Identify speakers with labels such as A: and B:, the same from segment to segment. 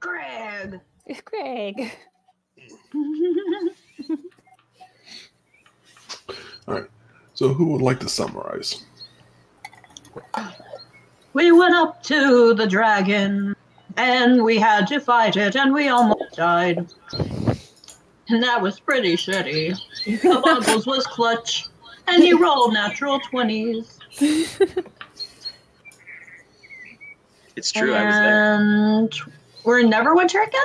A: Greg.
B: Greg.
C: All right. So, who would like to summarize?
A: We went up to the dragon and we had to fight it and we almost died. And that was pretty shitty. The Boggles was clutch and he rolled natural 20s.
D: It's true. I was there.
A: and we're never winter again?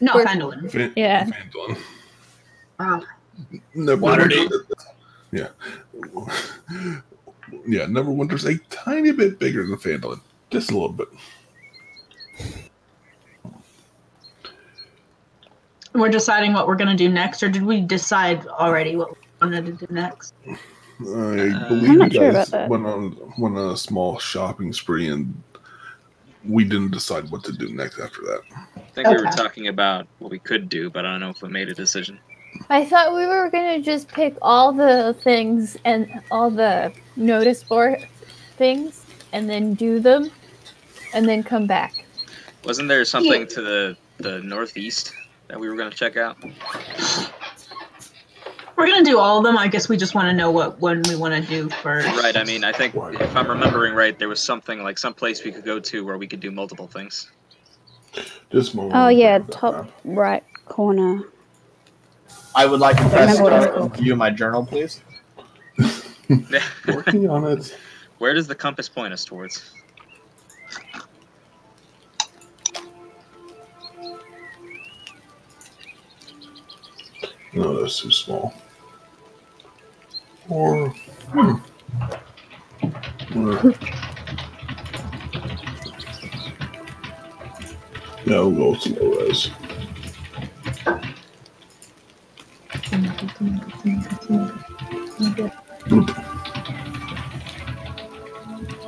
A: No,
B: We're-
A: Fendelin.
C: Van-
B: Yeah.
C: Vandalin.
A: Oh,
C: Never
D: Waterdeep.
C: Yeah. Yeah, Neverwinter's a tiny bit bigger than Phandalin. Just a little bit.
A: we're deciding what we're going to do next, or did we decide already what we wanted to do next?
C: I
D: Uh,
C: believe
B: I'm
C: you
B: not sure
C: guys
B: about that.
C: went on went on a small shopping spree and we didn't decide what to do next after that.
D: I think we were
A: Okay.
D: talking about what we could do, but I don't know if we made a decision.
B: I thought we were gonna just pick all the things and all the notice board things and then do them and then come back.
D: Wasn't there something to the the northeast that we were going to check out?
A: We're going to do all of them. I guess we just want to know what one we want to do first.
D: Right. I mean, I think if I'm remembering right, there was something like some place we could go to where we could do multiple things.
C: Just one.
E: Oh yeah, top right corner.
F: I would like to press
E: Remember
F: start and view my journal, please.
C: Working on it.
D: Where does the compass point us towards?
C: No, that's too small. Or. hmm. Or- Yeah, we'll go to low res.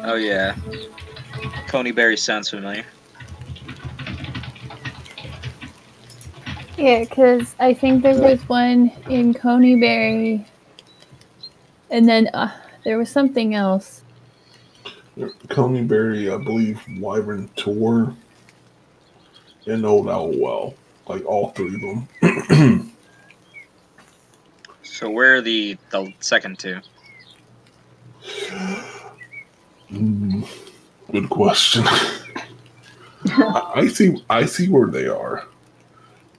D: Oh yeah, Coneyberry sounds familiar.
B: Yeah, because I think there was one in Coneyberry, and then uh, there was something else.
C: Coneyberry, I believe, Wyvern Tour, and Old Owl Well. Like all three of them.
D: So where are the the second two?
C: Mm, Good question. I I see. I see where they are,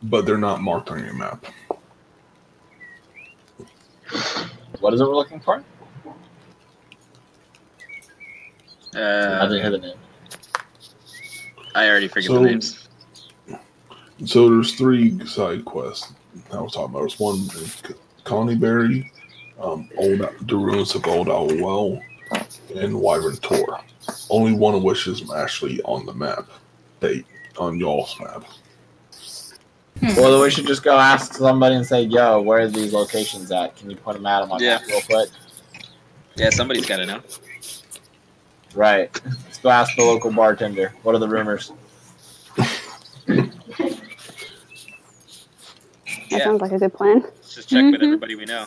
C: but they're not marked on your map.
F: What is it we're looking for? I
D: Uh,
F: didn't hear the name.
D: I already forget
C: So-
D: the names.
C: So there's three side quests. I was talking about. There's one in C- Coneyberry, um, Old the ruins of Old Owl Well, and Wyvern Tor. Only one of which is actually on the map. They on y'all's map.
F: Well, then we should just go ask somebody and say, "Yo, where are these locations at? Can you point them out on my
D: Yeah.
F: map real quick?"
D: Yeah, somebody's got to know.
F: Right. Let's go ask the local bartender. What are the rumors?
E: That
D: Yeah,
E: sounds like a good plan.
D: let's just check with
B: Mhm.
D: everybody we know.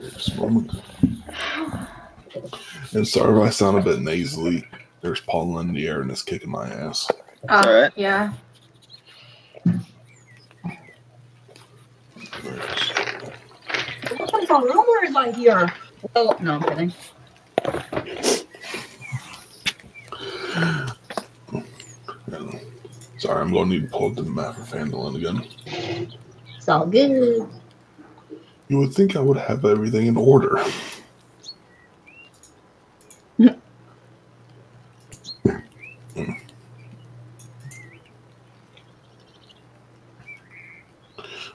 C: Just a moment. And sorry if I sound a bit nasally. There's pollen in the air and it's kicking my ass.
G: Uh,
D: all right.
G: Yeah.
A: What kinds of rumors I hear? Well, Oh, no, I'm kidding.
C: And- sorry, I'm going to need to pull up the map of Vandalin again.
A: It's all good.
C: You would think I would have everything in order.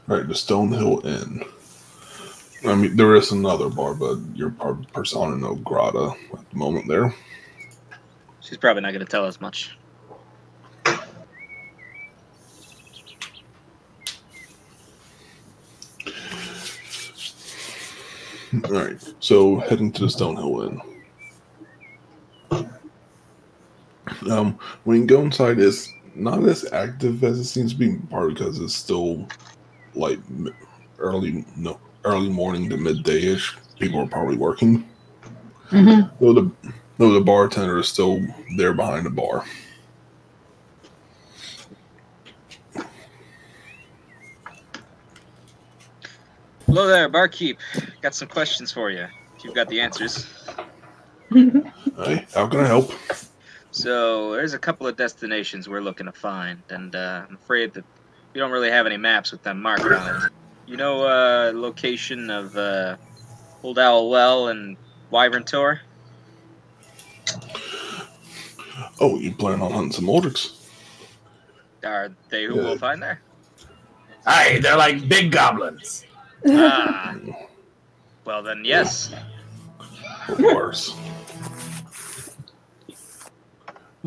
C: Right, the Stonehill Inn. I mean, there is another bar, but you're part persona no grata at the moment there.
D: She's probably not going to tell us much.
C: All right, so heading to the Stonehill Inn. Um, when you go inside, it's not as active as it seems to be, partly because it's still like m- early, no, early morning to midday ish. People are probably working.
H: Mhm.
C: Though the though the bartender is still there behind the bar.
D: Hello there, barkeep. Got some questions for you. If you've got the answers.
C: Hey, how can I help?
D: So there's a couple of destinations we're looking to find, and uh, I'm afraid that we don't really have any maps with them marked on it. You know, uh, location of uh, Old Owl Well and Wyvern Tor.
C: Oh, you plan on hunting some Mordix?
D: Are they who we'll find there?
F: Hey, they're like big goblins.
D: Ah. Well then, yes.
C: Of course.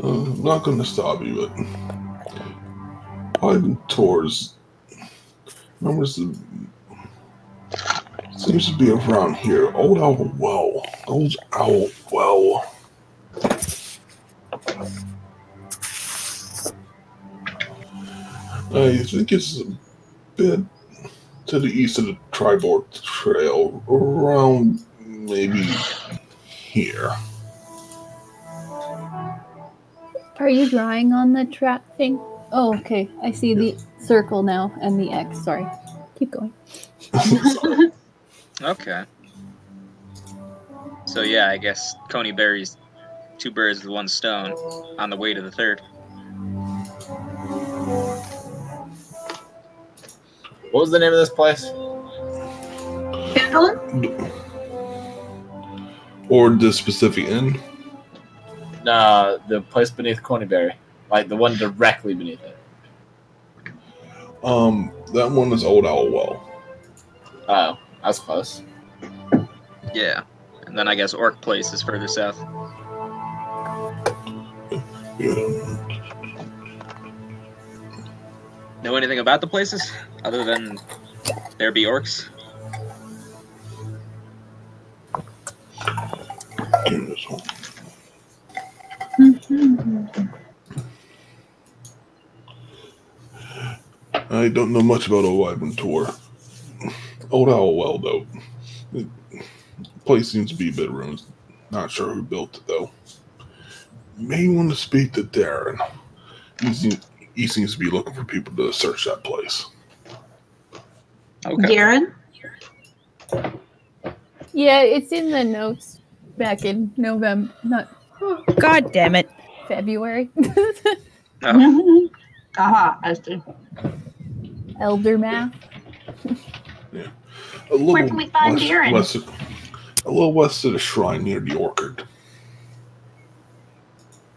C: Uh, I'm not going to stop you, but Wyvern Tours numbers the seems to be around here. Old Owl Well. Old Owl Well. I think it's a bit to the east of the Tribord Trail, around maybe here.
B: Are you drawing on the trap thing? Oh, okay. I see the circle now and the X. Sorry. Keep going.
D: Okay. So yeah, I guess Coney buries two birds with one stone on the way to the third.
F: What was the name of this place?
H: Pendulum?
C: or the specific end.
F: No, the place beneath Cornyberry. Like the one directly beneath it.
C: Um, that one is Old Owl Well.
F: Oh, that's close.
D: Yeah. And then I guess Orc Place is further south.
C: Yeah.
D: Know anything about the places other than there be orcs?
C: Give me this one. I don't know much about Old Wyvern Tour. Old Owl Well, though. The place seems to be a bit ruined. Not sure who built it, though. You may want to speak to Darren. He seems, he seems to be looking for people to search that place.
D: Okay.
H: Darren?
B: Yeah, it's in the notes back in November, not
G: God damn it.
B: February.
D: Oh,
H: Aha, I see.
B: Elder math.
C: A little
H: Where can we find
C: west,
H: Darren?
C: west of- a little west of the shrine near the orchard.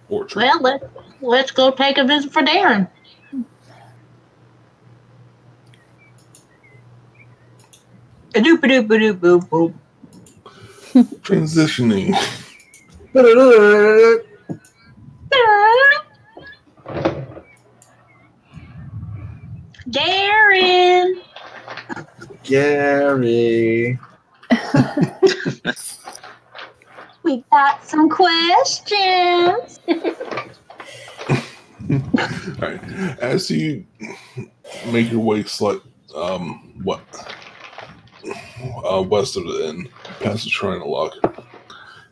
C: Orchard.
H: Well, let, let's go take a visit for Darren. doop doop doop boop boop.
C: Transitioning.
H: Darren!
F: Gary.
H: We got some questions.
C: All right. As you make your way slight, um, what, uh, west of the inn, past the shrine of luck,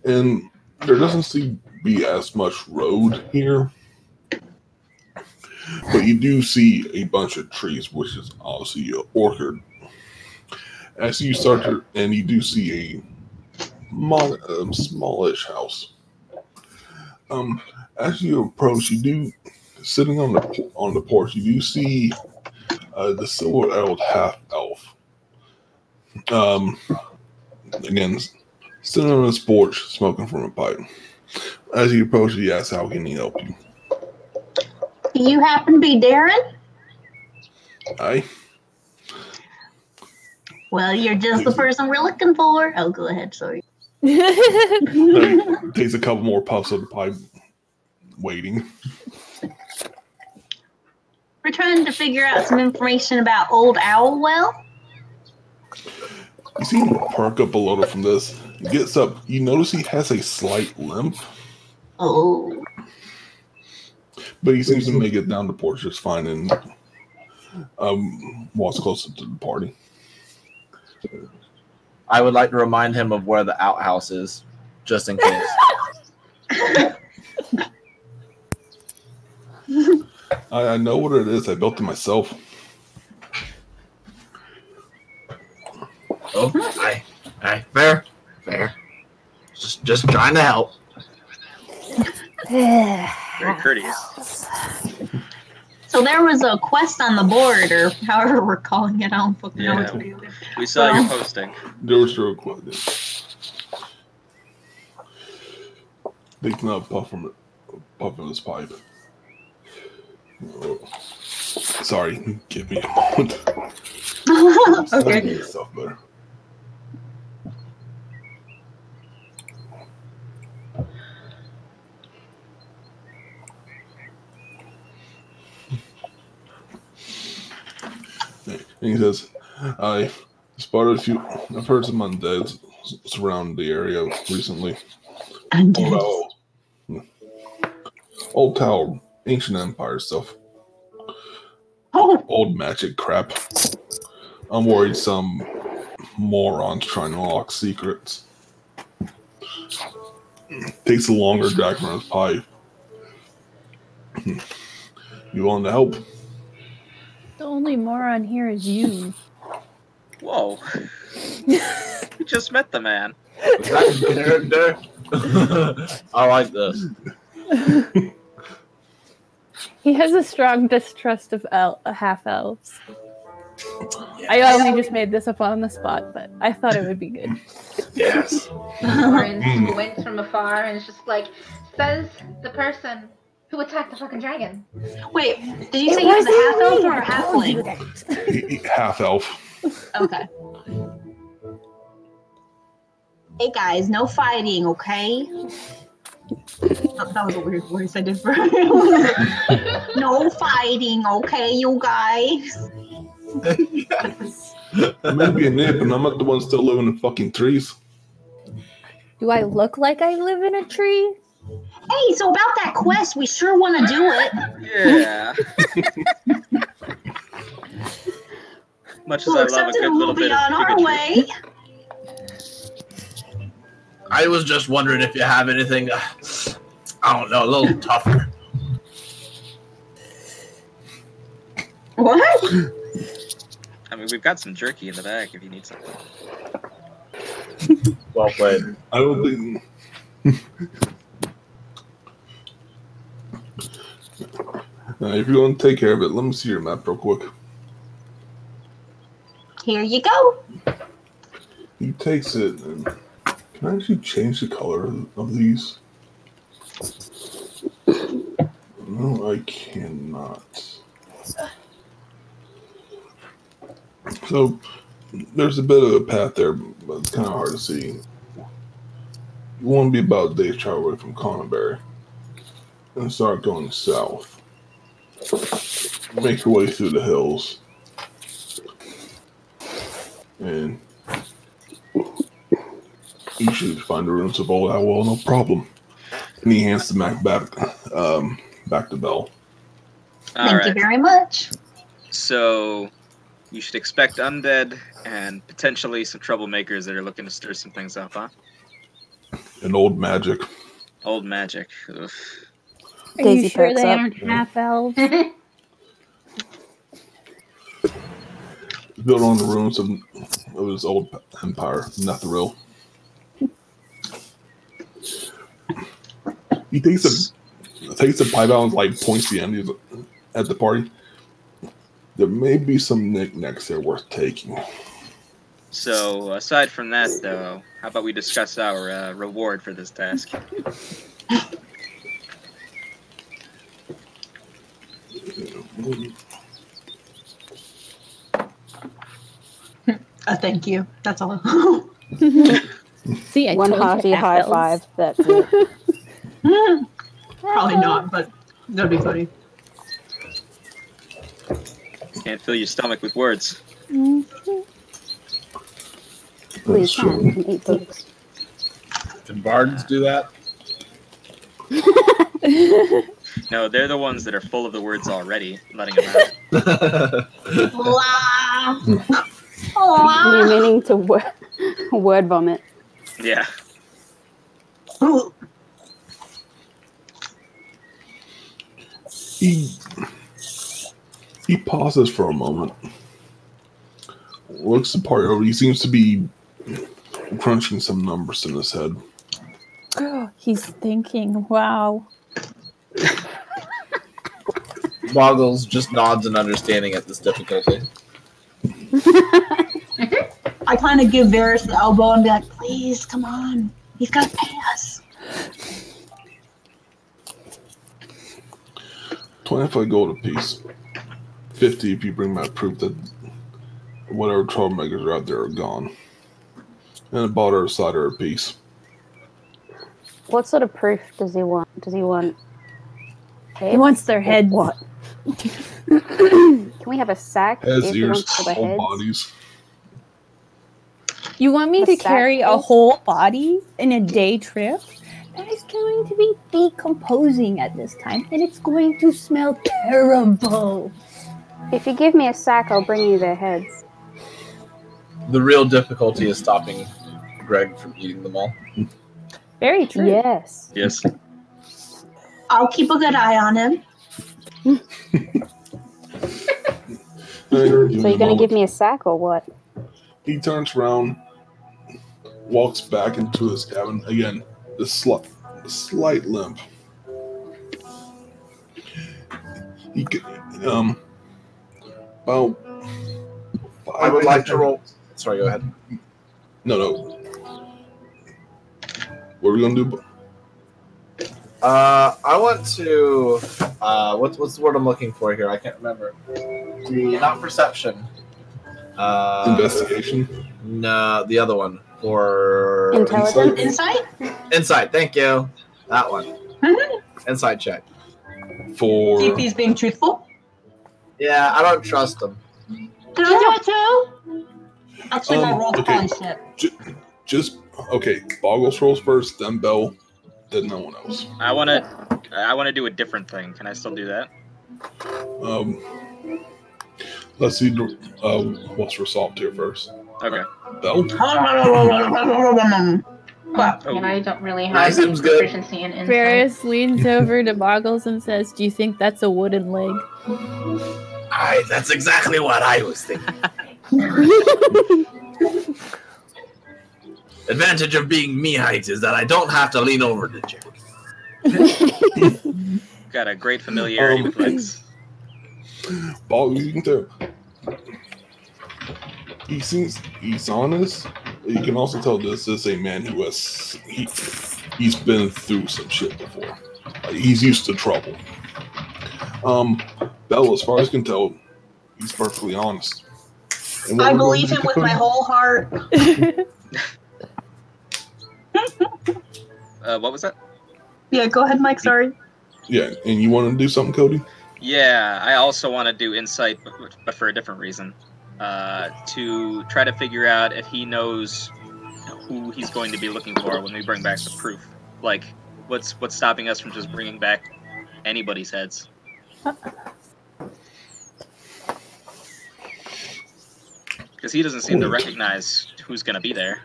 C: and there doesn't seem to be as much road here, but you do see a bunch of trees, which is obviously an orchard. As you start to, and you do see a mon- um, smallish house. Um, as you approach, you do sitting on the po- on the porch, you do see uh, the silver-eyed half elf. Um, again, s- sitting on his porch, smoking from a pipe. As he approaches, he asks, "How can he help you?"
H: Do you happen to be Darren?
C: I
H: Well, you're just the person we're looking for. Oh, go ahead. Sorry.
C: like, takes a couple more puffs of the pipe, waiting.
H: We're trying to figure out some information about Old Owlwell.
C: You see him perk up a little from this. He gets up. You notice he has a slight limp,
H: Oh,
C: but he seems to make it down the porch just fine and um, walks closer to the party.
F: I would like to remind him of where the outhouse is. just in case.
C: I, I know what it is. I built it myself.
F: oh, I, I, fair, fair. Just, just trying to help.
D: Very courteous.
A: So there was a quest on the board, or however we're calling it. I don't fucking know what to do.
D: We saw your posting.
C: There was real quick. They cannot puff from puff from his pipe. Oh. Sorry, give me a moment.
A: okay.
C: Stuff better. And he says, I spotted a few. I've heard some undeads s- surround the area recently.
A: And
C: Old owl. uh, Old tower, ancient empire stuff,
A: oh,
C: old magic crap. I'm worried some morons trying to lock secrets. Takes a longer drag from his pipe. You willing to help?
B: The only moron here is you.
D: Whoa. we just met the man.
F: I like this.
B: He has a strong distrust of el- uh, half elves. I only just made this up on the spot, but I thought it would be good.
F: Yes.
A: Uh-huh.
I: Orange
C: Mm.
I: squints from afar and it's just like, says the person who attacked the fucking dragon.
A: wait. Did you say he was a half elf or a halfling?
C: He- he- Half elf.
A: Okay. Hey guys, no fighting, okay? That that was a weird voice I did for No fighting, okay, you guys?
C: I may be a nip, and I'm not the one still living in fucking trees.
B: Do I look like I live in a tree?
A: Hey, so about that quest, we sure want to do it.
D: Yeah. Much as
A: Well,
D: I love a
A: except it
D: good
A: will
D: little
A: be
D: bit of
A: on our
D: bigotry.
A: way.
F: I was just wondering if you have anything. Uh, I don't know, a little tougher.
A: What?
D: I mean, we've got some jerky in the bag if you need something.
F: Well played.
C: I don't think. Uh, if you want to take care of it, let me see your map real quick.
A: Here you go.
C: He takes it and can I actually change the color of these? No, I cannot. So there's a bit of a path there, but it's kind of hard to see. You want to be about a day's travel away from Conneberry and start going south. Make your way through the hills. And you should find the ruins of old Owl, no problem. And he hands the Mac back, um, back to Bell.
D: All
A: Thank you
D: right.
A: very much.
D: So you should expect undead and potentially some troublemakers that are looking to stir some things up, huh?
C: An old magic.
D: Old magic. Oof.
B: Are
E: Daisy
B: you sure
E: backs
B: they
E: up.
B: aren't half elves?
C: Built on the ruins of, of his old empire, Netheril. He takes a takes a pipe out and like points the end at the party. There may be some knickknacks there worth taking.
D: So aside from that, though, how about we discuss our uh, reward for this task?
A: Uh, thank you. That's all. Hmm.
B: See, I
E: One
B: told you
E: hearty
B: half
E: high
B: elves.
E: five. That's it.
A: Probably not, but that'd be funny.
D: Can't fill your stomach with words.
E: Please come and eat those.
F: Can bards do that?
D: No, they're the ones that are full of the words already, letting them out.
A: Blah.
E: You're
A: Blah.
E: meaning to word, word vomit.
D: Yeah.
A: Ooh,
C: He he pauses for a moment, looks the party over. He seems to be crunching some numbers in his head.
B: He's thinking, wow.
F: Boggles just nods in understanding at this difficulty.
A: I kind of give Varys the elbow and be like, please, come on. He's got to pay us.
C: Twenty-five gold apiece. Fifty if you bring back proof that whatever troublemakers are out there are gone. And a bottle of cider apiece.
E: What sort of proof does he want? Does he want?
B: He wants their head.
E: What? Can we have a sack?
C: Heads,
E: if he
C: ears,
E: wants for the
C: all
E: heads?
C: bodies.
J: You want me
E: The
J: to carry a
E: sacrifice?
J: whole body in a day trip? That is going to be decomposing at this time, and it's going to smell terrible.
E: If you give me a sack, I'll bring you their heads.
F: The real difficulty is stopping Greg from eating them all.
B: Very true.
E: Yes.
D: Yes.
A: I'll keep a good eye on him.
C: So
E: So you're gonna give me a sack or what?
C: He turns around, walks back into his cabin. Again, the, sli- the slight limp. He g- um, about
F: I would like to roll. Sorry, go ahead.
C: No, no. What are we gonna do? bu-
F: Uh, I want to. Uh, what's what's the word I'm looking for here? I can't remember. The- Not perception. Uh,
C: Investigation.
F: No, the other one or
E: Intelligence.
A: Insight?
F: insight. Thank you. That one. Insight check.
C: for
A: See if he's Mm-hmm. being truthful.
F: Yeah, I don't trust him.
A: Did I do it too? Actually, I
C: Um,
A: rolled
C: okay.
A: concept.
C: just okay. Boggles rolls first, then Bell, then no one else.
D: I want to. I want to do a different thing. Can I still do that?
C: Um, let's see. Uh, what's resolved here first?
D: Okay.
C: Bell.
A: Clap.
D: Oh,
I: And I don't really
F: That
I: have
F: seems good.
I: proficiency
J: um,
I: in insight.
B: Ferris leans over to Boggles and says, Do you think that's a wooden leg?
F: I. That's exactly what I was thinking. Advantage of being me height is that I don't have to lean over to check.
D: got a great familiarity
C: Um,
D: with legs.
C: Boggles, you can tell. He seems he's honest. You can also tell this is a man who has he, he's been through some shit before. Like, he's used to trouble. Um, Bell, as far as can tell, he's perfectly honest. And what
A: I
C: we're going
A: believe
C: to
A: him
C: do-
A: with my whole heart.
D: Uh, what was that?
A: Yeah, go ahead, Mike. Sorry.
C: Yeah, and you want to do something, Cody?
D: Yeah, I also want to do insight, but, but for a different reason. Uh, to try to figure out if he knows who he's going to be looking for when we bring back the proof. Like, what's what's stopping us from just bringing back anybody's heads? Because he doesn't seem to recognize who's going to be there.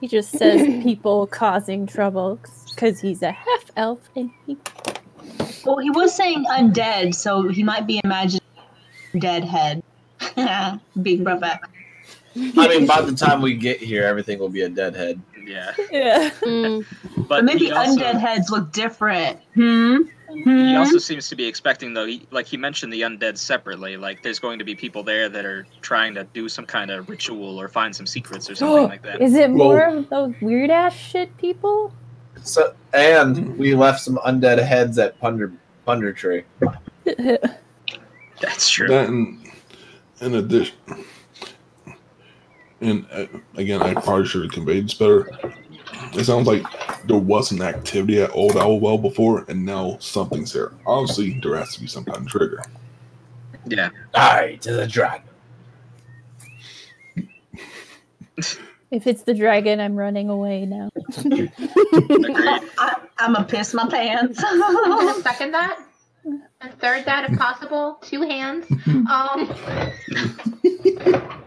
B: He just says people causing trouble because he's a half elf and he.
A: Well, he was saying undead, so he might be imagining dead head being brought back.
F: I mean, by the time we get here, everything will be a deadhead.
D: Yeah,
B: Yeah.
E: Mm.
D: but,
A: But maybe
D: he also-
A: undead heads look different. Hmm.
D: He
K: Mm-hmm.
A: Hmm?
D: also seems to be expecting, though, he, like he mentioned the undead separately. Like, there's going to be people there that are trying to do some kind of ritual or find some secrets or
K: Oh.
D: something like that.
B: Is it
C: Well-
B: more of those weird ass shit people?
F: So, and we left some undead heads at Punder Punder Tree.
D: That's true.
C: That and in addition, and uh, again, I probably should have conveyed this better. It sounds like there was an activity at Old Owl Well before, and now something's there. Obviously, there has to be some kind of trigger.
D: yeah.
F: I to the dragon.
B: if it's the dragon, I'm running away now.
D: Agreed.
A: I, I'm gonna piss my pants.
I: I'm
A: Oh.
I: gonna second that. And third that if possible. Two hands. Um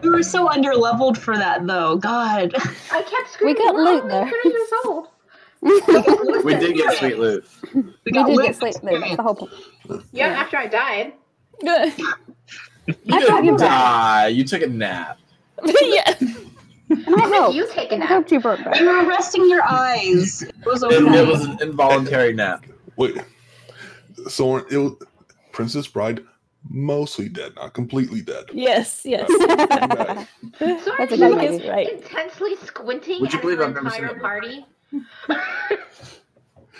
A: we were so underleveled for that, though. God.
I: I kept
E: We
I: screaming.
E: got
I: we're
E: loot
I: only
E: there.
I: three years old.
F: We did get sweet loot.
H: We
E: You
H: got
E: did
H: lit
E: get sleep there. That's the whole point.
A: Yeah, after I died.
F: You
E: I thought
F: didn't
E: you died.
F: die. You took a nap.
B: yeah.
E: And I
A: Have
E: hope.
A: you taken
E: I
A: that?
E: hope you broke back.
K: You were resting your eyes. It was
F: It, it was
K: okay.
F: an involuntary nap.
C: Wait. So it was Princess Bride mostly dead, not completely dead.
B: Yes, yes.
C: Right.
A: Sorry,
E: That's
A: she
E: a good
A: was
E: idea.
B: right.
A: intensely squinting
F: Would you
A: at
F: believe
A: her
F: I've never seen
A: entire
F: that
A: party.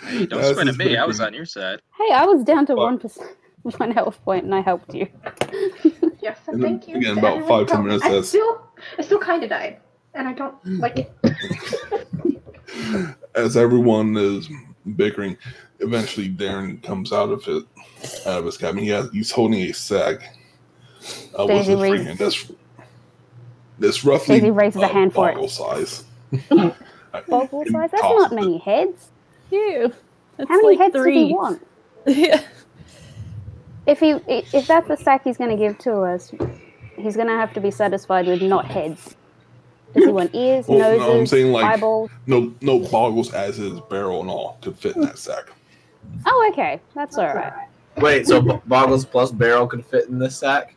D: Hey, don't
C: That's
D: squint at
C: his
D: me. I
C: big
D: was uh,
C: thing.
D: on your side.
E: Hey, I was down to
F: Well-
E: one percent, one health point, and I helped you.
A: Yes, and
C: And then
A: thank you.
C: again,
A: to
C: about
A: everyone
C: five, ten
A: who-
C: minutes,
A: I
C: that's-
A: still, I still kind of died, and I don't
D: Hmm.
A: like it.
C: As everyone is bickering, eventually Darren comes out of it, out of his cabin. He has, he's holding a sack. Uh, what's
E: Daisy
C: his free
E: raised-
C: hand? That's that's roughly
E: Daisy raised a hand for it.
C: bottle size.
E: Boggle
C: And
E: size? That's
C: tossed
E: not
C: it.
E: many heads.
B: Phew. That's
E: How many
B: like
E: heads
B: three.
E: did he want?
B: yeah.
E: If he, i- if that's the sack he's going to give to us, he's going to have to be satisfied with not heads. Does he want ears,
C: Well, no, I'm
E: noses,
C: saying, like-
E: eyeballs?
C: No, no boggles as his barrel and all could fit in that sack.
E: Oh, okay, that's all right.
F: Wait, so b- boggles plus barrel could fit in this sack?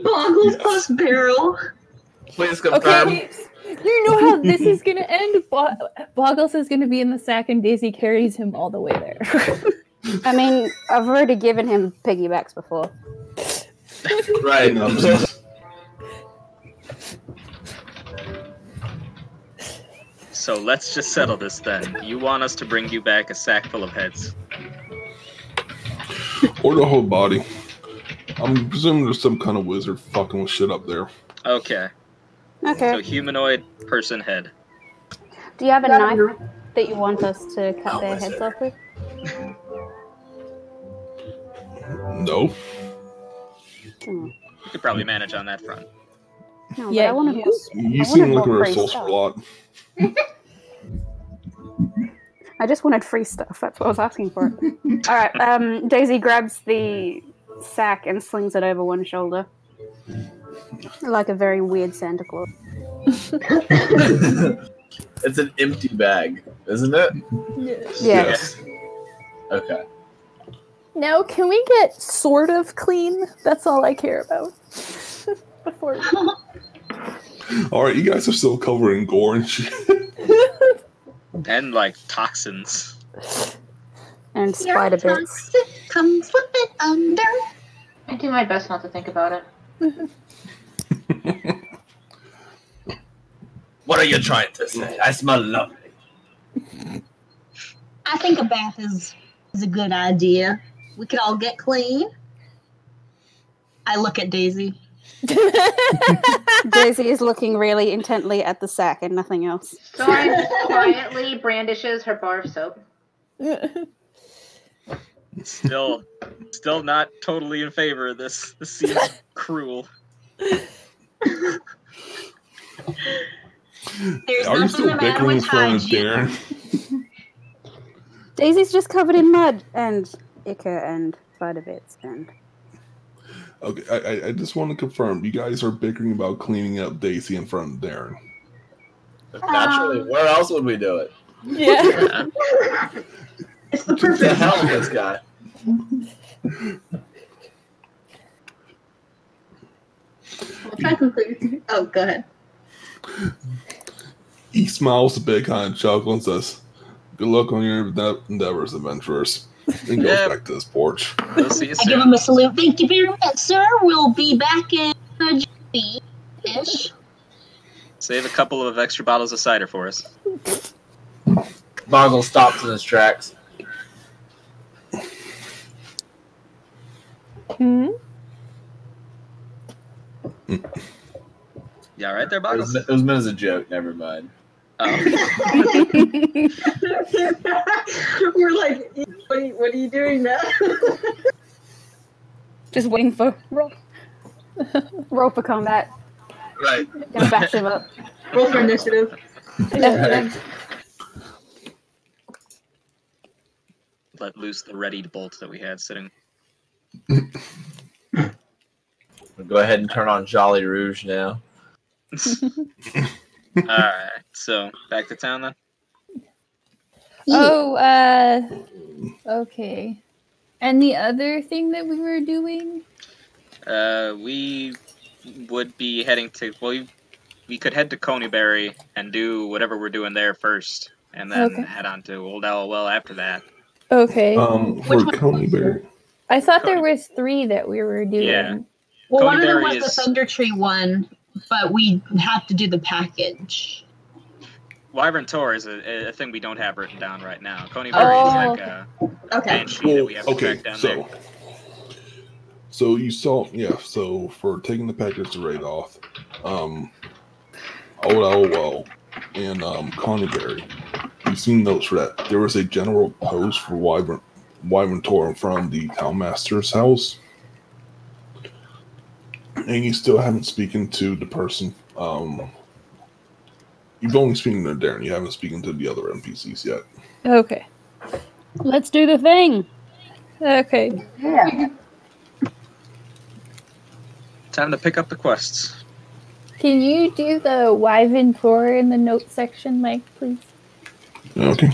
H: Boggles
C: Yes.
H: plus barrel.
F: Please confirm.
B: Okay. You know how this is gonna end. Bo- Boggles is gonna be in the sack, and Daisy carries him all the way
E: Oh,
B: there.
E: I mean, I've already given him piggybacks before.
F: Right.
C: Um,
D: So let's just settle this then. You want us to bring you back a sack full of heads?
C: or the whole body. I'm presuming there's some kind of wizard fucking with shit up there.
D: Okay. So
E: Okay.
D: humanoid person head.
E: Do you have a knife that you want us to
C: Oh,
E: cut their heads off with?
C: No.
E: Hmm.
D: You could probably manage on that front.
E: No, but
B: Yeah,
E: I want
B: you-
E: to.
C: You
E: I
C: seem
E: wonder
C: like a
E: what Grace
C: resource for a lot.
E: I just wanted free stuff. That's what I was asking for. All right. Um, Daisy grabs the sack and slings it over one shoulder, like a very weird Santa Claus.
F: it's an empty bag, isn't it?
E: Yeah.
F: Okay.
B: Now, can we get sort of clean? That's all I care about. Before
C: All right, you guys are still covering gore and shit.
D: And like toxins.
E: and spider bits.
K: Come flip it under.
A: I do my best not to think about it.
F: What are you trying to say? I smell lovely.
K: I think a bath is is a good idea. We could all get clean. I look at Daisy.
E: Daisy is looking really intently at the sack and nothing else.
A: So I just quietly brandishes her bar of soap.
D: Still still not totally in favor of this. This seems cruel.
K: There's
C: Are you
K: nothing
C: still
K: the matter
C: bickering in
K: with
C: front of
K: hygiene.
C: Darren?
E: Daisy's just covered in mud and ichor and spider bits and
C: Okay, I, I- I just want to confirm. You guys are bickering about cleaning up Daisy in front of Darren.
F: Naturally, where else would we do it?
B: yeah,
D: Yeah.
H: It's the
F: The
H: perfect.
F: hell with this guy.
K: Technically. Oh, go ahead.
C: He smiles a big kind of chuckle and says, Good luck on your ende- endeavors, adventurers. And goes
D: Yeah.
C: back to his porch.
D: We'll see you
K: I give
D: soon.
K: him a salute. Thank you very much, sir. We'll be back in a ish.
D: Save a couple of extra bottles of cider for us.
F: Boggle stops in his tracks.
B: Hmm?
D: Yeah, right there,
F: It was,
D: Boggles.
F: it was meant as a joke. Never mind.
D: Oh,
H: We're like, what are you, what are you doing now?
E: just waiting for roll, roll for combat.
F: Right.
E: Gonna bash him up.
H: Roll for initiative.
D: let loose the readied bolt that we had sitting.
F: Go ahead and turn on Jolly Rouge now.
D: All right, so back to town then.
B: Oh, uh, okay. And the other thing that we were doing?
D: Uh, we would be heading to. Well, we, we could head to Coneyberry and do whatever we're doing there first, and then
B: Okay.
D: head on to Old Owl Well after that.
B: Okay.
C: Um, for Coney Bear,
B: I thought there was three that we were doing.
D: Yeah.
K: Well,
D: Cody
K: one of them
D: Berry
K: was
D: is-
K: the Thunder Tree one, but we have to do the package.
D: Wyvern Tor is a, a thing we don't have written down right now. Coneyberry is
B: Oh.
D: like a
K: Okay.
D: banshee that
C: well,
D: we have to
C: okay,
D: track down there.
C: so so you saw, yeah, so for taking the package to Radoth, um, Old Owl Well, and um, Coney Berry, you've seen notes for that. There was a general post for Wyvern Wyvern Tor in front of the townmaster's house, and you still haven't spoken to the person. Um, you've only spoken to Darren. You haven't spoken to the other NPCs yet.
B: Okay.
E: Let's do the thing.
B: Okay.
G: Yeah.
D: Time to pick up the quests.
B: Can you do the Wyvern Thor in the note section, Mike, please?
C: Okay.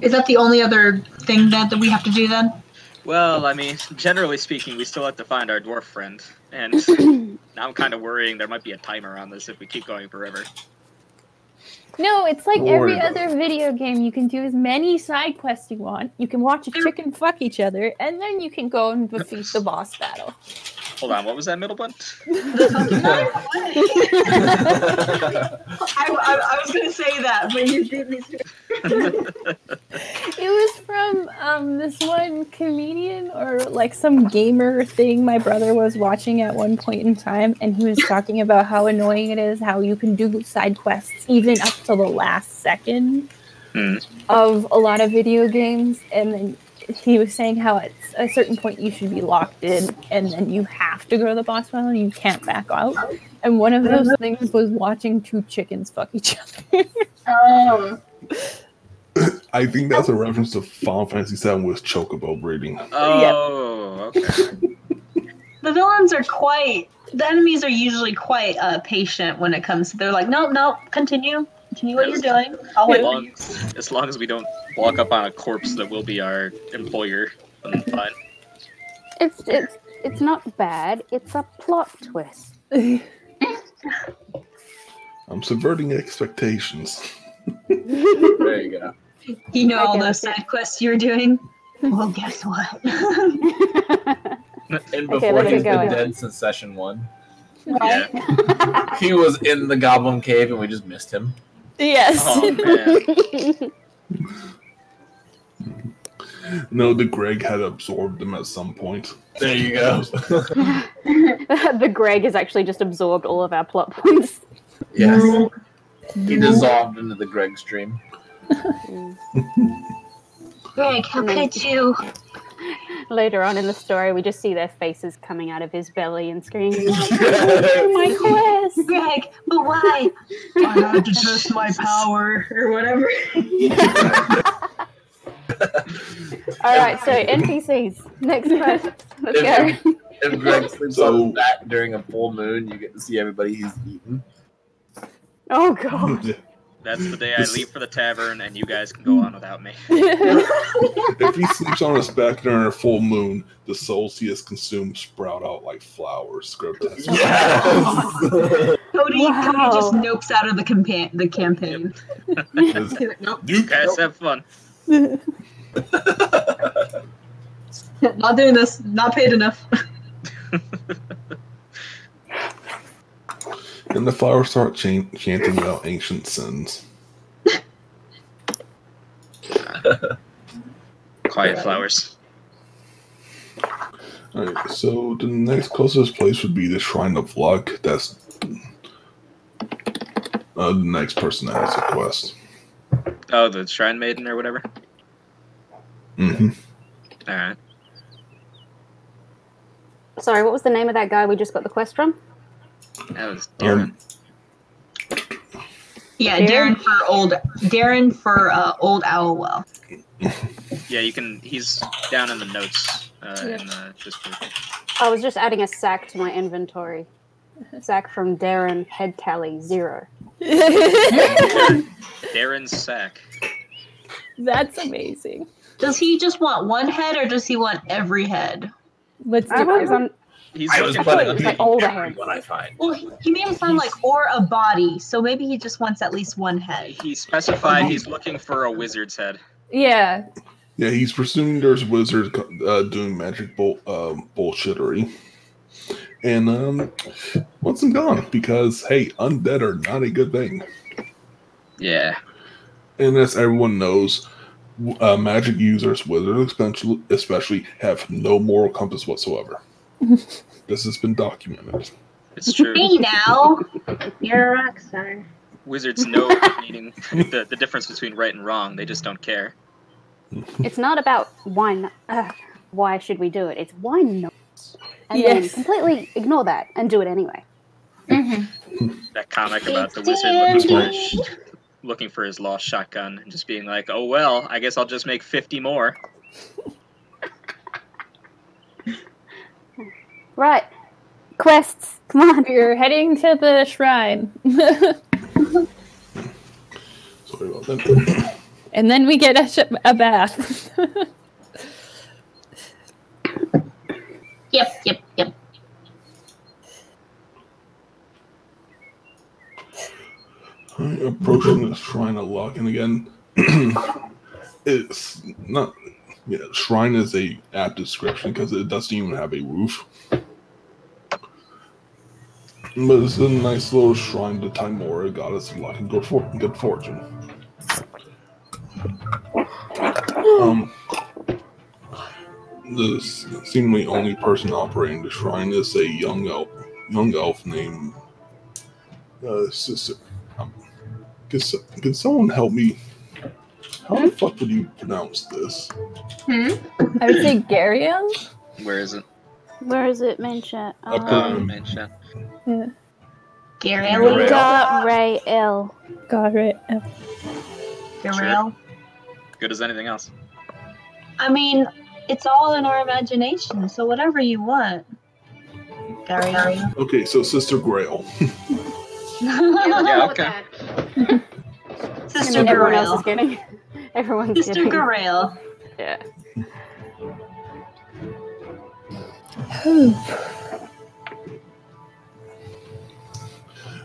K: Is that the only other thing that, that we have to do then?
D: Well, I mean, generally speaking, we still have to find our dwarf friend, and now I'm kind of worrying there might be a timer on this if we keep going forever.
B: No, it's like
C: Don't
B: every
C: worry about
B: other video game. You can do as many side quests you want. You can watch a chicken fuck each other, and then you can go and defeat the boss battle.
D: Hold on, what was that middle one?
K: I, I, I was going to say that, but you did me.
B: It was from um, this one comedian or like some gamer thing my brother was watching at one point in time, and he was talking about how annoying it is how you can do side quests even up to the last second
D: Hmm.
B: of a lot of video games, and then he was saying how at a certain point you should be locked in, and then you have to go to the boss battle, and you can't back out. And one of those things was watching two chickens fuck each other.
K: Oh.
C: I think that's a reference to Final Fantasy VII with Chocobo breeding.
D: Oh, okay.
K: The villains are quite, the enemies are usually quite uh, patient when it comes to, they're like, no, no, continue. Continue what you're doing. I'll
D: As
K: wait.
D: long, as long as we don't walk up on a corpse that will be our employer, then fine.
E: It's it's it's not bad. It's a plot twist.
C: I'm subverting expectations.
F: There you go.
K: You know all
E: Okay.
K: those side quests you're doing? Well, guess what?
F: And
E: Okay,
F: before
E: let's
F: he's
E: go.
F: been dead since session one,
D: Yeah.
F: he was in the Goblin Cave and we just missed him.
B: yes.
D: Oh man.
C: No, the Greg had absorbed them at some point.
F: There you go.
E: the Greg has actually just absorbed all of our plot points.
F: yes. He
A: Mm-hmm.
F: dissolved into the Greg stream.
K: Greg, how could you?
E: Later on in the story, we just see their faces coming out of his belly and screaming, "Oh
F: That's
E: "My quest!"
K: Greg, but why? I had to test my power or whatever.
E: All right, so NPCs. Next question. Let's go.
F: If, if Greg sleeps on
C: So-
F: his back during a full moon, you get to see everybody he's eaten.
E: Oh god.
C: if
D: That's the day I leave for the tavern, and you guys can go on without me.
C: he sleeps on his back during a full moon, the souls he has consumed sprout out like flowers. Grotesque.
F: Yes!
K: Cody,
E: Wow.
K: Cody just nopes out of the, campa- the campaign.
C: It's-
K: He's like, nope,
D: You guys have fun.
K: not doing this. Not paid enough.
C: and the flowers start chan- chanting about ancient sins.
D: Quiet flowers.
C: Alright, so the next closest place would be the Shrine of Luck. That's uh, the next person that has a quest.
D: Oh, the shrine maiden or whatever.
C: hmm
D: All right.
E: Sorry, what was the name of that guy we just got the quest from?
D: That was Darren.
C: Um,
K: Yeah,
E: Darren?
K: Darren, for old Darren for uh, old Owlwell.
D: Yeah, you can. He's down in the notes. Uh, in the Discord.
E: I was just adding a sack to my inventory. Sack from Darren, head tally zero.
D: Darren Sack.
B: That's amazing.
K: Does he just want one head or does he want every head?
B: Let's
E: I
B: do
E: was
B: it.
E: on.
D: He's
I: I was
D: looking
E: thought
I: planning
E: it
I: on
E: was like oh. all the
I: taking everyone I find.
K: Well, he, he made him sound like or a body, so maybe he just wants at least one head.
D: He specified he's looking for a wizard's head.
B: Yeah.
C: Yeah, he's presuming there's wizards uh, doing magic bull, um, bullshittery. And um, wants him gone because, hey, undead are not a good thing.
D: Yeah.
C: And as everyone knows, w- uh, magic users, wizards especially, especially, have no moral compass whatsoever. this has been documented.
D: It's true.
K: Hey now,
A: You're a rock star.
D: Wizards know meaning, the, the difference between right and wrong. They just don't care.
E: It's not about why not. Uh, why should we do it? It's why not. And
B: Yes.
E: then completely ignore that and do it anyway.
D: That comic about the
K: It's
D: wizard looking for,
K: dandy.
D: his, looking for his lost shotgun and just being like, oh, well, I guess I'll just make 50 more.
E: Right. Quests. Come on.
B: We're heading to the shrine.
C: Sorry about that.
B: and then we get a, sh- a bath.
K: Yep, yep, yep.
C: All right, approaching the shrine of Locken again. it's not. Yeah, shrine is a apt description because it doesn't even have a roof. But it's a nice little shrine to Timora, goddess of luck and good, for- good fortune. Um, the s- seemingly only person operating the shrine is a young elf, young elf named uh, Sister. Um, can, so- can someone help me? How the fuck would you pronounce this?
B: I would say Garion.
D: Where is it?
E: Where is it mentioned?
C: Up
D: Oh,
C: Um,
D: man, shit.
K: Garel.
E: Got Ray L.
B: Got it.
K: Garel.
D: Good as anything else.
K: I mean, it's all in our imagination, so whatever you want. Garel.
C: Okay, so Sister Grail.
A: You're
D: Yeah,
A: cool with
D: okay.
A: that.
K: Sister
E: everyone else is
K: Garel.
E: getting. Everyone's
K: Sister
E: getting.
K: Garel.
E: Yeah.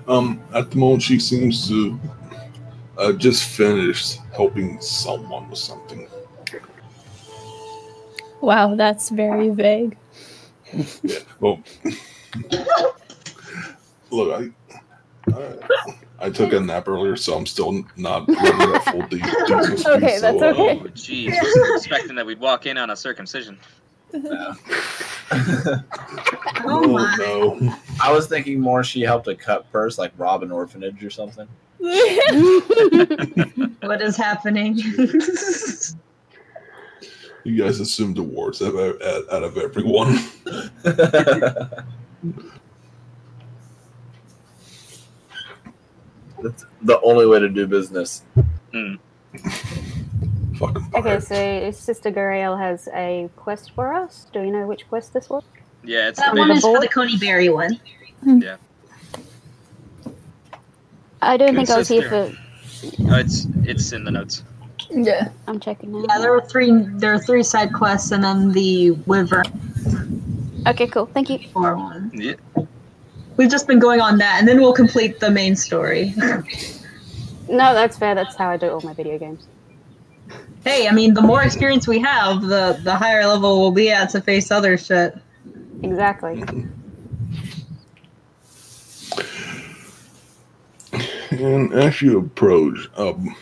C: Um, at the moment, she seems to uh, just finished helping someone with something.
B: Wow, that's very vague.
C: Yeah. Well, look, I, I I took a nap earlier, so I'm still not really at full de- decent speed,
B: Okay, that's
C: so, uh,
B: okay.
D: Oh, jeez. I was expecting that we'd walk in on a circumcision.
K: Oh
C: oh
K: my.
C: no.
F: I was thinking more she helped a cut purse, like rob an orphanage or something.
H: What is happening?
C: You guys assumed awards out of, out out of everyone.
F: That's the only way to do business.
C: Fucking
E: Okay,
C: pirates.
E: so Sister Guriel has a quest for us. Do we know which quest this was?
D: Yeah, it's
K: That
D: the
K: one
D: big,
K: is for the Coney Berry one.
E: I don't
D: Good
E: think I was here
D: sister.
E: for.
D: oh, it's it's in the notes.
B: Yeah.
E: I'm checking now.
H: yeah, there were three. There are three side quests, and then the Wyvern
E: Okay, cool. Thank you.
H: War one.
D: Yeah.
H: We've just been going on that, and then we'll complete the main story.
E: No, that's fair. That's how I do all my video games.
H: hey, I mean, the more experience we have, the the higher level we'll be at to face other shit.
E: Exactly.
C: And as you approach, um,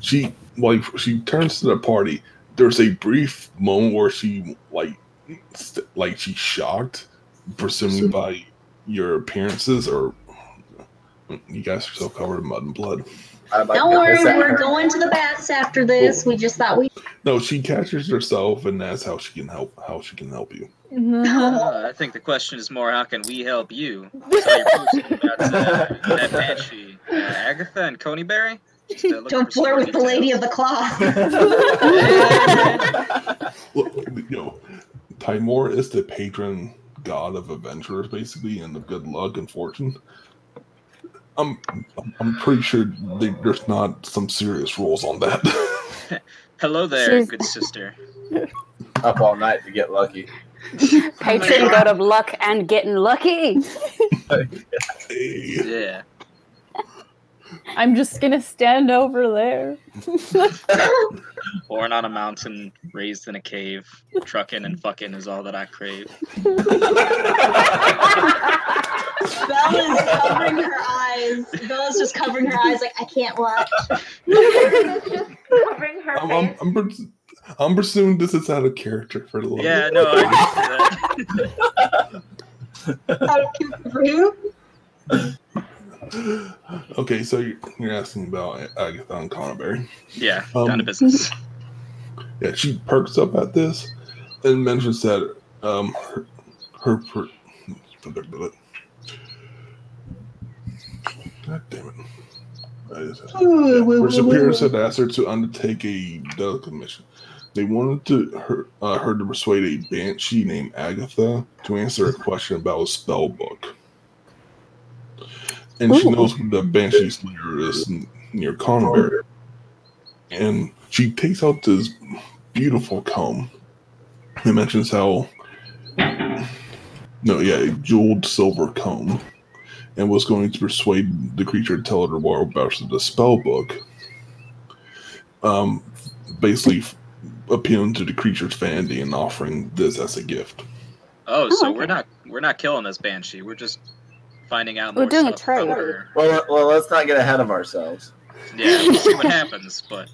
C: she like she turns to the party. There's a brief moment where she like st- like she's shocked, presumably by your appearances or you guys are so covered in mud and blood.
F: I like
A: Don't
F: that
A: worry,
F: this
A: we're
F: happened.
A: going to the baths after this. We just thought we.
C: No, she catches herself, and that's how she can help. How she can help you.
B: Uh-huh.
D: Uh, I think the question is more how can we help you? So you're posting about uh, that banshee, uh, Agatha and Coneyberry. Just, uh, looking
A: Don't
D: for some
A: flirt
D: more
A: with the
D: details.
A: lady of the cloth.
C: Look, you know, Timor is the patron god of adventurers, basically, and of good luck and fortune. I'm, I'm pretty sure they, there's not some serious rules on that.
D: Hello there,
E: She's-
D: good sister.
F: Up all night to get lucky.
E: Patron god of luck and getting lucky.
D: Yeah.
B: I'm just gonna stand over there.
D: Born on a mountain, raised in a cave, trucking and fucking is all that I crave.
A: Bella's covering her eyes. Bella's just covering her eyes, like I can't watch. just covering her
C: I'm, I'm,
A: face.
C: I'm, pers- I'm pursuing this is out of character for a little
D: Yeah,
C: bit.
D: no, I can see that.
A: Out of character for who?
C: Okay, so you're, you're asking about Agatha and Conberry.
D: Yeah,
C: Um,
D: down to business.
C: Yeah, she perks up at this and mentions that um her her per- God damn it. I just- Her superior had asked her to undertake a delicate mission. They wanted to her, uh, her to persuade a banshee named Agatha to answer a question about a spell book. And she
E: Ooh.
C: knows the banshee slayer is n- near Conberry. And she takes out this beautiful comb. It mentions how no, yeah, a jeweled silver comb, and was going to persuade the creature to tell her more about the spell book. Um, basically f- appealing to the creature's vanity and offering this as a gift.
D: Oh, so we're
E: okay.
D: not we're not killing this banshee. We're just finding out
E: We're
D: more
E: doing a
D: stuff about
E: trade.
D: her.
F: Well, uh, well, let's not get ahead of ourselves.
D: Yeah, we'll see what happens. But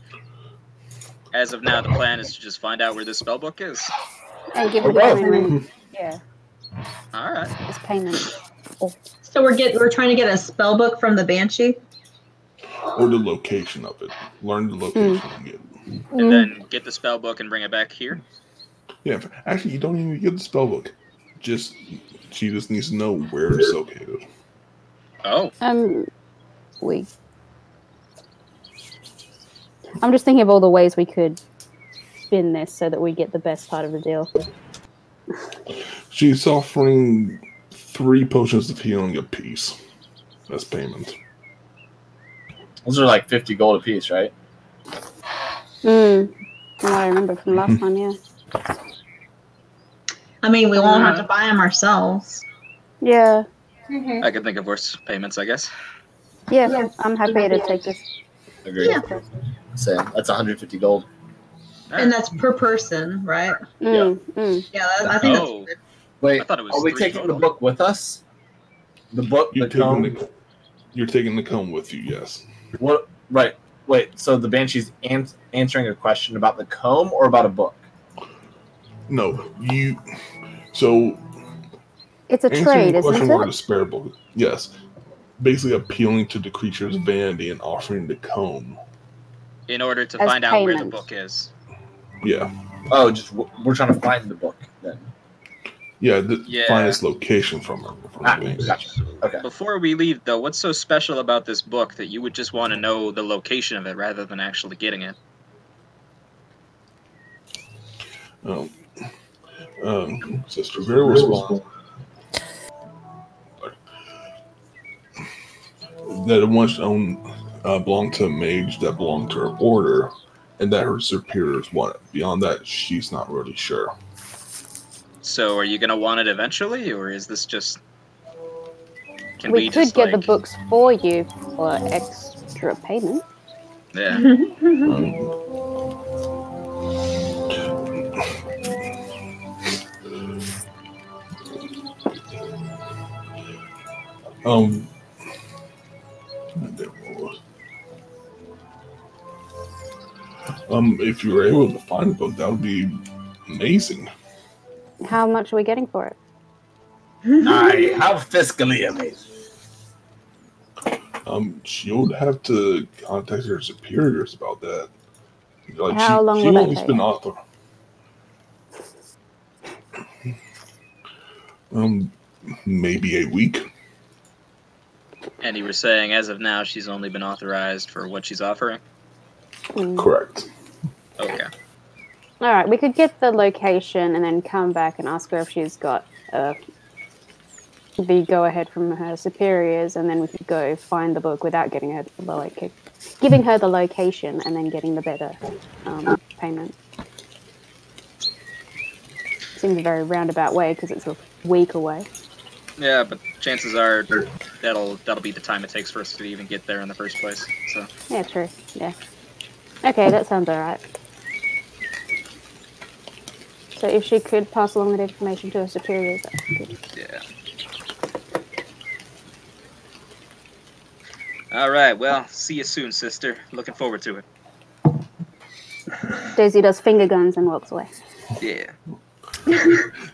D: as of now, the plan is to just find out where this spell book is.
E: And give
F: Oh,
E: it
F: wow.
E: payment. Yeah,
D: All right.
E: it's payment.
A: So we're getting we're trying to get a spell book from the banshee.
C: Or the location of it. Learn the location and get
E: Mm.
D: And then get the spell book and bring it back here.
C: Yeah, f- actually, you don't even get the spell book. Just she just needs to know where it's located.
D: Oh,
E: Um, we. I'm just thinking of all the ways we could spin this so that we get the best part of the deal.
C: She's offering three potions of healing apiece as payment.
F: Those are like fifty gold apiece, right?
E: Mm. From what I remember from
F: Mm-hmm.
E: last time, yeah.
A: I mean, we won't have to buy them ourselves.
E: Yeah, Mm-hmm.
D: I can think of worse payments, I guess.
E: yeah. I'm happy to take this.
F: Agreed.
A: Yeah.
F: Sam, that's one hundred fifty gold.
A: And that's per person, right?
E: Mm, mm.
A: Yeah, that, I think
D: Oh.
A: that's good.
F: Wait,
D: I thought it was
F: are we
D: three
F: taking
D: total.
F: the book with us? The book,
C: You're
F: the
C: taking
F: comb.
C: the, you're taking the comb with you, yes.
F: What? Right. Wait. So the banshee's an- answering a question about the comb or about a book?
C: No, you. So
E: It's a
C: answering
E: trade,
C: the question
E: isn't
C: word
E: it?
C: is spare book. Yes, basically appealing to the creature's vanity and offering the comb.
D: In order to
E: As
D: find out where the
E: payment.
D: book is.
C: Yeah,
F: Oh, just w- we're trying to find the book then.
C: yeah. The
D: Yeah.
C: finest location from her. From
F: Ah,
C: the banshee.
F: gotcha. Okay.
D: Before we leave, though, what's so special about this book that you would just want to know the location of it rather than actually getting it?
C: Um, um, Sister Vera responds that it once owned uh, belonged to a mage that belonged to her order, and that her superiors want it. Beyond that, she's not really sure.
D: So, are you going to want it eventually, or is this just. Can we,
E: We could
D: just,
E: get the
D: like-
E: books for you for extra payment.
D: Yeah.
C: Um, Um. and then what was- Um, if you were able to find a book, that would be amazing.
E: How much are we getting for it?
F: I have fiscally amazed.
C: Um, she would have to contact her superiors about that. Like
E: How
C: she,
E: long
C: she
E: will that
C: only
E: take?
C: been author. Um, maybe a week.
D: And you were saying, as of now, she's only been authorized for what she's offering?
E: Mm.
C: Correct.
D: Okay.
E: All right, we could get the location and then come back and ask her if she's got uh, the go ahead from her superiors, and then we could go find the book without getting a the like kick. giving her the location and then getting the better um, payment. Seems a very roundabout way because it's a week away.
D: Yeah, but chances are that'll that'll be the time it takes for us to even get there in the first place. So
E: Yeah, true. Yeah. Okay, that sounds alright. So if she could pass along that information to her superiors, that good.
D: yeah. All right. Well, see you soon, sister. Looking forward to it.
E: Daisy does finger guns and walks away.
D: Yeah.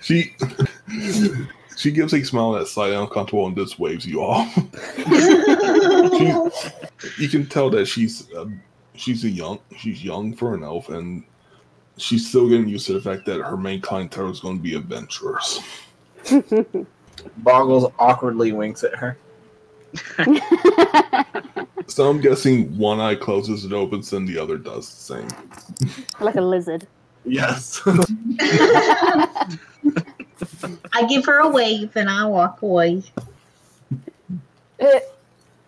C: She she gives a smile that's slightly uncomfortable and just waves you off. you can tell that she's uh, she's a young she's young for an elf, and she's still getting used to the fact that her main clientele is going to be adventurers.
F: Boggles awkwardly winks at her.
C: So I'm guessing one eye closes and opens, and the other does the same.
E: like a lizard.
F: Yes.
A: Oh. I give her a wave and I walk away.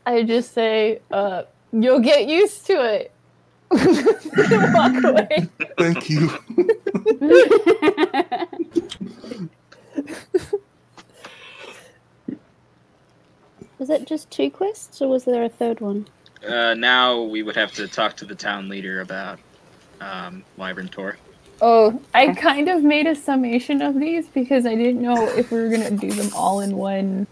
B: I just say, uh, you'll get used to it. Walk away.
C: Thank you.
E: Was it just two quests or was there a third one?
D: Uh, now we would have to talk to the town leader about um, Wyvern Tor.
B: Oh, I kind of made a summation of these because I didn't know if we were gonna do them all in one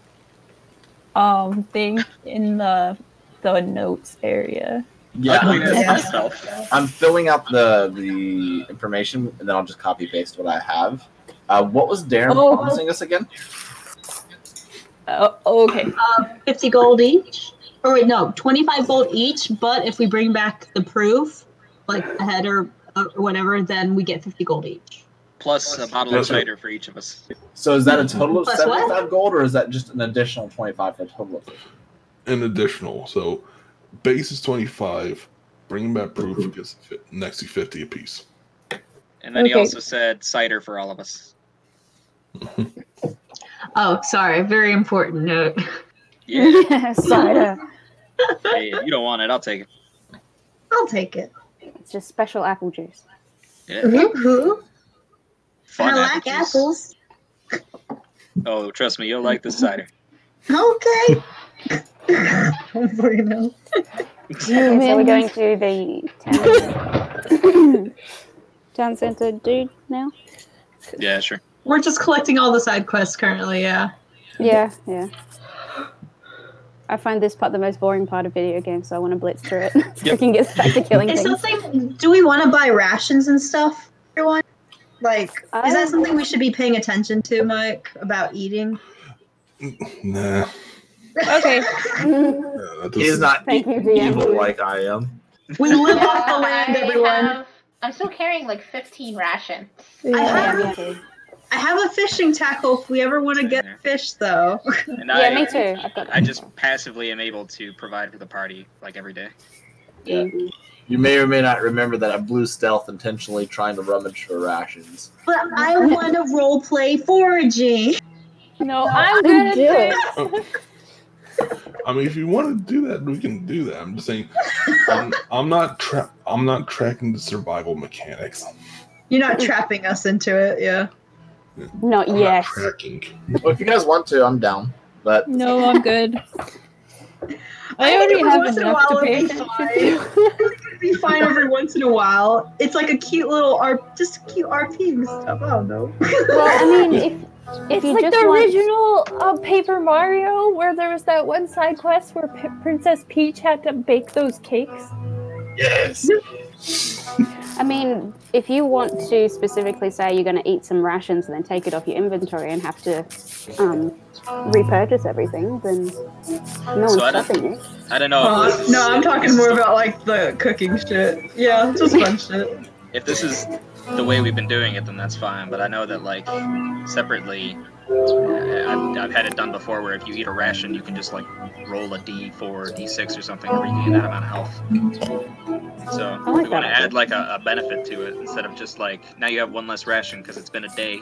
B: um thing in the the notes area.
F: Yeah.
D: I clean it
F: I'm-
D: myself.
F: I'm filling out the the information, and then I'll just copy paste what I have. Uh, what was Darren
B: Oh.
F: promising us again?
B: Oh, okay.
A: Uh, 50 gold each. Or wait, no, 25 gold each, but if we bring back the proof, like a head or, or whatever, then we get 50 gold each.
D: Plus a bottle of
C: Yes, sir.
D: cider for each of us.
F: So is that a total of
A: Plus what?
F: seventy-five gold, or is that just an additional twenty-five for a total of? 50?
C: An additional, so base is twenty five. Bringing back proof gets fi- next to fifty apiece.
D: And then he
B: Okay.
D: also said cider for all of us.
A: Oh, sorry, very important note.
D: Yeah.
E: Cider.
D: hey, if you don't want it, I'll take it.
A: I'll take it.
E: It's just special apple juice.
D: Yeah.
A: Mm-hmm. Woohoo. I
D: Fun
A: like
D: apple juice.
A: apples.
D: Oh, trust me, you'll like this cider.
A: Okay. Don't worry about it.
E: Okay, so we're going to the town, town center dude now?
D: Yeah, sure.
A: We're just collecting all the side quests currently, yeah.
E: Yeah, yeah. I find this part the most boring part of video games, so I want to blitz through it so we
D: Yep.
E: can get back to killing
A: Is
E: things.
A: something? Do we want to buy rations and stuff, everyone? Like, is
E: I-
A: that something we should be paying attention to, Mike, about eating?
C: Nah,
B: Okay.
E: Mm,
C: nah, that
F: He is
C: doesn't-
F: not e-,
E: Thank you, DM.
F: evil like I am.
A: We live off
I: Yeah,
A: the land,
I: I
A: everyone.
I: have- I'm still carrying like 15 rations.
A: I have,
E: yeah, me too.
A: I have a fishing tackle if we ever want to get fish, though.
D: And
E: Yeah,
D: I,
E: me too. I've got
D: I just passively am able to provide for the party like every day.
F: You may or may not remember that I blew stealth intentionally trying to rummage for rations.
A: But I want to role play foraging.
B: No, I'm
E: Then
B: good at
E: Oh, do it.
B: this.
C: I mean, if you want to do that, we can do that. I'm just saying, I'm, I'm not tra- I'm not tracking the survival mechanics.
A: You're not trapping us into it, yeah.
E: Not
C: I'm not
E: yet.
C: tracking.
F: Well, if you guys want to, I'm down. But
B: No, I'm good. I
A: think
B: already
A: every
B: have
A: once in a
B: enough to
A: while
B: pay
A: it'd be
B: attention to.
A: It'd be fine every once in a while. It's like a cute little RP, just cute RP stuff. I don't know.
E: Well, I mean, if, if
B: It's
E: you
B: like
E: just
B: the
E: want-
B: original uh, Paper Mario, where there was that one side quest where P- Princess Peach had to bake those cakes.
F: yes,
E: I mean, if you want to specifically say you're going to eat some rations and then take it off your inventory and have to um, repurchase everything, then no one's
D: So I don't-
E: stopping you.
D: I don't know if this is,
A: Uh, no, I'm talking more about like the cooking shit. Yeah, just fun shit.
D: if this is the way we've been doing it, then that's fine. But I know that like separately, I've, I've had it done before where if you eat a ration, you can just like roll a d4 or d6 or something, where you gain that amount of health. So we
E: like
D: want to
E: that idea.
D: add like a, a benefit to it instead of just like now you have one less ration because it's been a day.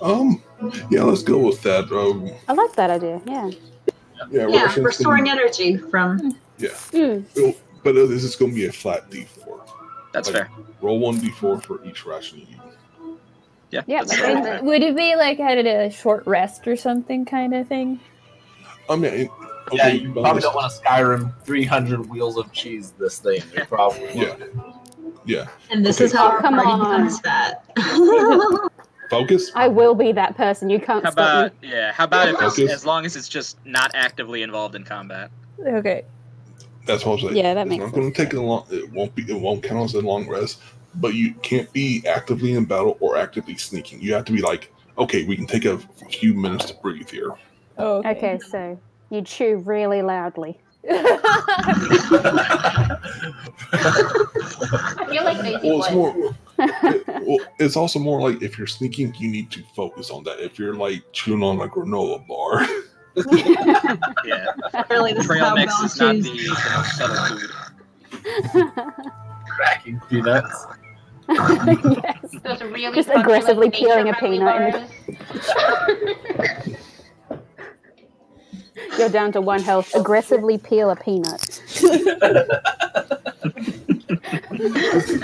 C: Um, yeah, let's go with that. Um,
E: I like that idea. Yeah.
C: yeah,
A: Yeah,
C: rations
A: restoring
C: can,
A: energy from
C: Yeah.
E: Hmm.
C: It'll- but uh, this is going to be a flat D4.
D: That's
C: Like,
D: fair.
C: Roll one D4 for each ration you eat.
D: Yeah.
B: Yeah,
D: that's
B: but
D: fair.
B: would- would it be like at a short rest or something kind of thing?
C: I mean, it- okay,
F: yeah, you probably
C: bonus-
F: don't want to Skyrim 300 wheels of cheese this thing. You probably
C: Yeah. Yeah.
A: And this
C: Okay,
A: is how
E: Oh,
A: our
E: come
A: party
E: on.
A: becomes fat.
C: Focus.
E: I will be that person. You can't
D: How
E: stop me.
D: about yeah? How about if it's,
C: Focus.
D: as long as it's just not actively involved in combat?
B: Okay.
C: That's what I'm saying.
E: Yeah, that
C: it's
E: makes
C: not going to take a long. It won't be. It won't count as a long rest. But you can't be actively in battle or actively sneaking. You have to be like, okay, we can take a few minutes to breathe here.
B: Oh,
E: Okay, so you chew really loudly.
I: I feel like Daisy
C: Well,
I: was.
C: it's more. it- well, it's also more like if you're sneaking, you need to focus on that. If you're like chewing on a granola bar,
D: Yeah.
A: really, this is
D: Trail
A: how
D: mix is not the,
A: Bell's
D: the most subtle food.
F: cracking peanuts.
E: yes.
I: Those really
E: Just
I: punchy,
E: aggressively
I: nature
E: peeling a
I: friendly
E: peanut in the-
I: bars.
E: You're down to one health. Aggressively peel a peanut.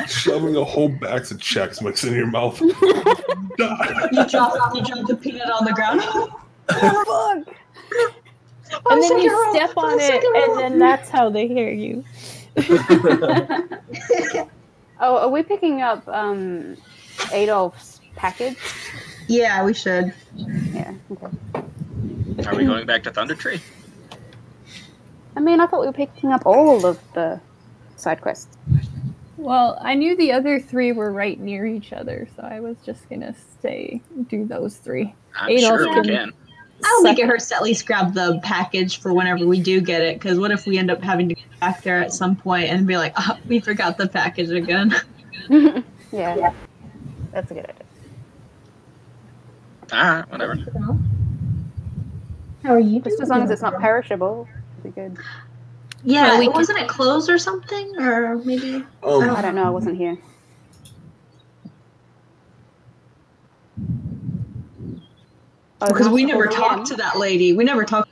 C: shoving a whole box of Chex Mix in your mouth. Um, Die.
A: You drop, you drop the peanut on the ground.
B: and then you step on it, and then that's how they hear you.
E: Oh, are we picking up um, Adolf's package?
A: Yeah, we should.
E: Yeah. Okay.
D: Are we going back to Thunder Tree?
E: I mean, I thought we were picking up all of the side quests.
B: Well, I knew the other three were right near each other, so I was just gonna say do those three.
D: I'm
B: Adolf
D: sure we
B: can-
D: can.
A: I don't think
B: Suck-
A: it hurts to at least grab the package for whenever we do get it, because what if we end up having to go back there at some point and be like, oh, we forgot the package again?
E: yeah. That's a good idea.
D: All right, Ah, whatever.
G: How are you?
E: Oh, Just as long as it's not perishable, it'll be good.
A: Yeah,
B: No, we
A: it- wasn't it closed or something? Or maybe?
C: Um,
E: I don't know. I wasn't here. Oh,
A: Because we
E: Master
A: never
E: William?
A: talked to that lady. We never talked.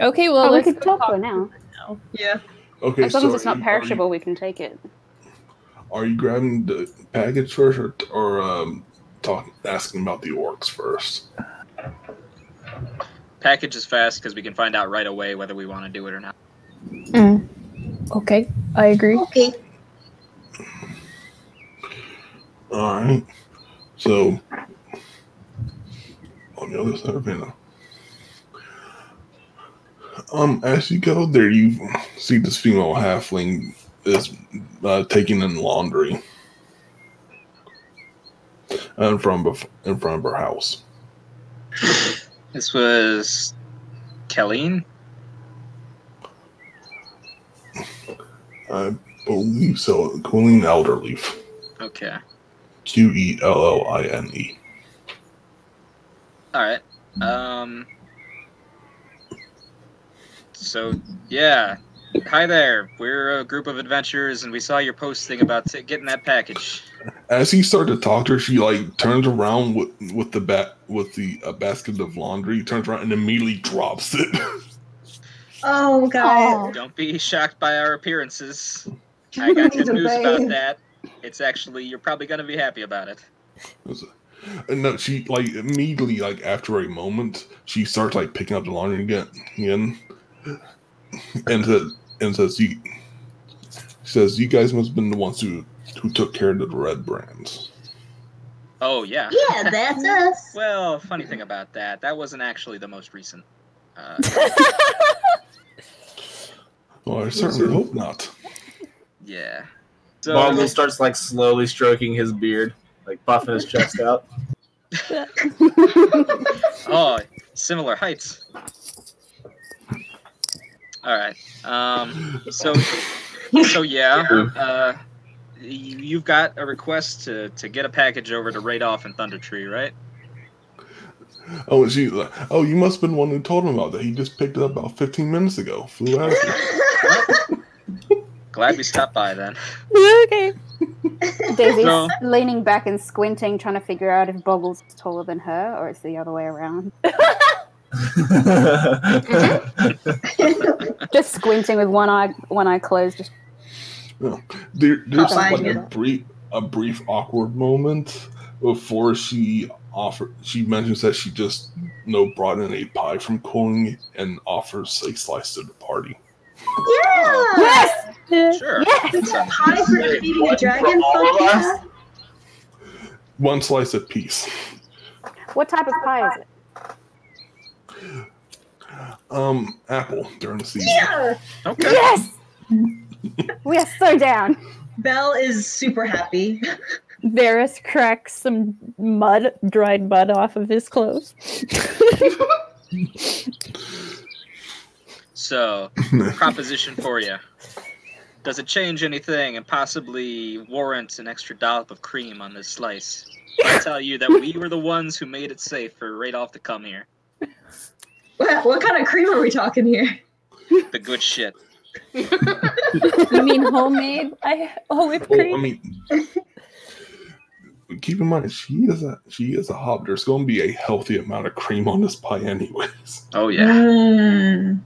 B: Okay, well
E: Oh, we
B: let's
E: could talk to her now.
A: Yeah.
C: okay,
E: As long
C: so
E: as it's
C: are
E: not
C: you-
E: perishable, we can take it.
C: Are you, are you grabbing the package first, or or um, talking asking about the orcs first?
D: Package is fast because we can find out right away whether we want to do it or not.
B: Okay, I agree.
A: Okay.
C: All right. So on the other side of Vienna. Um, as you go there, you see this female halfling is uh, taking in laundry in front of in front of her house.
D: This was Kelleen.
C: I believe so. Quilleen Elderleaf.
D: Okay.
C: Q E L L I N E.
D: All right. Um. So yeah, hi there. We're a group of adventurers, and we saw your posting about t- getting that package.
C: As he started to talk to her, she like turns around with with the bat with the uh, basket of laundry. Turns around and immediately drops it.
A: Oh, God.
D: Don't be shocked by our appearances. I got
A: He's
D: good
A: a
D: news about
A: babe.
D: that. It's actually you're probably gonna be happy about it.
C: And no, she like immediately like after a moment, she starts like picking up the laundry again, again and says, and says you says you guys must have been the ones who who took care of the red brands.
D: Oh yeah.
A: Yeah, that's us.
D: Well, funny thing about that, that wasn't actually the most recent. Uh,
C: Well, I certainly hope not.
D: yeah. So
F: Bongo starts like slowly stroking his beard, like puffing his chest out.
D: oh, similar heights. All right. Um, so, so yeah. Uh, y- you've got a request to, to get a package over to Radoff and Thunder Tree, right?
C: Oh, and she like, oh, you must have been the one who told him about that. He just picked it up about fifteen minutes ago. Flew out. here."
D: Glad we stopped by then.
B: okay.
E: Daisy's
D: No.
E: leaning back and squinting, trying to figure out if Boggle's taller than her or it's the other way around. just squinting with one eye one eye closed. Just
C: No. There, there's
E: Not
C: like
E: buying
C: a
E: it.
C: brief, a brief awkward moment before she offer. She mentions that she just you know brought in a pie from Kung and offers a slice to the party.
A: Yes!
E: Uh,
D: Sure.
A: Yes! Is that high for defeating a dragon? Fuck yeah.
C: One slice apiece.
E: what type of pie is it?
C: Um, apple during the season.
D: Okay.
E: Yes, we are so down.
A: Belle is super happy.
B: Varus cracks some mud, dried mud off of his clothes.
D: So, proposition for you. Does it change anything and possibly warrant an extra dollop of cream on this slice? I tell you that we were the ones who made it safe for Radolph to come here.
A: What, what kind of cream are we talking here?
D: The good shit.
B: you mean homemade? I oh whipped
C: Well, I
B: cream.
C: mean, keep in mind she is a she is a hob. There's going to be a healthy amount of cream on this pie, anyways.
D: Oh yeah.
A: Mm.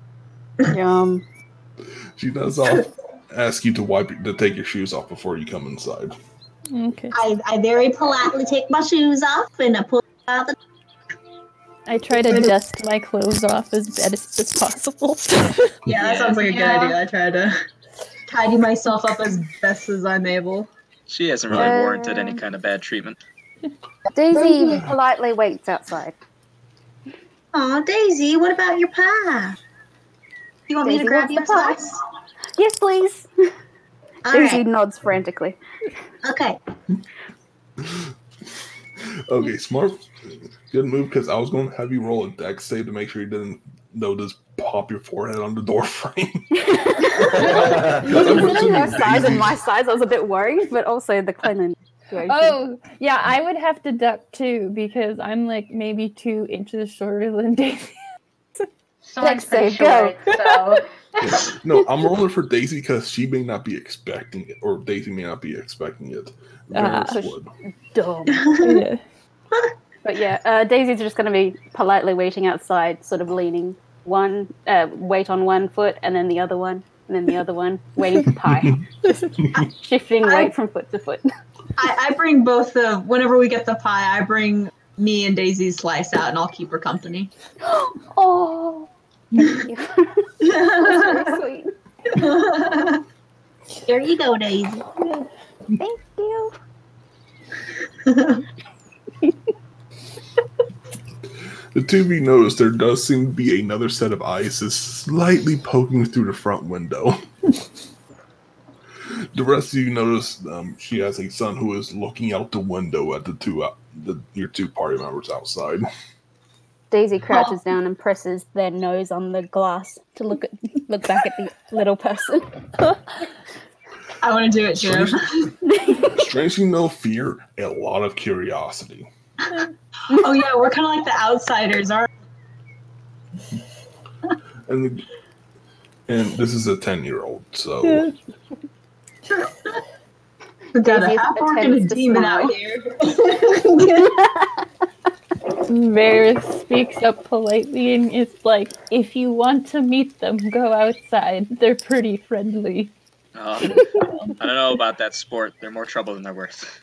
E: Yum.
C: She does off, ask you to wipe to take your shoes off before you come inside.
B: okay.
A: I, I very politely take my shoes off and I pull out the.
B: I try to dust my clothes off as best as possible.
A: Yeah, that sounds like a good
I: Yeah.
A: idea. I try to tidy myself up as best as I'm able.
D: She hasn't really
E: Uh,
D: warranted any kind of bad treatment.
E: Daisy politely waits outside.
A: Aw, Daisy, what about your pie? You want me
E: Daisy
A: to grab
E: wants
A: you
E: the
A: a
E: pie.
A: slice?
E: Yes, please.
A: All
E: Daisy
A: right.
E: nods frantically.
A: Okay.
C: Okay, smart. Good move because I was going to have you roll a dex save to make sure you didn't notice pop your forehead on the door frame.
E: Considering her size and my size, I was a bit worried, but also the cleanliness. situation.
B: oh yeah, I would have to duck too because I'm like maybe two inches shorter than Daisy.
I: Someone's
E: Next
I: pretty
E: day, go.
I: short, so
C: no, I'm rolling for Daisy because she may not be expecting it, or Daisy may not be expecting it.
B: Ah.
C: Varys would.
E: dumb.
B: Yeah.
E: But yeah, uh, Daisy's just going to be politely waiting outside, sort of leaning one, uh, weight on one foot, and then the other one, and then the other one, waiting for pie, just shifting
A: I-
E: weight from foot to foot.
A: I, I bring both the whenever we get the pie, I bring me and Daisy's slice out, and I'll keep her company.
E: oh, thank you. That's very sweet.
A: there you go, Daisy.
E: Thank you.
C: The two of you notice there does seem to be another set of eyes that's slightly poking through the front window. the rest of you notice um, she has a son who is looking out the window at the two out the, your two party members outside.
E: Daisy crouches down and presses their nose on the glass to look at, look back at the little person.
A: I want to do it too.
C: Strangely, no fear, a lot of curiosity.
A: oh yeah, we're kind of like the outsiders, aren't?
C: And and this is a ten year old, so
A: We We got a
E: Daisy's
A: half orc and a
E: attempts to
A: demon
E: smile.
A: out here.
B: Varus speaks up politely and it's like, if you want to meet them, go outside. They're pretty friendly.
D: Uh, I don't know about that sport. They're more trouble than they're worth.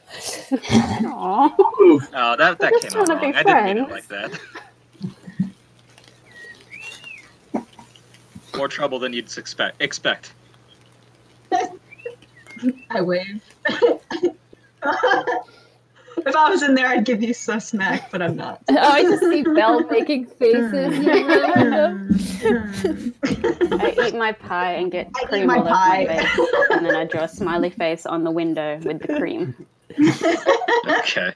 E: Aww.
D: Oh, that that
E: Just
D: came out
E: wanna
D: wrong.
E: be
D: I didn't mean it
E: friends.
D: like that. More trouble than you'd expect. Expect.
A: I wave. if I was in there, I'd give you some smack, but I'm not.
B: Oh, I just see Belle making faces. you know?
E: I eat my pie and get
A: I eat
E: cream
A: my
E: all over my
A: pie.
E: face, and then I draw a smiley face on the window with the cream.
D: Okay.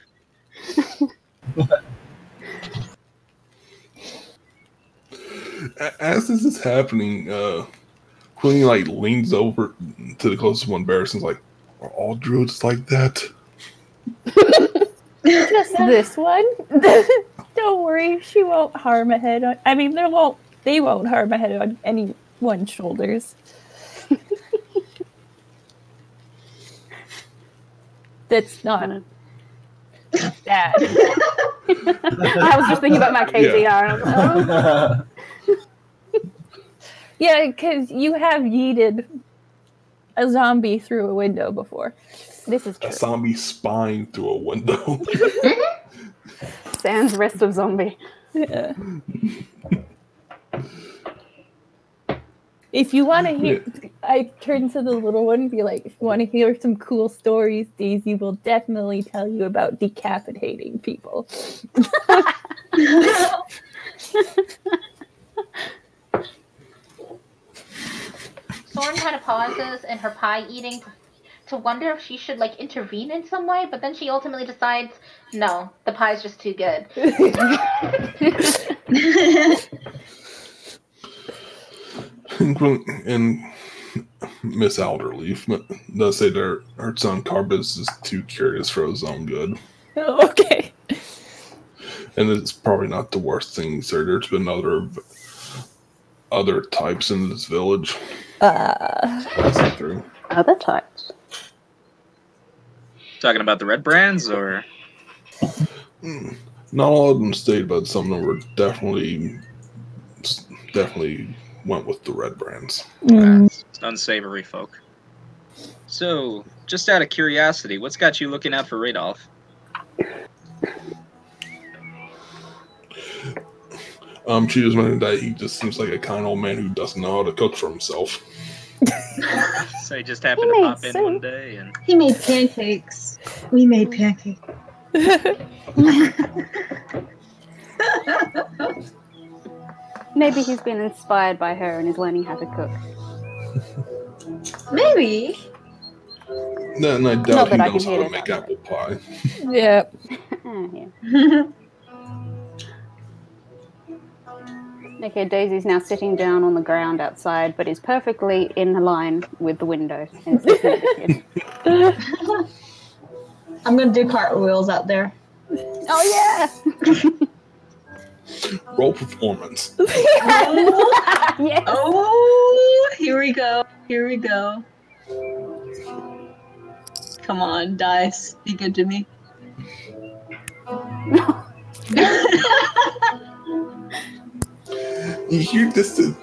C: a- as this is happening, uh, Queen like leans over to the closest one, Barrison's like, "Are all druids like that?"
B: Just this one. Don't worry, she won't harm a head on. I mean, there won't. They won't harm a head on anyone's shoulders. That's not bad.
E: I was just thinking about my KDR. and I was like, oh.
B: Yeah, because you have yeeted a zombie through a window before.
E: This is
C: A zombie spine through a window.
E: Sans rest of zombie.
B: Yeah. If you want to hear, I turn to the little one and be like, if you want to hear some cool stories, Daisy will definitely tell you about decapitating people.
I: Soren kind of pauses in her pie eating to, to wonder if she should like intervene in some way, but then she ultimately decides, no, the pie's just too good.
C: and Miss Alderleaf does say that her, her son Carbis is too curious for his own good.
B: okay.
C: And it's probably not the worst thing, sir. There's been other other types in this village
B: Uh,
C: passing through.
E: Other types.
D: Talking about the red brands, or
C: Not all of them stayed, but some of them were definitely definitely went with the red brands.
B: Hmm.
D: uh,
B: Mm.
D: it's unsavory folk. So, just out of curiosity, what's got you looking out for Radolf?
C: Um, she was mentioned that he just seems like a kind old man who doesn't know how to cook for himself.
D: So he just happened
A: He
D: to
A: made
D: pop in
A: soup.
D: one day, and
A: He made pancakes. We made pancakes.
E: Maybe he's been inspired by her and is learning how to cook.
A: Maybe.
C: Then I
E: Not
C: doubt he
E: that I
C: knows
E: can
C: how
E: hear
C: to
E: it.
C: make apple pie.
B: yeah.
E: Oh, yeah. Okay, Daisy's now sitting down on the ground outside, but is perfectly in line with the window and is looking at the kid.
A: I'm gonna do cartwheels out there.
E: Oh
C: Roll performance.
A: Oh,
E: yeah! yes.
A: oh, here we go. Here we go. Come on, dice. Be good to me.
C: You hear this? uh,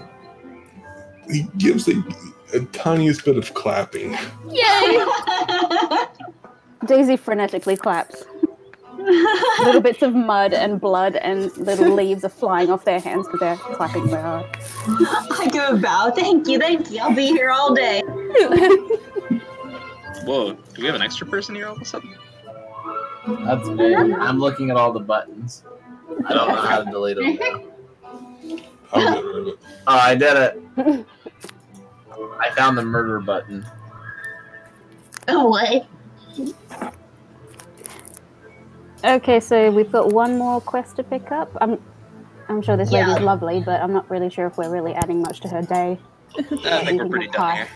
C: He gives a, a tiniest bit of clapping.
A: Yay!
E: Daisy frenetically claps. little bits of mud and blood and little leaves are flying off their hands because they're clapping very hard.
A: I do a bow. Thank you, thank you. I'll be here all day.
D: whoa, do we have an extra person here all of a sudden?
F: That's big. I'm looking at all the buttons. I don't know how to delete them.
C: I'll get rid of it.
F: Oh, I did it. I found the murder button.
A: Oh, what?
E: Okay, so we've got one more quest to pick up. I'm, I'm sure this lady's
A: Yeah.
E: lovely, but I'm not really sure if we're really adding much to her day.
D: I think we're pretty done here.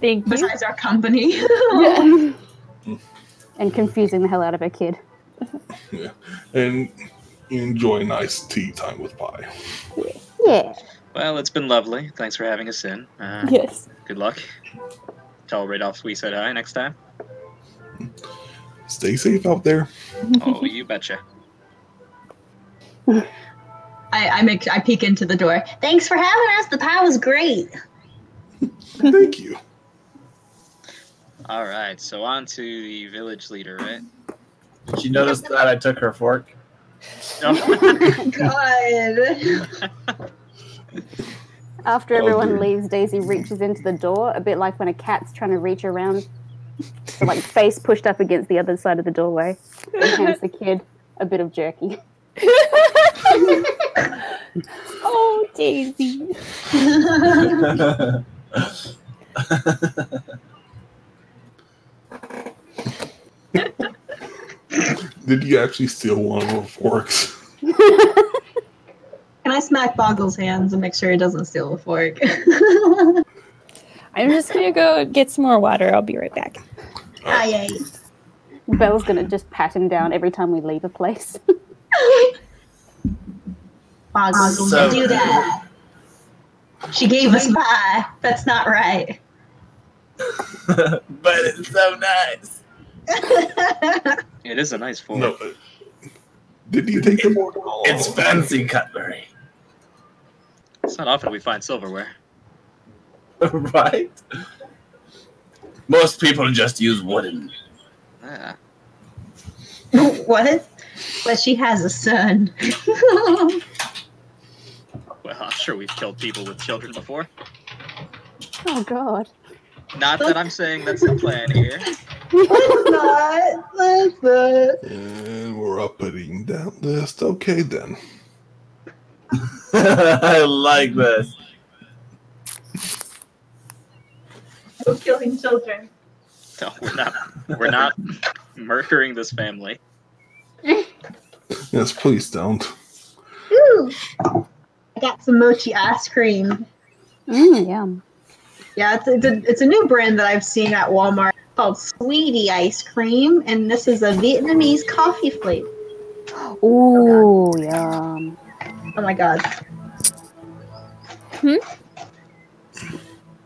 B: Thank you.
A: Besides our company.
E: and confusing the hell out of her kid.
C: Yeah. And you enjoy nice tea time with pie.
E: Yeah.
D: Well, it's been lovely. Thanks for having us in. Uh,
B: Yes.
D: Good luck. Tell Radolf we said hi next time.
C: Stay safe out there.
D: Oh, you betcha.
A: I, I make I peek into the door. Thanks for having us. The pie was great.
C: Thank you.
D: All right, so on to the village leader, right?
F: Did you notice that I took her fork?
A: God.
E: After
C: Oh,
E: everyone
C: dear.
E: leaves, Daisy reaches into the door, a bit like when a cat's trying to reach around, so like face pushed up against the other side of the doorway, and hands the kid a bit of jerky.
B: Oh, Daisy.
C: Did you actually steal one of her forks?
A: Can I smack Boggle's hands and make sure he doesn't steal a fork?
B: I'm just going to go get some more water. I'll be right back.
A: Aye,
E: Belle's gonna just pat him down every time we leave a place.
A: aye. Boggle, don't
F: So-
A: do that. She gave us pie. That's not right.
F: but it's so nice.
D: It is a nice fork.
C: No. uh, Did you take the board?
F: It's fancy cutlery.
D: It's not often we find silverware.
F: right? Most people just use wooden.
D: Yeah.
A: what? But she has a son.
D: Well, I'm sure we've killed people with children before.
E: Oh god.
D: Not that I'm saying that's the plan here.
K: Let's not. Let's not.
C: And we're updating that list. Okay, then.
F: I like this.
K: Who's killing children?
D: No, we're not. We're not murdering this family.
C: Yes, please don't.
A: Ooh. I got some mochi ice cream.
E: Mm, yum.
A: Yeah, it's, it's, a, it's a new brand that I've seen at Walmart called Sweetie Ice Cream, and this is a Vietnamese coffee flavor.
E: Ooh, yum.
A: Oh my god,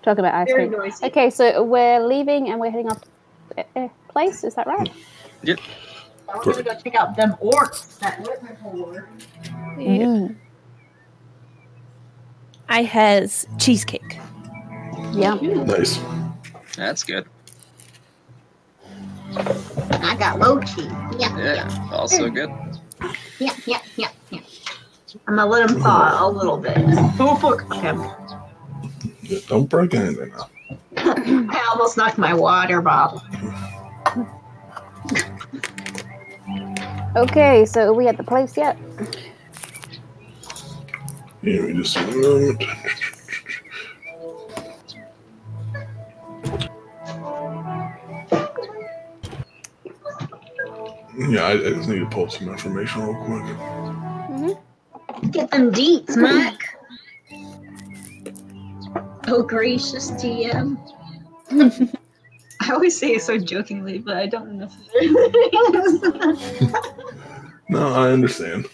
E: Talk about ice
A: very
E: cream.
A: noisy.
E: Okay, so we're leaving and we're heading up a a place. Is that right?
A: We're gonna go check out them orcs that live in Horde.
E: Mm,
B: I has cheesecake.
E: yum.
C: Nice.
D: That's good.
A: I got mochi. Yeah,
D: Yeah, also good.
A: yeah, yeah, yeah, yeah. I'm gonna let them thaw a little bit. Oh fuck! Okay.
C: Yeah, don't break anything now.
A: I almost knocked my water bottle.
E: Okay, so are we at the place yet?
C: Give me just a moment. Yeah, I, I just need to pull up some information real quick.
A: Get them deets, Mac. Oh, gracious DM. I always say it so jokingly, but I don't necessarily.
C: No, I understand.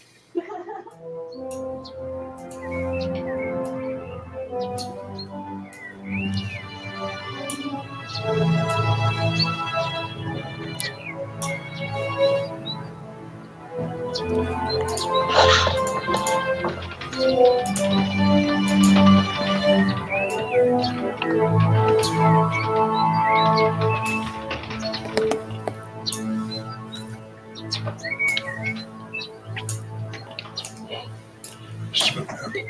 C: Just a minute.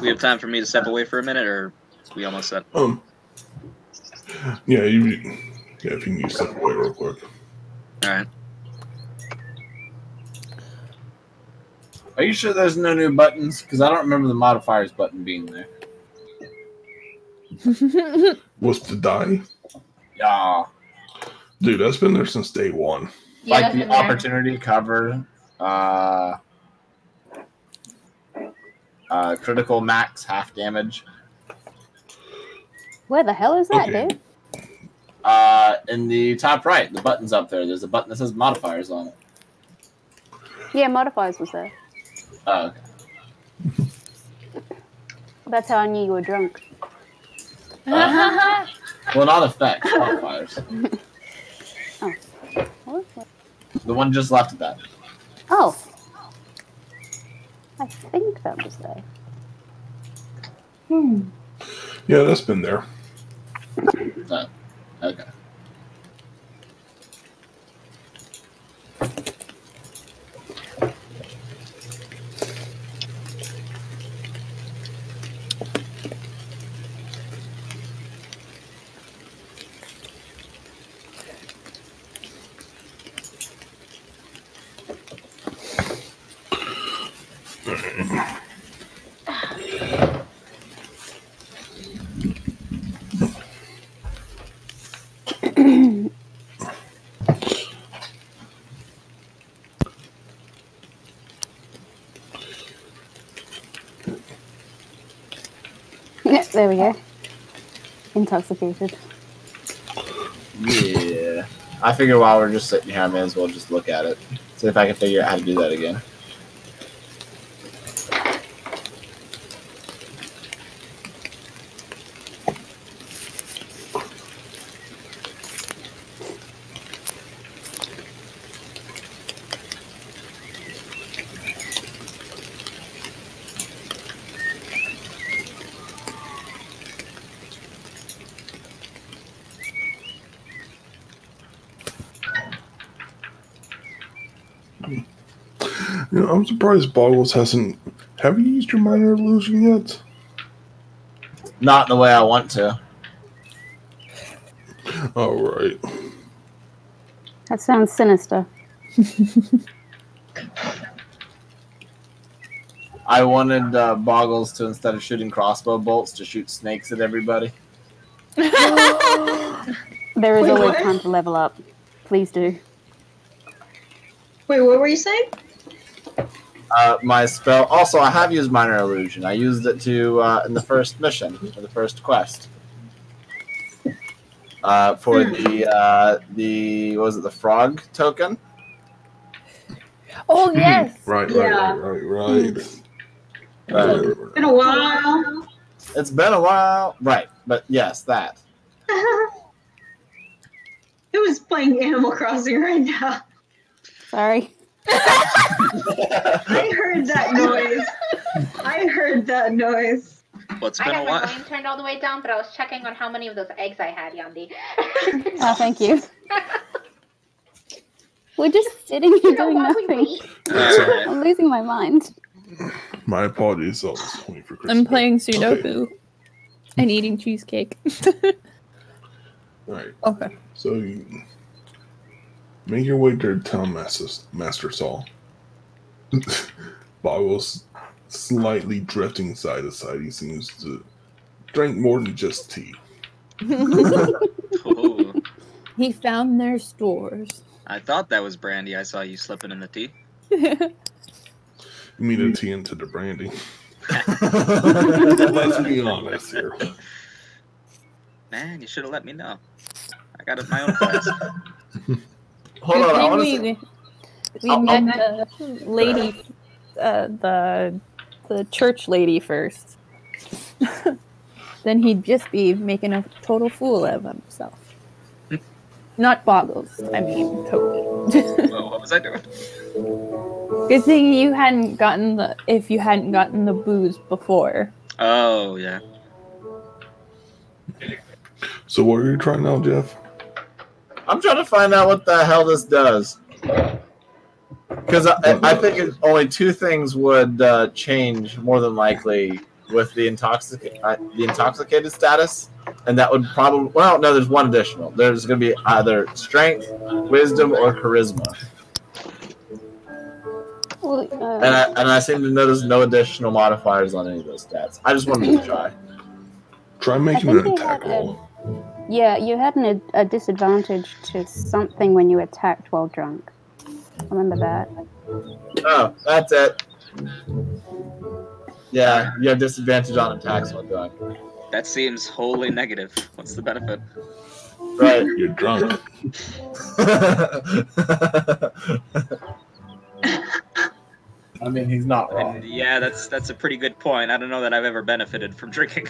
D: We have time for me to step away for a minute, or we almost said.
C: Um. Yeah, you. Yeah, if you can use that away real quick.
D: All right.
F: Are you sure there's no new buttons? Because I don't remember the modifiers button being there.
C: What's the die?
F: Yeah,
C: Dude, that's been there since day one.
I: Yeah,
F: like
I: that's
F: the
I: in there.
F: opportunity cover, uh, uh, critical max half damage.
E: Where the hell is that,
C: Okay.
E: dude?
F: Uh, in the top right, the button's up there. There's a button that says modifiers on it.
E: Yeah, modifiers was there.
F: Uh,
E: That's how I knew you were drunk.
F: uh, well, not effects, modifiers.
E: What?
F: The one just left of that.
E: Oh. I think that was there.
C: Yeah, that's been there.
F: Uh, Okay.
E: Yeah, there we go. Intoxicated.
F: Yeah. I figure while we're just sitting here, I may as well just look at it. See if I can figure out how to do that again.
C: You know, I'm surprised Boggles hasn't. Have you used your minor illusion yet?
F: Not the way I want to.
C: All right.
E: That sounds sinister.
F: I wanted uh, Boggles to instead of shooting crossbow bolts, to shoot snakes at everybody.
E: There is
H: Wait,
E: always
H: what?
E: time to level up. Please do.
H: Wait, what were you saying?
F: Uh, my spell. Also, I have used minor illusion. I used it to uh, in the first mission, for the first quest, uh, for the uh, the what was it the frog token?
B: Oh yes.
C: Right,
H: Yeah.
C: right, right, right, right.
F: Uh,
H: It's been a while.
F: it's been a while, right? But yes, that.
H: Who is playing Animal Crossing right now?
E: Sorry.
H: I heard that noise. I heard that noise.
D: Well, it's
I: I
D: been a
I: had my
D: while.
I: volume turned all the way down, but I was checking on how many of those eggs I had, Yandi.
E: Oh, thank you. We're just sitting here
I: you know
E: doing
I: why we
E: nothing.
I: wait?
D: That's all right.
E: I'm losing my mind.
C: My apologies. I was waiting for Chris.
B: I'm playing Sudoku and eating cheesecake.
C: All right.
B: okay.
C: So you make your way to the town master, master Saul. Boggles slightly drifting side to side. He seems to drink more than just tea.
D: Oh,
G: He found their stores.
D: I thought that was brandy. I saw you slipping in the tea.
C: You mean
B: Mm.
C: the tea into the brandy.
F: I
C: Let's be honest here.
D: Man, you should have let me know. I got it my own flask.
F: Hold
B: Good
F: on, I
B: thing
F: want to.
B: we,
F: See,
B: we
F: I'll- I'll-
B: met the lady, uh, the the church lady first. then he'd just be making a total fool of himself. Not boggles. I mean, totally.
D: Whoa, what was I doing?
B: Good thing you hadn't gotten the if you hadn't gotten the booze before.
D: Oh yeah.
C: So what are you trying now, Jeff?
F: I'm trying to find out what the hell this does. Because I, I I think it's only two things would uh, change more than likely with the intoxic uh, the intoxicated status, and that would probably well no, there's one additional. There's going to be either strength, wisdom, or charisma,
E: Well,
F: and
E: uh,
F: I, and I seem to notice no additional modifiers on any of those stats. I just wanted to try.
C: Try making
E: think
C: an
E: they
C: attack
E: had
C: roll.
E: yeah, you had an, a disadvantage to something when you attacked while drunk. Remember that?
F: Oh, that's it. Yeah, you have disadvantage on attacks when doing
D: That seems wholly negative. What's the benefit?
F: right.
C: You're drunk.
F: I mean, he's not
D: And
F: wrong.
D: yeah, that's that's a pretty good point. I don't know that I've ever benefited from drinking.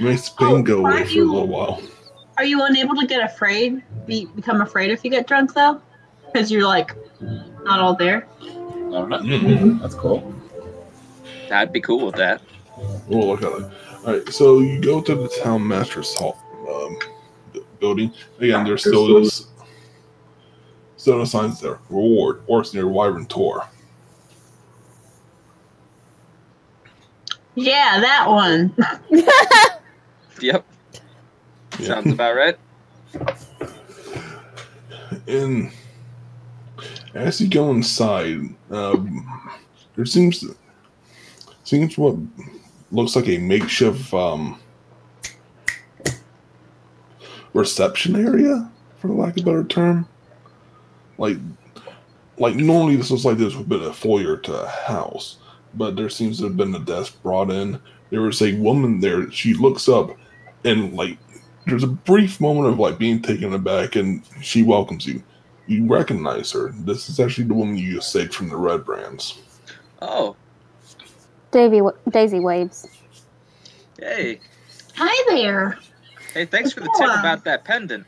C: Makes pain
H: Oh,
C: go
H: why do
C: away for a
H: you-
C: little while.
H: Are you unable to get afraid? Be, become afraid if you get drunk though, because you're like not all there.
F: I don't know.
C: Mm-hmm.
F: That's cool.
D: I'd be cool with that.
C: We'll Oh, look at it. All right. So you go to the town master's hall um, bu- building. Again, there's still this. Still no signs there. Reward. Orcs near Wyvern Tor.
H: Yeah, that one.
D: Yep.
C: Yeah.
D: Sounds about right.
C: And as you go inside, um, there seems seems what looks like a makeshift um, reception area, for lack of a better term. Like, like normally this looks like this would have been a foyer to a house, but there seems to have been a desk brought in. There was a woman there. She looks up, and like, there's a brief moment of like being taken aback, and she welcomes you. You recognize her. This is actually the woman you just saved from the Red Brands.
D: Oh,
E: Davy, Daisy waves.
D: hey,
H: Hi there.
D: hey, thanks for the tip
H: Wow.
D: about that pendant.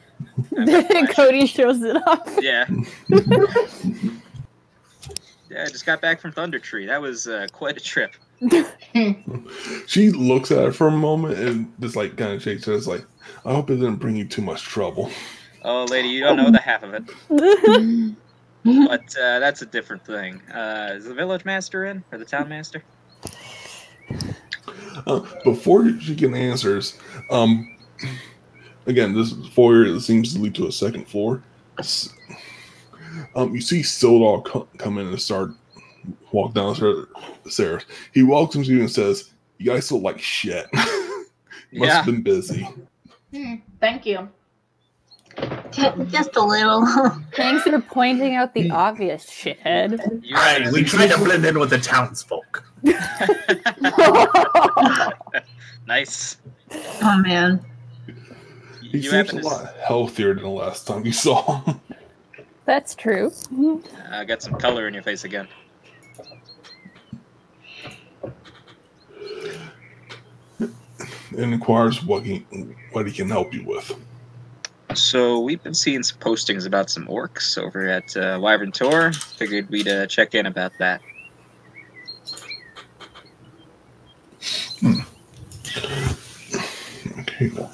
B: Cody shows it off.
D: Yeah. yeah, I just got back from Thunder Tree. That was uh, quite a trip.
C: She looks at it for a moment and just like kind of shakes her. It's like, I hope it didn't bring you too much trouble.
D: Oh, lady, you don't know the half of it. But uh, that's a different thing. Uh, is the village master in or the town master?
C: Uh, before she can answers, um, again, this is foyer that seems to lead to a second floor. S- Um, you see Sildar co- come in and start walk down the stairs. He welcomes you and says, "You guys look like shit. Must
D: Yeah.
C: have been busy."
I: Hmm, thank you.
A: Just a little. Oh,
B: Thanks for pointing out the obvious, shithead.
D: You
F: Hey, we tried to blend in with the townsfolk.
D: nice.
A: Oh man.
C: He
D: You you
C: seems
D: happen
C: a
D: to
C: lot healthier than the last time you saw him.
B: That's true.
D: s- uh, got some color in your face again.
C: and inquires what he what he can help you with.
D: So we've been seeing some postings about some orcs over at uh, Wyvern Tor. Figured we'd uh, check in about that.
C: Okay, well,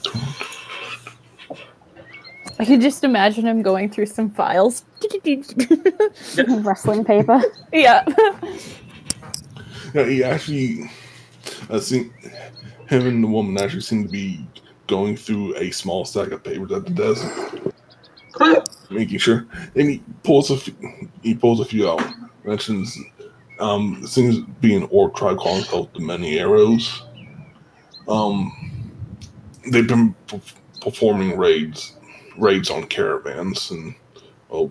B: I can just imagine him going through some files.
E: Wrestling paper.
B: yeah.
C: Yeah, he actually, I see him and the woman actually seem to be going through a small stack of papers at the desk, making sure. And he pulls a few, he pulls a few out. Mentions um it seems to be an orc tribe calling itself the Many Arrows. Um, they've been p- performing raids raids on caravans and well,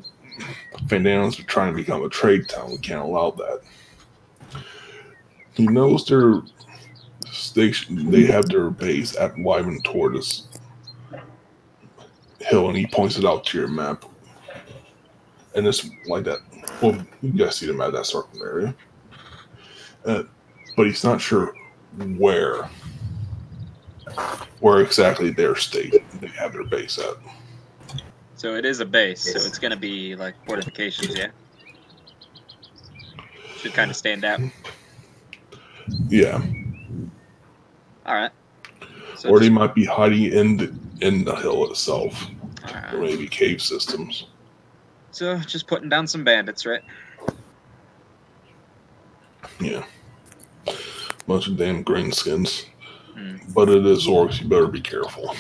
C: Fandana's been trying to become a trade town. We can't allow that. He knows their station. They have their base at Wyvern Tortoise Hill, and he points it out to your map. And it's like that. Well, you guys see the map of that certain area, uh, but he's not sure where, where exactly their state they have their base at.
D: So it is a base, so it's going to be like fortifications, yeah? Should kind of stand out.
C: Yeah,
D: All right. So
C: or
D: just-
C: they might be hiding in the in the hill itself,
D: all right.
C: or maybe cave systems.
D: uh, So just putting down some bandits, right?
C: Yeah. Bunch of damn greenskins.
D: Hmm.
C: But it is orcs, you better be careful.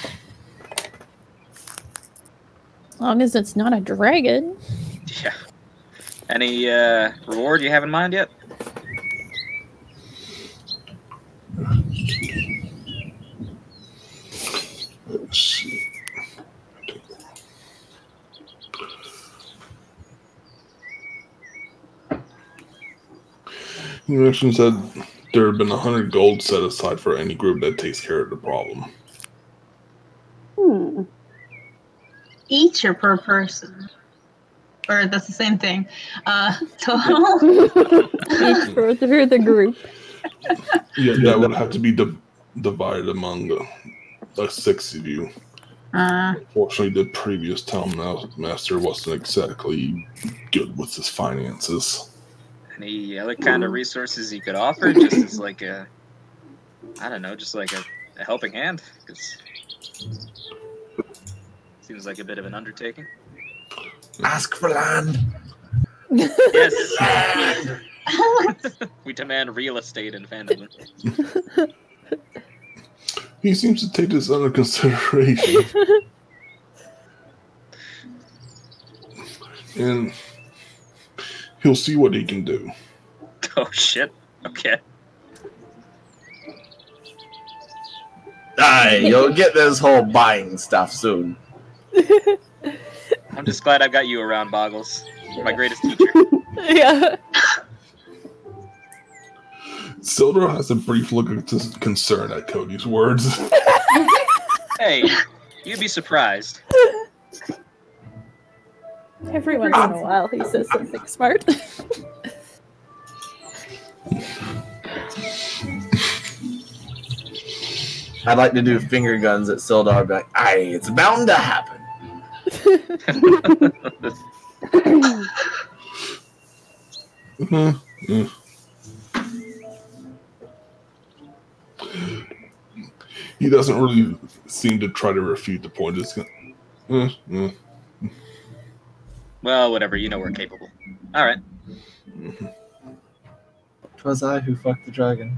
B: As long as it's not a dragon.
D: Yeah. Any uh, reward you have in mind yet?
C: Let's see. He mentions that there have been 100 gold set aside for any group that takes care of the problem.
E: Hmm.
A: Each or per person. Or that's the same thing. Uh, total.
B: Each for through the group.
C: Yeah, that would have to be di- divided among the, the six of you.
A: uh,
C: Fortunately, the previous town ma- master wasn't exactly good with his finances.
D: Any other kind of resources you could offer, just as like a, I don't know, just like a, a helping hand? 'Cause seems like a bit of an undertaking.
F: Ask for land.
D: Yes,
F: Land.
D: we demand real estate in Fandolin.
C: He seems to take this under consideration. and he'll see what he can do.
D: Oh shit. Okay.
F: Aye, you'll get this whole buying stuff soon.
D: I'm just glad I've got you around, Boggles. You're my greatest teacher.
B: Yeah.
C: Sildra has a brief look of dis- concern at Cody's words.
D: Hey, you'd be surprised.
B: Every once in a while he says something smart.
F: I'd like to do finger guns at Sildar, but aye, it's bound to happen.
C: Mhm, mm. he doesn't really seem to try to refute the point. It's, mm, mm.
D: Well, whatever. You know we're capable. All right.
F: Twas I who fucked the dragon.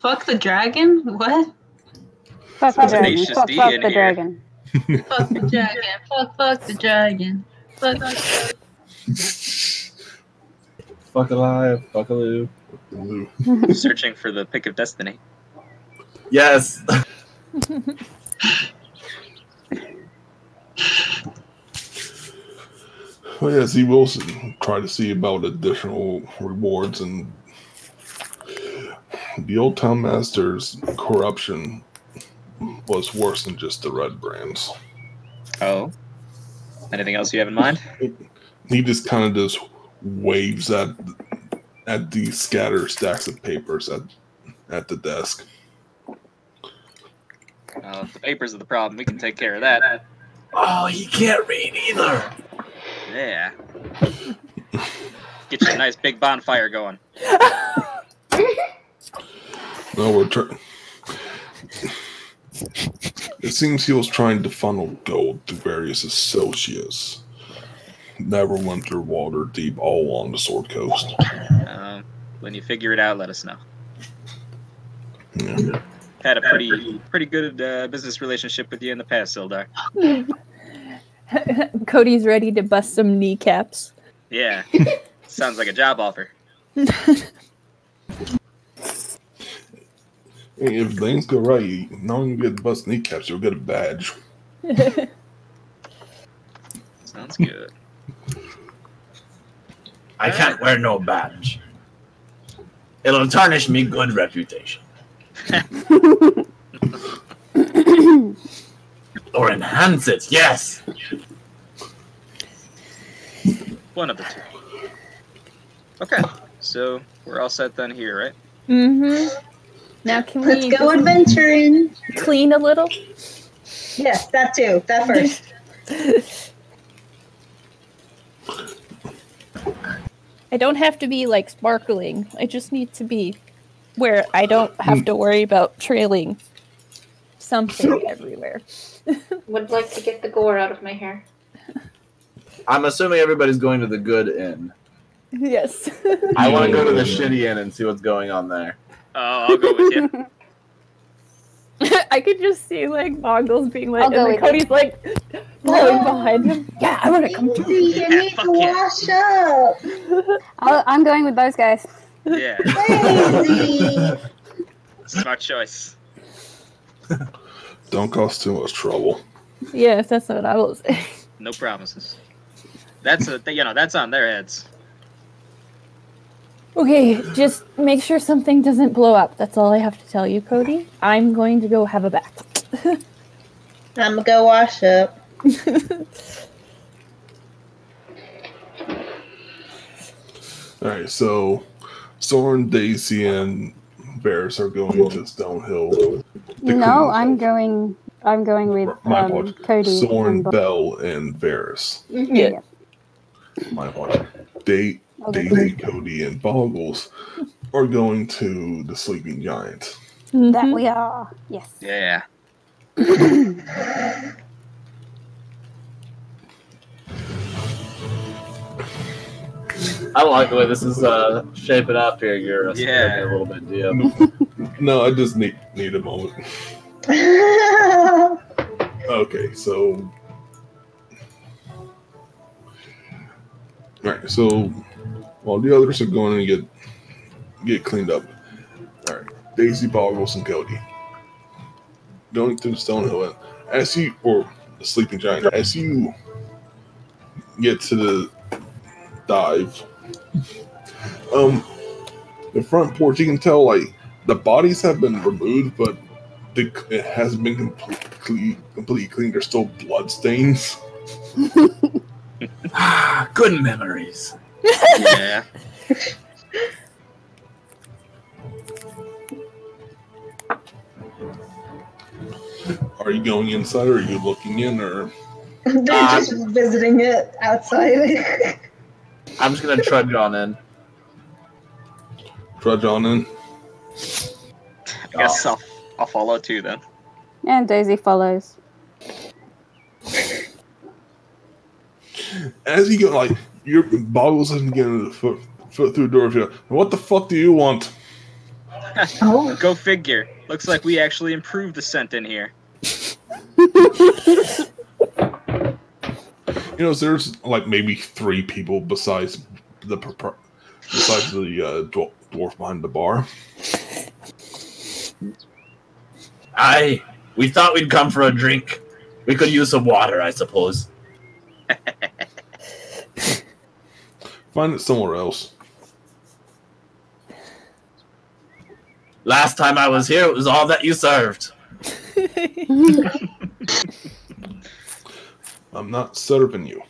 K: Fuck the dragon? What?
E: Fuck the dragon.
D: Tenacious
E: Fuck,
D: D
E: fuck
D: in
E: the
D: here.
E: dragon.
K: Fuck the dragon. Fuck, fuck the dragon. Fuck, fuck.
F: Fuck alive, fuck a loo.
C: Blue.
D: Searching for the pick of destiny.
F: Yes.
C: But yeah, Z Wilson tried to see about additional rewards and the old town master's corruption was worse than just the red brands.
D: Oh. Anything else you have in mind?
C: He just kind of just waves at at the scattered stacks of papers at at the desk.
D: Uh, if the papers are the problem. We can take care of that.
F: Oh, he can't read either.
D: Yeah. Get you a nice big bonfire going.
C: No, we're trying. It seems he was trying to funnel gold to various associates. Never went through water deep all along the Sword Coast.
D: Um, when you figure it out, let us know.
C: Yeah.
D: Had a pretty pretty good uh, business relationship with you in the past, Sildar.
B: Cody's ready to bust some kneecaps.
D: Yeah. Sounds like a job offer.
C: Hey, if things go right, you not only get bust kneecaps, you'll get a badge.
D: Sounds good.
F: I can't wear no badge. It'll tarnish me good reputation. or enhance it, yes.
D: One of the two. Okay. So we're all set then here, right?
B: Mm-hmm. Now can
A: Let's
B: we
A: go
B: just
A: adventuring.
B: clean a little?
A: Yes, that too. That first.
B: I don't have to be like sparkling. I just need to be where I don't have to worry about trailing something everywhere.
I: Would like to get the gore out of my hair.
F: I'm assuming everybody's going to the good inn.
B: Yes.
F: I want to go to the shitty inn and see what's going on there.
D: Oh, I'll go with you.
B: I could just see like Mongols being like,
I: I'll go
B: and then
I: with
B: Cody's like blowing behind him. Yeah, I want to come.
A: You need
D: fuck
A: to
D: yeah.
A: wash up.
E: I'll, I'm going with those guys.
D: Yeah.
A: Crazy.
D: Smart choice.
C: Don't cause too much trouble.
B: Yeah, if that's what I will say.
D: No promises. That's a you know that's on their heads.
B: Okay, just make sure something doesn't blow up. That's all I have to tell you, Cody. I'm going to go have a bath.
A: I'm gonna go wash up.
C: All right, so Soren, Daisy, and Varys are going to Stonehill. The queen.
E: no, I'm going. I'm going with
C: My
E: um,
C: apologies.
E: Cody.
C: Soren,
E: and Bo-
C: Bell, and Varys.
B: Yeah.
C: My apologies. Date,
E: Okay.
C: Daisy, Cody, and Boggles are going to the Sleeping Giant.
B: Mm-hmm.
E: That we are. Yes.
D: Yeah.
F: I like the way this is uh, shaping up here. You're
D: Yeah.
F: a little bit, Dio.
C: No, I just need need a moment. Okay, so. Alright, so while the others are going to get get cleaned up. Alright, Daisy Boggles and Cody. Going through Stonehill and as you or the sleeping giant, as you get to the dive, um the front porch you can tell like the bodies have been removed, but the, it hasn't been completely completely clean. There's still blood stains.
F: Ah, good memories.
D: Yeah.
C: Are you going inside or are you looking in or
A: They're
K: Uh,
A: just visiting it outside.
F: I'm just gonna trudge on in.
C: trudge on in?
D: I guess I'll, I'll follow too then.
E: And Daisy follows.
C: as you go, like your boggles doesn't get into the foot, foot through the door. you what the fuck do you want?
D: Go figure. Looks like we actually improved the scent in here.
C: You know, there's like maybe three people besides the pro- pro- besides the uh, dwar- dwarf behind the bar.
F: Aye, we thought we'd come for a drink. We could use some water, I suppose.
C: Find it somewhere else.
F: Last time I was here, it was all that you served.
C: I'm not serving you.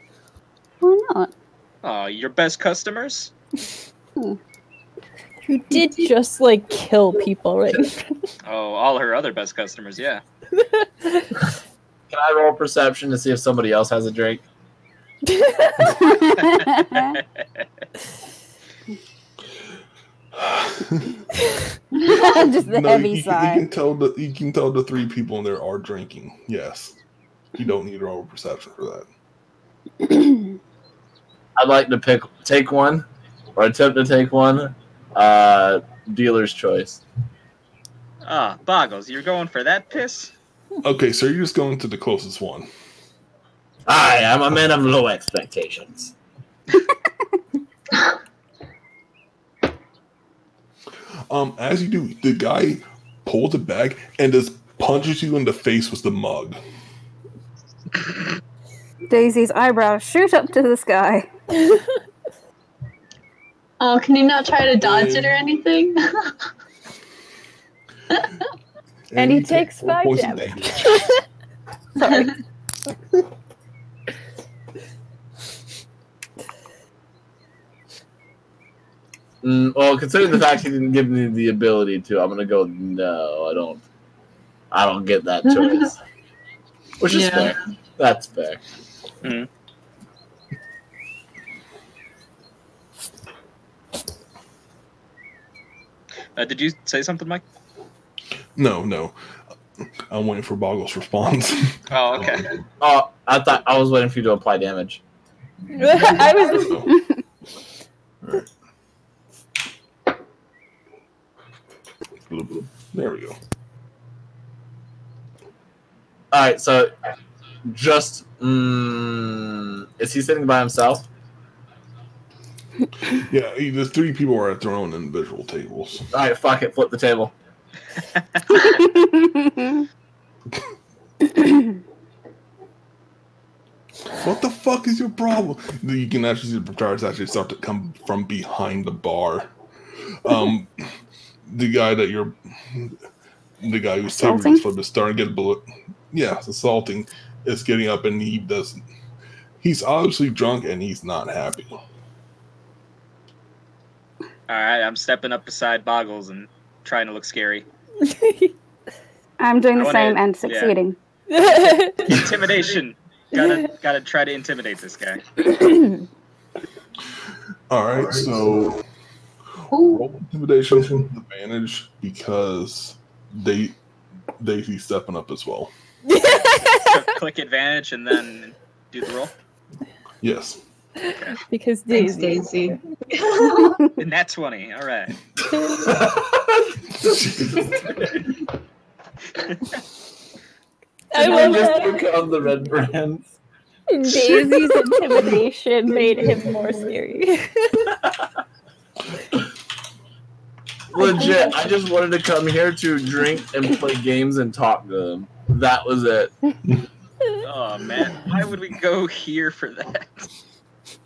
E: Why not?
D: Aw, your best customers?
B: You did just like kill people, right?
D: Oh, all her other best customers, yeah.
F: Can I roll perception to see if somebody else has a drink?
E: Just the
C: No,
E: heavy
C: you, you
E: sigh.
C: can tell the you can tell the three people in there are drinking. Yes, you don't need a roll of perception for that.
F: I'd like to pick take one or attempt to take one. Uh, dealer's choice.
D: Ah, Boggles, you're going for that piss?
B: Hmm.
C: Okay, so you're just going to the closest one.
F: Aye, I'm a man of low expectations.
C: Um, as you do, the guy pulls it back and just punches you in the face with the mug.
E: Daisy's eyebrows shoot up to the sky.
A: Oh, can you not try to dodge it or anything?
B: And he
C: you take
B: takes
C: four
B: five
C: points of
B: damage.
A: Sorry.
F: Mm, well, considering the fact he didn't give me the ability to, I'm gonna go. No, I don't. I don't get that choice. Which is
A: Yeah.
F: fair. That's fair.
D: Mhm. Uh, did you say something, Mike?
C: No, no. I'm waiting for Boggle's response.
D: Oh, okay.
F: Oh, I thought I was waiting for you to apply damage.
B: I was
C: So, there we go.
F: All right, so just mm, is he sitting by himself?
C: Yeah, the three people are at their own individual tables.
F: All right, fuck it, flip the table.
C: What the fuck is your problem? You can actually see the guards actually start to come from behind the bar. Um, the guy that you're, the guy who's serving
E: Assaulting?
C: you flip is starting to get bullet. Yeah, it's assaulting is getting up and he doesn't. He's obviously drunk and he's not happy.
D: Alright, I'm stepping up beside Boggles and trying to look scary.
E: I'm doing
D: I
E: the
D: wanna-
E: same and
D: yeah.
E: succeeding.
D: Intimidation! gotta, gotta try to intimidate this guy.
C: All right, so roll intimidation with advantage because they they he's stepping up as well.
D: So click advantage and then do the roll.
C: Yes.
B: because
A: Thanks,
B: Daisy.
A: Daisy.
D: And that's 20. Alright.
B: I love that.
F: become the red brands.
B: Daisy's intimidation made him more scary.
F: Legit, I just wanted to come here to drink and play games and talk to them. That was it.
D: Oh man, why would we go here for that?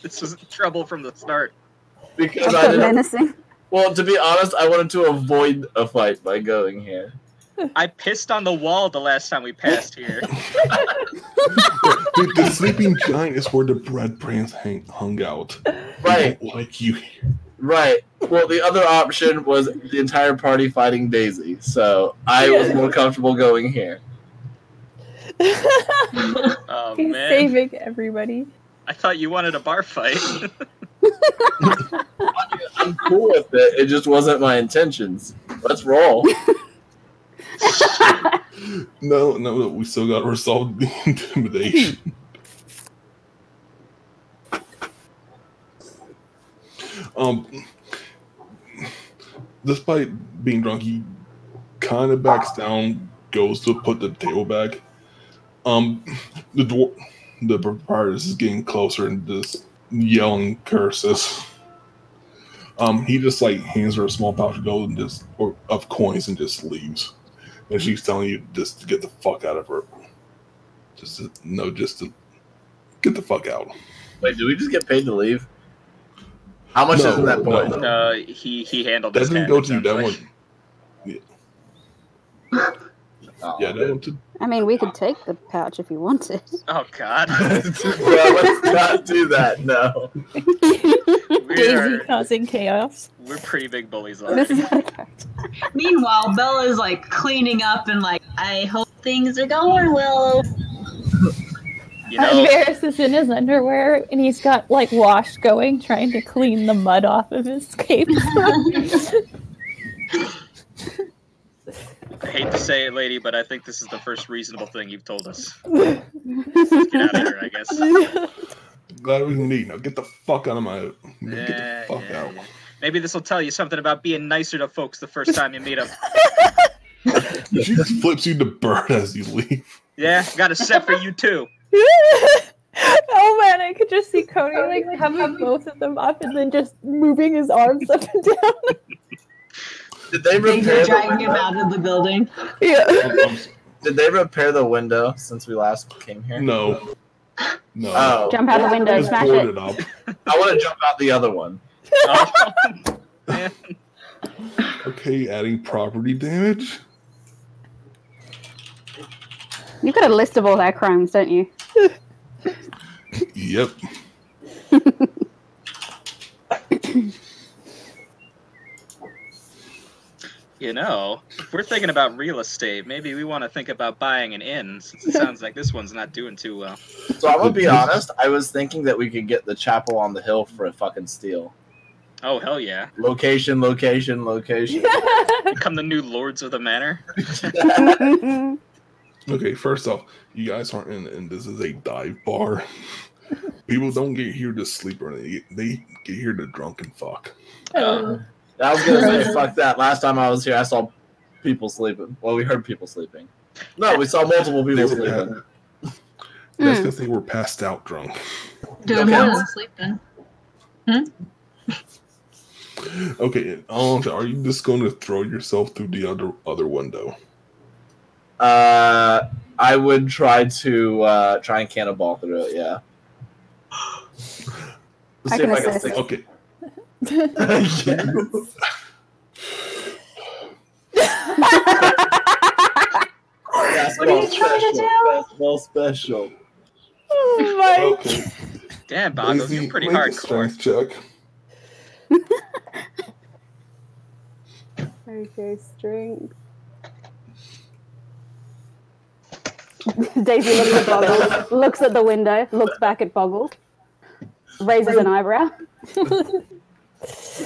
D: This was trouble from the start.
F: Because
E: That's
F: I
E: so
F: didn't.
E: menacing.
F: Well, to be honest, I wanted to avoid a fight by going here.
D: I pissed on the wall the last time we passed here.
C: the, the sleeping giant is where the bread brands hang, hung out.
F: Right,
C: People Like you.
F: right. Well, the other option was the entire party fighting Daisy, so I was more comfortable going here.
D: Oh
B: He's
D: man,
B: saving everybody.
D: I thought you wanted a bar fight.
F: I'm cool with it. It just wasn't my intentions. Let's roll.
C: No, no, no. We still got to resolve the intimidation. Um, despite being drunk, he kind of backs down, goes to put the table back. Um, the dwar- the proprietor is getting closer and just yelling curses. Um, he just like hands her a small pouch of gold and just or of coins and just leaves. And she's telling you just to get the fuck out of her. Just to, no, just to get the fuck out.
F: Wait, do we just get paid to leave? How much
C: No,
F: is in that
C: no.
F: point?
D: Uh, he he handled.
C: That
D: his
C: didn't
D: hand,
C: go
D: it
C: to you. That
D: sounds
C: one.
D: like.
C: Yeah. yeah, that one to
E: I mean, we could take the pouch if you wanted.
D: Oh God.
F: well, let's not do that. No.
D: we
B: Daisy
D: are,
B: causing chaos.
D: we're pretty big bullies.
E: this
D: Already.
E: is out of character.
A: Meanwhile, Bella's like cleaning up and like, I hope things are going well.
D: You know,
B: Varys is in his underwear and he's got like wash going, trying to clean the mud off of his cape.
D: I hate to say it, lady, but I think this is the first reasonable thing you've told us. Get out of here, I guess.
C: glad we can leave. Now get the fuck out of my. get
D: Yeah,
C: the fuck
D: yeah,
C: out.
D: yeah. Maybe this will tell you something about being nicer to folks the first time you meet them.
C: She just flips you to bird as you leave.
D: Yeah, got a set for you too.
B: oh man, I could just see Cody like having both of them up and then just moving his arms up and down.
F: Did they
A: Things
F: repair?
A: are
F: The
A: dragging him
F: window?
A: out of the building.
B: Yeah.
C: I'm- I'm s-
F: Did they repair the window since we last came here?
C: no, no.
F: Oh,
E: Jump out the window,
C: Just
E: smash
C: board
E: it.
C: it up.
F: I want to jump out the other one.
D: Oh,
C: Okay, adding property damage.
E: You've got a list of all their crimes, don't you?
C: Yep.
D: you know, if we're thinking about real estate, maybe we want to think about buying an inn since it sounds like this one's not doing too well.
F: So I'm gonna be honest. I was thinking that we could get the chapel on the hill for a fucking steal.
D: Oh hell yeah!
F: Location, location, location.
D: Become the new lords of the manor.
C: Okay, first off, you guys aren't in, and this is a dive bar. People don't get here to sleep or anything. They get here to drunk and fuck.
D: Oh.
F: I was gonna say fuck that. Last time I was here, I saw people sleeping. Well, we heard people sleeping. No, we saw multiple
C: They
F: people
C: were
F: sleeping.
C: pa- That's because they were passed out drunk.
A: Doing
F: Okay.
A: more than sleeping.
C: Okay, um, are you just going to throw yourself through the other other window?
F: Uh, I would try to uh, try and cannonball through it. Yeah. Let's
E: I
F: see
E: can
F: if I can
E: assist.
F: stick-
C: Okay,
F: Yeah.
A: What are you trying to do?
F: Basketball special.
B: oh my
C: okay.
D: Damn, Boggle,
C: Daisy,
D: you're pretty
C: make a
D: hardcore.
C: Strength check.
E: Okay, strength. Daisy looks at Boggle, looks at the window, looks back at Boggle, raises an eyebrow.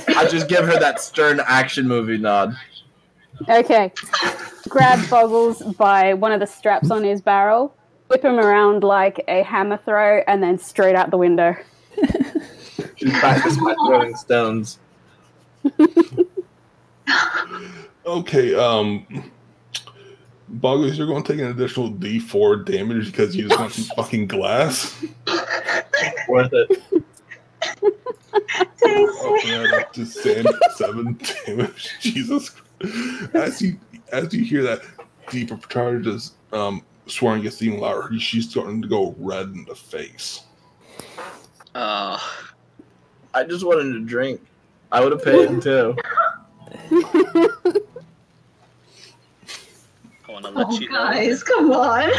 F: I just give her that stern action movie nod.
E: Okay, grab Boggles by one of the straps on his barrel, whip him around like a hammer throw, and then straight out the window.
F: She's practicing my throwing stones.
C: Okay, um, Boggles, you're going to take an additional D4 damage because you just went through fucking glass.
F: Worth it.
C: Oh, man, up to sand seven damage. Jesus. Christ. As you as you hear that, the proprietor just um, swearing gets even louder. She's starting to go red in the face.
D: Oh,
F: I just wanted to drink. I would have paid too.
D: I want to let
A: Oh,
D: you know.
A: guys, come on.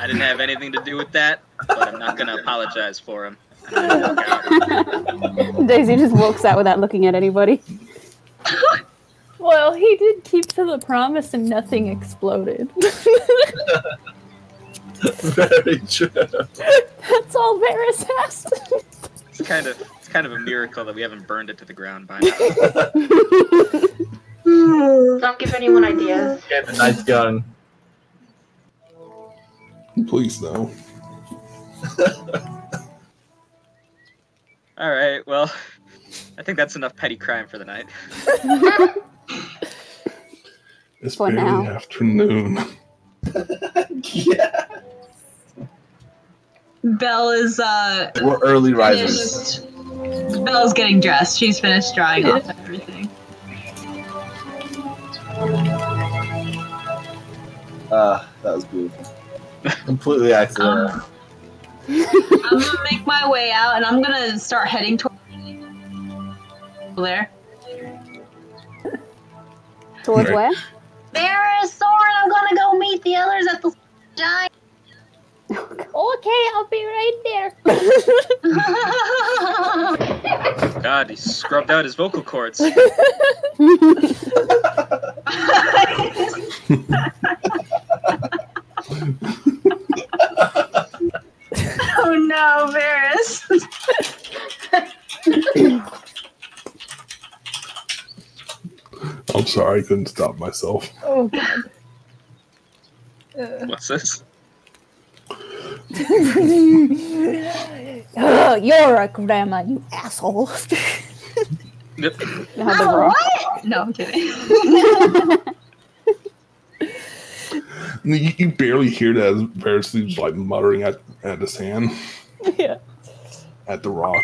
D: I didn't have anything to do with that, but I'm not gonna apologize for him.
E: Daisy just walks out without looking at anybody.
B: Well, he did keep to the promise and nothing exploded.
F: Very true.
B: That's all Varys asked.
D: It's kind of it's kind of a miracle that we haven't burned it to the ground by now.
I: Don't give anyone ideas.
F: Gave a nice gun.
C: Please, no.
D: All right, well, I think that's enough petty crime for the night.
C: It's
E: For
C: barely
E: now.
C: afternoon.
F: yeah.
A: Belle is uh
F: We're early risers.
A: finished. Belle's getting dressed. She's finished drying off everything.
F: Ah, that was beautiful. Completely accidental.
A: I'm gonna make my way out, and I'm gonna start heading toward there.
E: Towards
C: Right.
E: where?
A: There is Soren. I'm gonna go meet the others at the giant.
L: Okay, I'll be right there.
D: God, he scrubbed out his vocal cords.
A: oh no, Varys.
C: I'm sorry, I couldn't stop myself.
B: Oh god.
D: What's this?
L: Ugh, you're a grandma, you asshole.
D: Yep.
E: You had the rock.
A: No, I'm kidding.
C: You, you barely hear that as Varys leaves, like muttering at, at the sand,
B: yeah.
C: at the rock.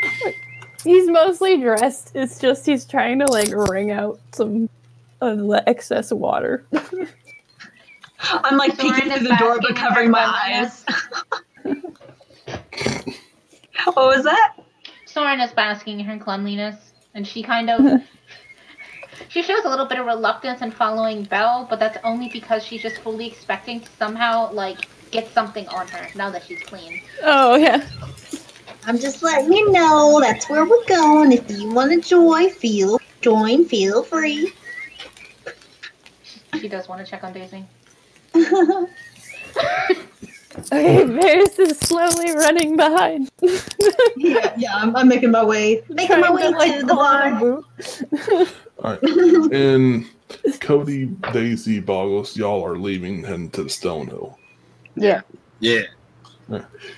B: He's mostly dressed. It's just he's trying to like wring out some of the excess water.
A: I'm like
I: Soren
A: peeking
I: is
A: through the door,
I: basking
A: but
I: in
A: covering
I: her
A: my eyes.
I: grandma's-
A: what was that?
I: Soren is basking in her cleanliness, and she kind of. She shows a little bit of reluctance in following Belle, but that's only because she's just fully expecting to somehow, like, get something on her now that she's clean.
B: Oh yeah.
K: I'm just letting you know that's where we're going. If you want to join, feel join, feel free.
I: She does want to check on Daisy.
B: Okay, Varys is slowly running behind.
K: Yeah, yeah. I'm, I'm making my way, making my
B: trying
K: way to,
B: like,
K: the
B: pull out a
K: barn.
B: boot.
C: All right. and Cody, Daisy, Boggles, y'all are leaving, heading to the Stone Hill.
E: Yeah.
F: Yeah.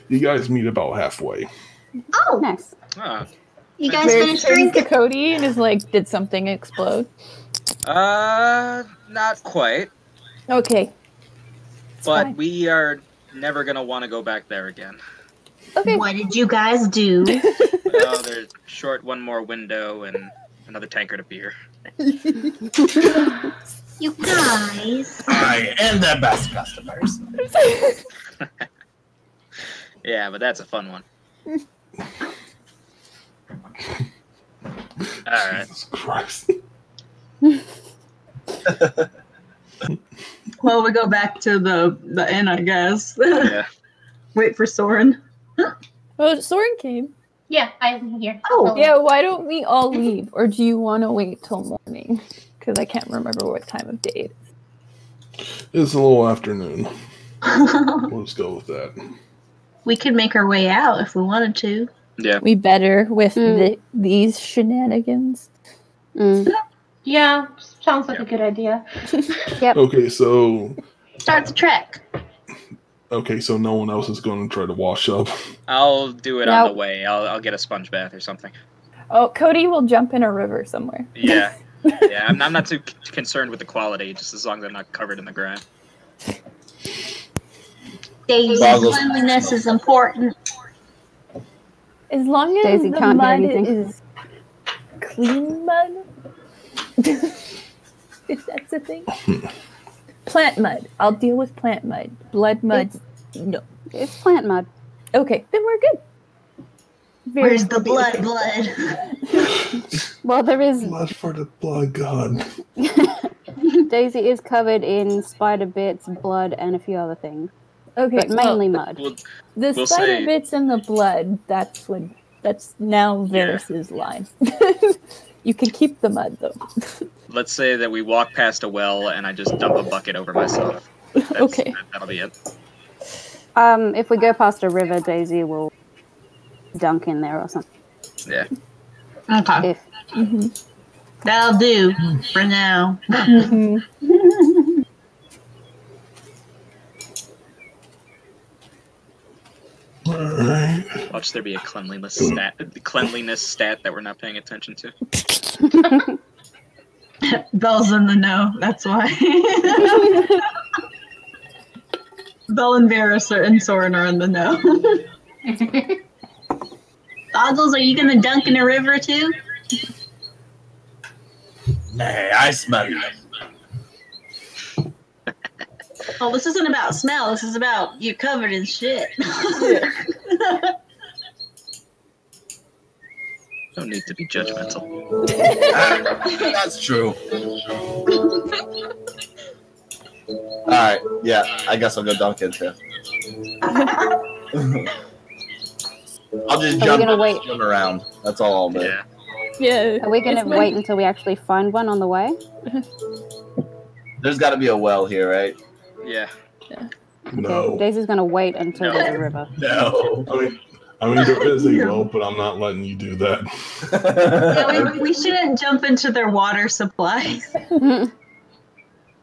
C: You guys meet about halfway.
K: Oh,
E: Nice.
D: Ah,
K: you guys
B: Varys
K: finished
B: turns to
K: drinking?
B: Cody and is like, "Did something explode?"
D: uh, not quite.
B: Okay. It's
D: but
B: fine.
D: we are never gonna want to go back there again.
B: okay.
K: What did you guys do?
D: well, they're oh, short one more window and another tankard of beer.
K: You guys.
F: I am their best customers.
D: Yeah, but that's a fun one. All right.
C: Jesus Christ.
M: Well, we go back to the the inn, I guess.
D: Yeah.
M: Wait for Soren.
B: Well, Soren came.
I: Yeah, I'm here.
K: Oh,
B: Yeah. Why don't we all leave, or do you want to wait till morning? Because I can't remember what time of day it is.
C: It's a little afternoon. We'll just go with that.
K: we could make our way out if we wanted to.
D: Yeah.
B: We better with
E: Mm.
B: the, these shenanigans.
E: Mm.
I: Yeah, sounds like a good idea.
C: Okay, so
K: Start the trek.
C: okay, so no one else is going to try to wash up.
D: I'll do it on the
E: Nope.
D: way. I'll, I'll get a sponge bath or something.
B: Oh, Cody will jump in a river somewhere.
D: Yeah. Yeah, I'm, I'm not too c- concerned with the quality, just as long as I'm not covered in the grime.
K: Daisy,
F: Boggles.
K: cleanliness is important.
B: As long as
E: Daisy
B: the
E: can't get
B: mud
E: anything.
B: is clean mud, if that's a thing. plant mud. I'll deal with plant mud. Blood mud. No.
E: It's plant mud.
B: Okay, then we're good. Very
K: Where's the
B: good.
K: blood? Blood.
E: Well, there is.
C: Blood for the blood god.
E: Daisy is covered in spider bits, blood, and a few other things,
B: Okay,
E: but
B: well,
E: mainly mud.
D: Well,
B: the
D: we'll
B: spider
D: say-
B: bits and the blood. That's when. That's now
D: Yeah.
B: Varys's line. you can keep the mud though.
D: let's say that we walk past a well and I just dump a bucket over myself. That's,
B: Okay.
D: that- that'll be it.
E: Um, if we go past a river, Daisy will dunk in there or something.
D: Yeah.
M: Okay,
E: If
B: Mm-hmm.
M: that'll do
D: Mm.
M: for now.
B: Mhm.
C: All Alright.
D: Watch there be a cleanliness stat, cleanliness stat that we're not paying attention to.
A: Belle's in the know. That's why. Belle and Varys are, and Soren are in the know.
K: Boggles, are you gonna dunk in a river too?
F: Nay, I smell you.
K: Oh, this isn't about smell. This is about you're covered in shit.
D: No need to be judgmental.
F: That's true. All right, yeah, I guess I'll go dunk in too. I'll just
E: Are we
F: jump,
E: gonna wait?
F: swim around. That's all I'll do.
D: Yeah.
B: Yeah.
E: Are we gonna
B: It's my-
E: wait until we actually find one on the way?
F: There's got to be a well here, right?
D: Yeah.
E: Okay,
C: No.
E: Daisy's gonna wait until
D: No.
E: there's a river.
F: No.
C: I mean, I mean, there is a well, but I'm not letting you do that.
A: Yeah, we, we shouldn't jump into their water supply.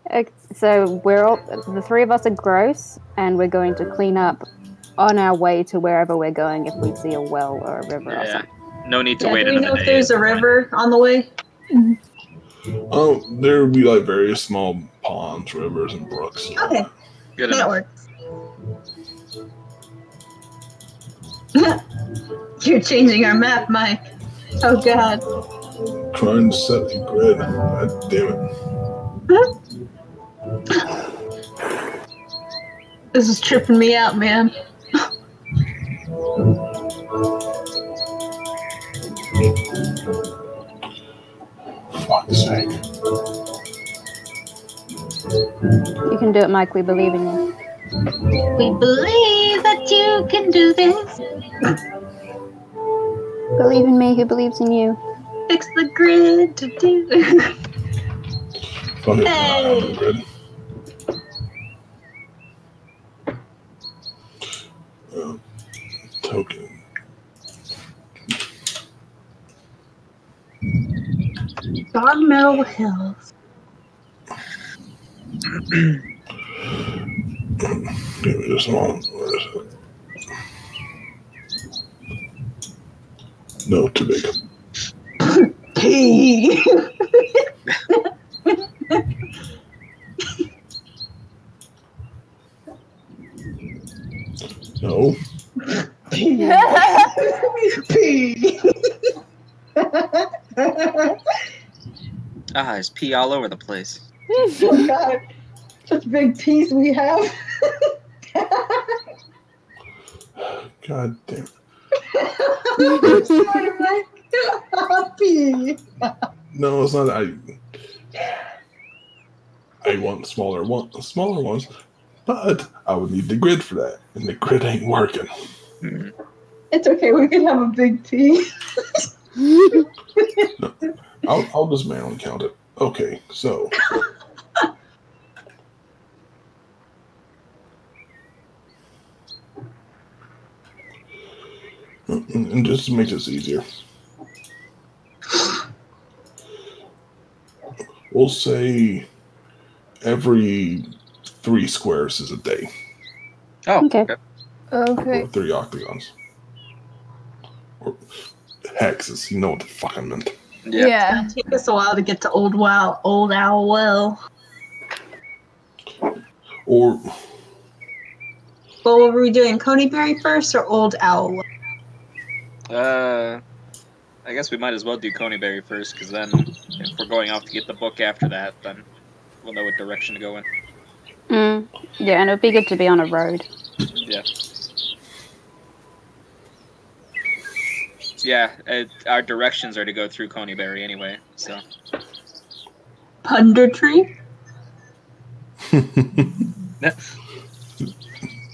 E: Ok, so we're all the three of us are gross, and we're going to clean up on our way to wherever we're going if we see a well or a river or
D: Yeah.
E: something.
D: No need to
A: Yeah,
D: wait
A: do we know
D: another
A: if
D: day.
A: there's a river on the way?
C: Oh, there would be like various small ponds, rivers, and brooks.
A: Okay,
D: Good
A: that
D: enough.
A: works. You're changing our map, Mike. Oh God.
C: Trying to set a grid. God damn it.
A: This is tripping me out, man.
C: Fuck's sake.
E: You can do it, Mike. We believe in you.
K: We believe that you can do this.
E: Believe in me, who believes in you.
K: Fix the grid to do.
C: Fuck it. I'm on the grid. Um, Token.
K: Dogmetal Hills.
C: Give me this one. Where is it? No, too big.
A: Pee.
C: No.
A: Oh Pee.
D: Ah, there's pee all over the place.
A: Oh God. Such big peas we have.
C: God damn. it.
A: Sorry, Mike. Pee.
C: No, it's not. I. I want smaller one, smaller ones, but I would need the grid for that, and the grid ain't working.
D: Hmm.
A: It's okay. We can have a big pee.
C: I'll, I'll just manually count it. Okay, so. and and just to make Mm, this easier, we'll say every three squares is a day,
D: Oh,
E: Okay.
B: Okay.
C: or three octagons. Or hexes, you know what the fuck I meant.
D: Yeah.
B: yeah.
A: Take us a while to get to Old Wow, Old Owl Well.
C: Or
A: Well, what were we doing? Coneyberry first or Old Owl? Well?
D: Uh, I guess we might as well do Coneyberry first, because then if we're going off to get the book after that, then we'll know what direction to go in.
E: Mm. Yeah, and it would be good to be on a road.
D: Yeah, it, our directions are to go through Coneyberry anyway. So
A: Punditry?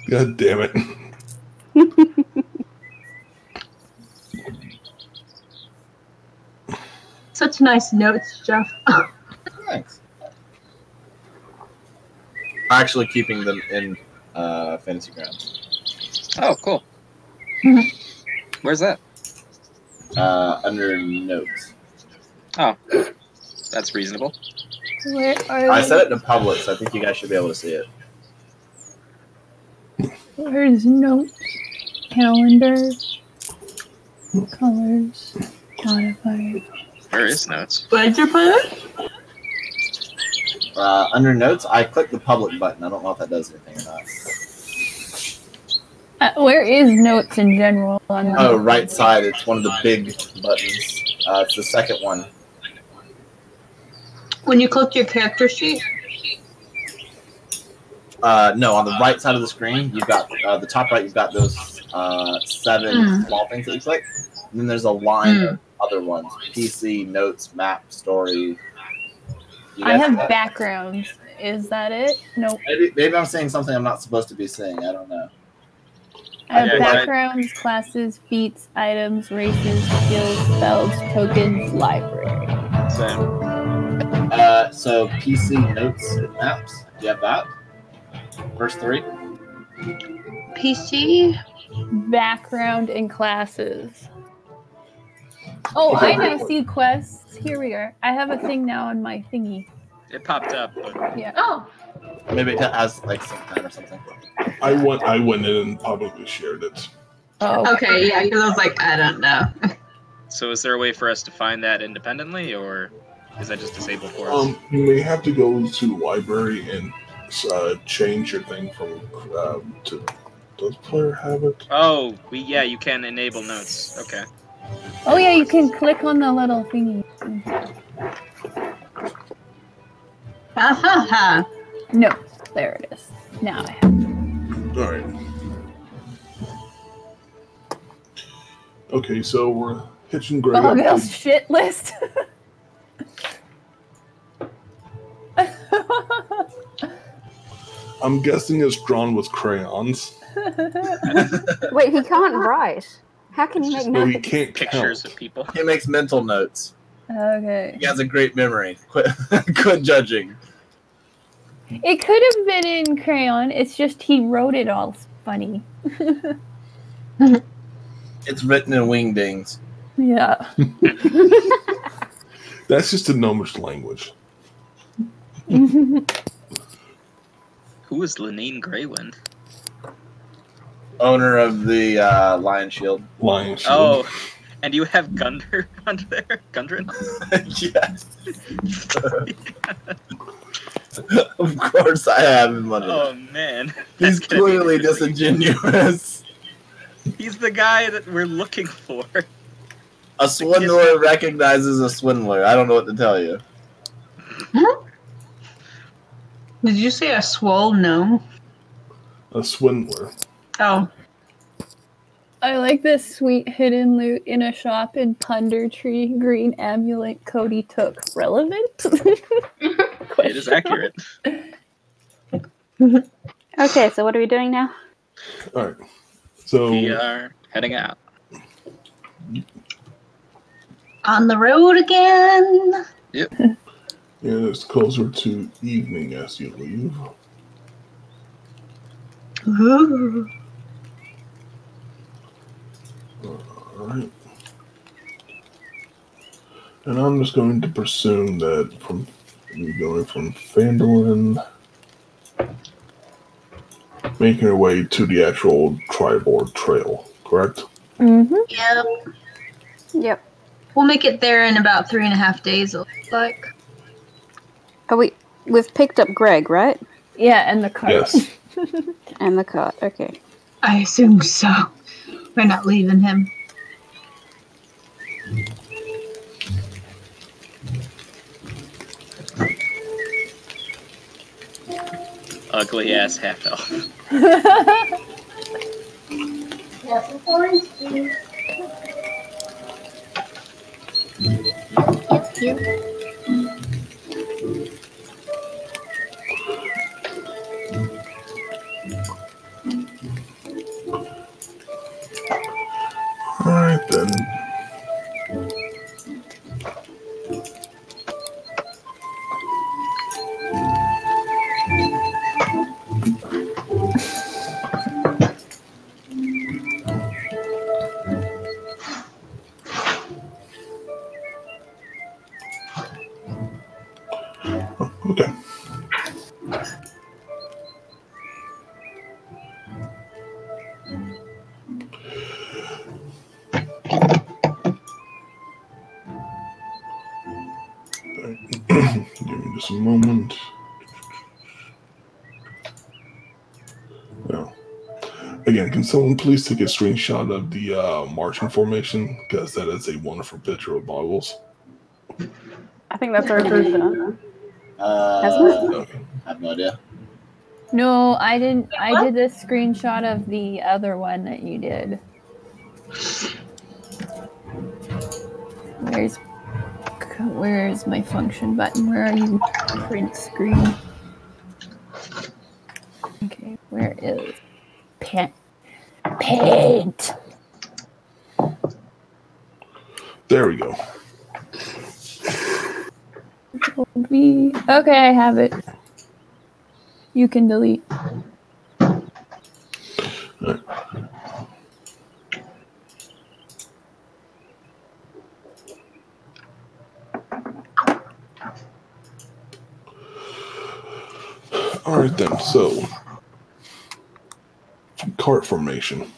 C: God damn it.
A: Such nice notes, Jeff.
F: Thanks. Actually, keeping them in uh, fantasy grounds.
D: Oh, cool. Where's that?
F: Uh, under notes.
D: That's reasonable.
B: Where are
F: I
B: we?
F: said it in public, so I think you guys should be able to see it.
B: Where's note? calendar, colors, modifier.
D: Where is notes?
H: Where'd you put it?
F: Uh, under notes, I click the public button. I don't know if that does anything or not.
B: Uh, where is notes in general on the
F: Oh, right side. It's one of the big buttons. Uh, it's the second one.
H: When you clicked your character sheet?
F: Uh, no, on the right side of the screen, you've got uh, the top right. You've got those uh, seven
B: Hmm.
H: Mm.
F: small things. It looks like. And then there's a line
H: Mm.
F: of other ones: PC, notes, map, story. You
B: I
F: guys
B: have
F: that?
B: backgrounds. Is that it? Nope.
F: Maybe, maybe I'm saying something I'm not supposed to be saying. I don't know.
B: I have
D: Okay, go ahead.
B: backgrounds, classes, feats, items, races, skills, spells, tokens, library.
D: So
F: Uh, so PC, notes, and maps. Do you have that? First three.
H: PC?
B: Background and classes. Oh, I know. See quests. Here we are. I have a thing now on my thingy.
D: it popped up, but
B: Yeah.
I: Oh,
F: Maybe it has like some time or something.
C: I went. I went in and publicly shared it.
B: Oh.
H: Okay, yeah, because I was like, I don't know.
D: so is there a way for us to find that independently, or is that just disabled for us?
C: Um, you may have to go to the library and uh, change your thing from um, to. Does player have it?
D: oh, we yeah, you can enable notes. Okay.
B: Oh yeah, you can click on the little thingy.
H: Ha ha ha.
B: No, there it is. Now I have.
C: All right. Okay, so we're hitching Greg up.
B: Bogle's shit list.
C: I'm guessing it's drawn with crayons,
E: Wait, he can't write. How can you
D: It's
E: make
C: so he
E: notes?
C: can't
D: Pictures
C: count.
D: of people.
F: He makes mental notes.
B: okay.
F: He has a great memory. Quit, quit judging.
B: It could have been in crayon. It's just he wrote it all funny.
F: It's written in wingdings.
B: Yeah.
C: That's just a gnomish language.
D: Who is Lenine Graywind?
F: Owner of the uh, Lion Shield.
C: Lion shield.
D: Oh, and you have Gundr under there, Gundren.
F: yes. of course I have him under there.
D: Oh man,
F: He's
D: that's gonna be
F: clearly
D: interesting.
F: disingenuous.
D: He's the guy that we're looking for.
F: A swindler recognizes a swindler. I don't know what to tell you.
H: Did you say a swole gnome?
C: A swindler.
H: Oh.
B: I like this sweet hidden loot in a shop in Ponder Tree. Green amulet Cody took. Relevant?
D: It is accurate.
E: Okay, so what are we doing now?
C: All right. So
D: We
F: Oh.
D: are heading out.
H: On the road again.
C: it is closer to evening as you leave.
H: Ooh.
C: Alright. And I'm just going to presume that from you going from Fandolin, making your way to the actual Tribord Trail, correct?
B: mm-hmm.
K: Yep.
E: Yep.
K: We'll make it there in about three and a half days. It looks like.
E: Are we? We've picked up Greg, right?
B: Yeah, and the cart.
C: Yes.
E: And the cart. Okay.
K: I assume so. We're not leaving him.
D: Ugly ass half elf.
C: Alright then. Okay. Give me just a moment. Yeah. Again, can someone please take a screenshot of the uh, marching formation? Because that is a wonderful picture of Boggles.
E: I think that's already been done.
F: Uh,
E: Hasn't
F: I have no idea.
B: No, I didn't. I did this screenshot of the other one that you did. Where's where's my function button? Where are you? Print screen. Okay, where is paint? Paint.
C: There we go.
B: Me. Okay, I have it. You can delete.
C: All right then. So, cart formation.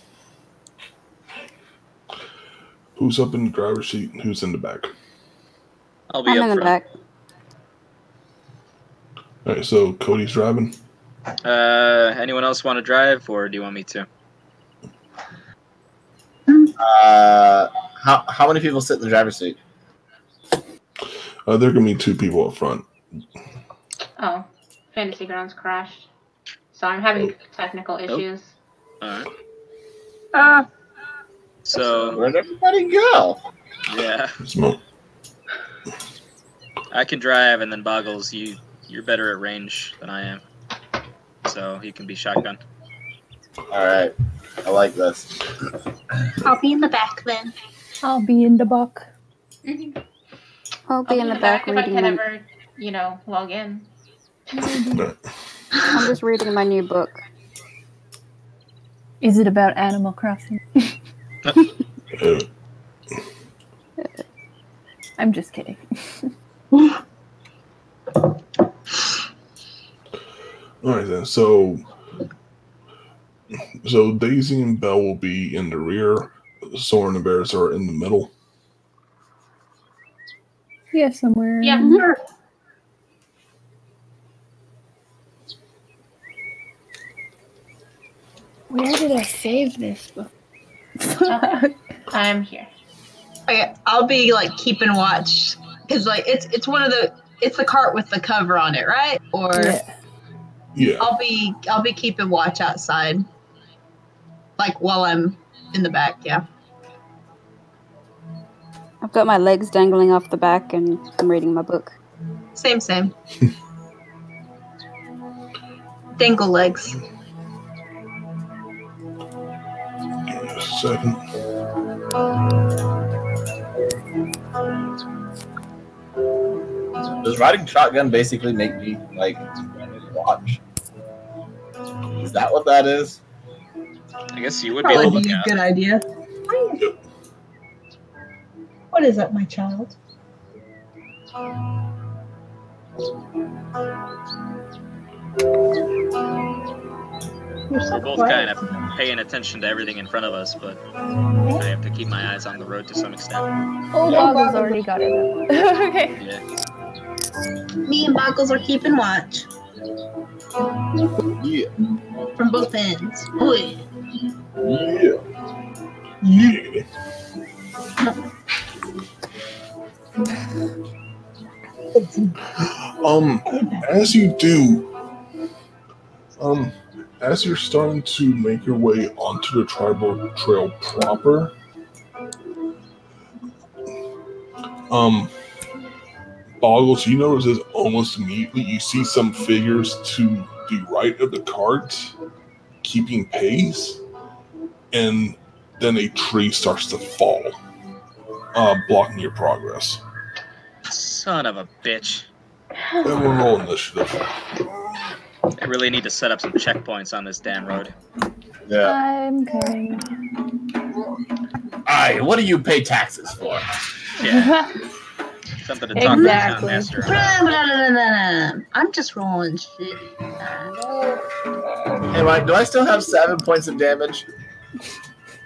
C: Who's up in the driver's seat and who's in the back?
D: I'll be
E: I'm
D: up
E: in the
D: front.
E: back.
C: All right. So Cody's driving.
D: Uh, anyone else want to drive, or do you want me to?
F: Uh, how how many people sit in the driver's seat?
C: Uh, there can be two people up front.
I: Oh, Fantasy Grounds crashed. So I'm having
E: Oh.
I: technical issues.
D: All right.
E: Uh,
D: So
F: Where'd everybody go?
D: yeah,
C: Smoke.
D: I can drive, and then Boggles, you you're better at range than I am, so you can be shotgun.
F: All right, I like this.
A: I'll be in the back then.
B: I'll be in the book.
E: I'll be in the back
I: if I
E: reading.
I: can
E: My,
I: ever, you know, log in.
E: I'm just reading my new book.
B: Is it about Animal Crossing?
C: Uh,
B: I'm just kidding.
C: All right then. So, so Daisy and Belle will be in the rear. Soren and Barris are in the middle.
B: Yeah, somewhere.
I: Yeah.
G: Mm-hmm. Where did I save this book?
I: Okay. I'm here.
K: Okay, I'll be like keeping watch because like it's it's one of the it's the cart with the cover on it, right? Or
B: Yeah.
C: Yeah.
K: I'll be I'll be keeping watch outside, like while I'm in the back. Yeah.
E: I've got my legs dangling off the back and I'm reading my book.
K: Same, same. Dangle legs.
C: Just a second.
F: Does riding shotgun basically make me like watch? Is that what that is?
D: I guess you would be able to
A: Probably
D: look
A: be a
D: out.
A: good idea. What is up, my child? You're so
D: We're both
A: quiet
D: kind of
A: today.
D: paying attention to everything in front of us, but I have to keep my eyes on the road to some extent.
B: Oh,
F: Yeah.
B: Boggle's already got it. up. okay.
D: Yeah.
A: Me and Buckles are keeping watch
F: Yeah.
A: from both ends. Boy.
C: Yeah. Yeah. Um, as you do, um, as you're starting to make your way onto the tribal trail proper, um, Boggles, you notice this almost immediately. You see some figures to the right of the cart keeping pace, and then a tree starts to fall, uh, blocking your progress.
D: Son of a bitch.
C: Everyone roll initiative.
D: I really need to set up some checkpoints on this damn road.
F: Yeah.
B: I'm coming.
F: Aye, what do you pay taxes for?
D: Yeah, something to talk to the
B: Exactly.
D: town master about.
A: Blah, blah, blah, blah, blah. I'm just rolling shit.
F: Hey, Mike, do I still have seven points of damage?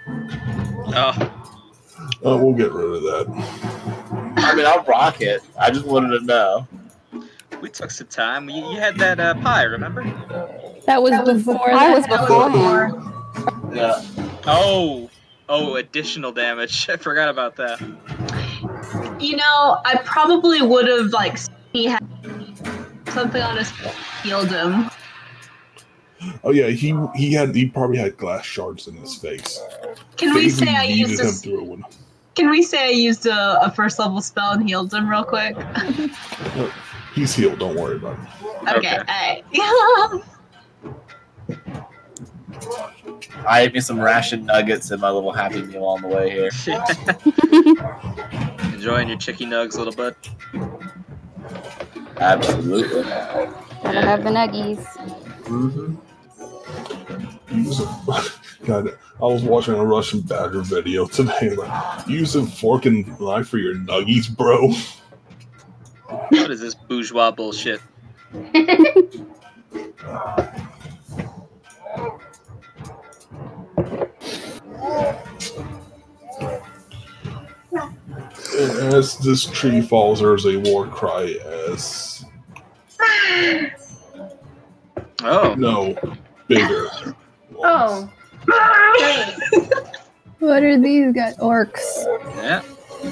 D: Oh,
C: Uh, we'll get rid of that.
F: Oh, I mean, I'll rock it. I just wanted to know.
D: We took some time. You, you had that uh, pie, remember?
B: That was before.
E: I was
B: that
E: before him.
F: Yeah.
D: Oh, oh, additional damage. I forgot about that.
A: You know, I probably would have like he had something on his healed him.
C: Oh yeah, he he had he probably had glass shards in his face.
A: Can we
C: Daisy
A: say I
C: yeeted
A: used
C: him
A: a,
C: through a window.
A: Can we say I used a, a first level spell and healed him real quick?
C: Look, He's healed. Don't worry about it.
A: Okay, alright.
F: I ate me some ration nuggets and my little happy meal on the way here.
D: Enjoying your chicky nugs, little bud.
F: Absolutely.
E: Gotta have the nuggies.
F: hmm
C: Use a, God, I was watching a Russian badger video today. Like, use a fork and knife for your nuggies, bro.
D: What is this bourgeois bullshit?
C: And as this tree falls, there's a war cry. As
D: Oh,
C: no, bigger.
I: Oh, great.
B: What are these guys? Orcs.
D: yeah.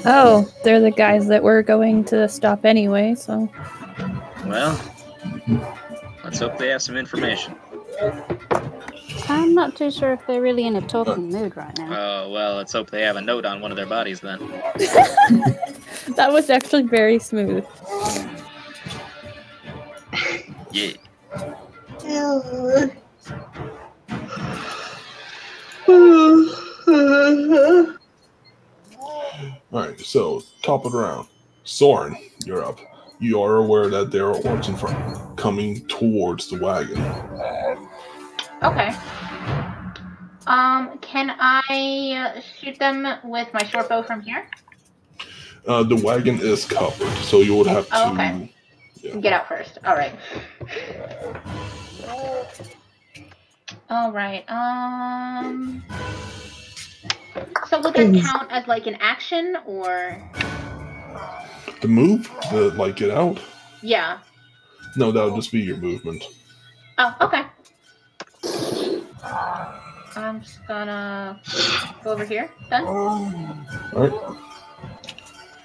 B: Oh, they're the guys that we're going to stop anyway. So
D: Well, let's hope they have some information.
E: I'm not too sure if they're really in a talking mood right now.
D: Oh, well, let's hope they have a note on one of their bodies then.
B: that was actually very smooth.
D: Yeah.
C: All right, so top of the round, Soren, you're up. You are aware that there are orcs in front, coming towards the wagon.
I: Okay. Um, can I uh, shoot them with my short bow from here?
C: Uh, the wagon is covered, so you would have to.
I: Oh, okay. Get out first. All right. All right. Um. So would that count as like an action or?
C: The move, the like get out.
I: Yeah.
C: No, that would just be your movement.
I: Oh, okay. I'm just gonna go over here then.
C: All right,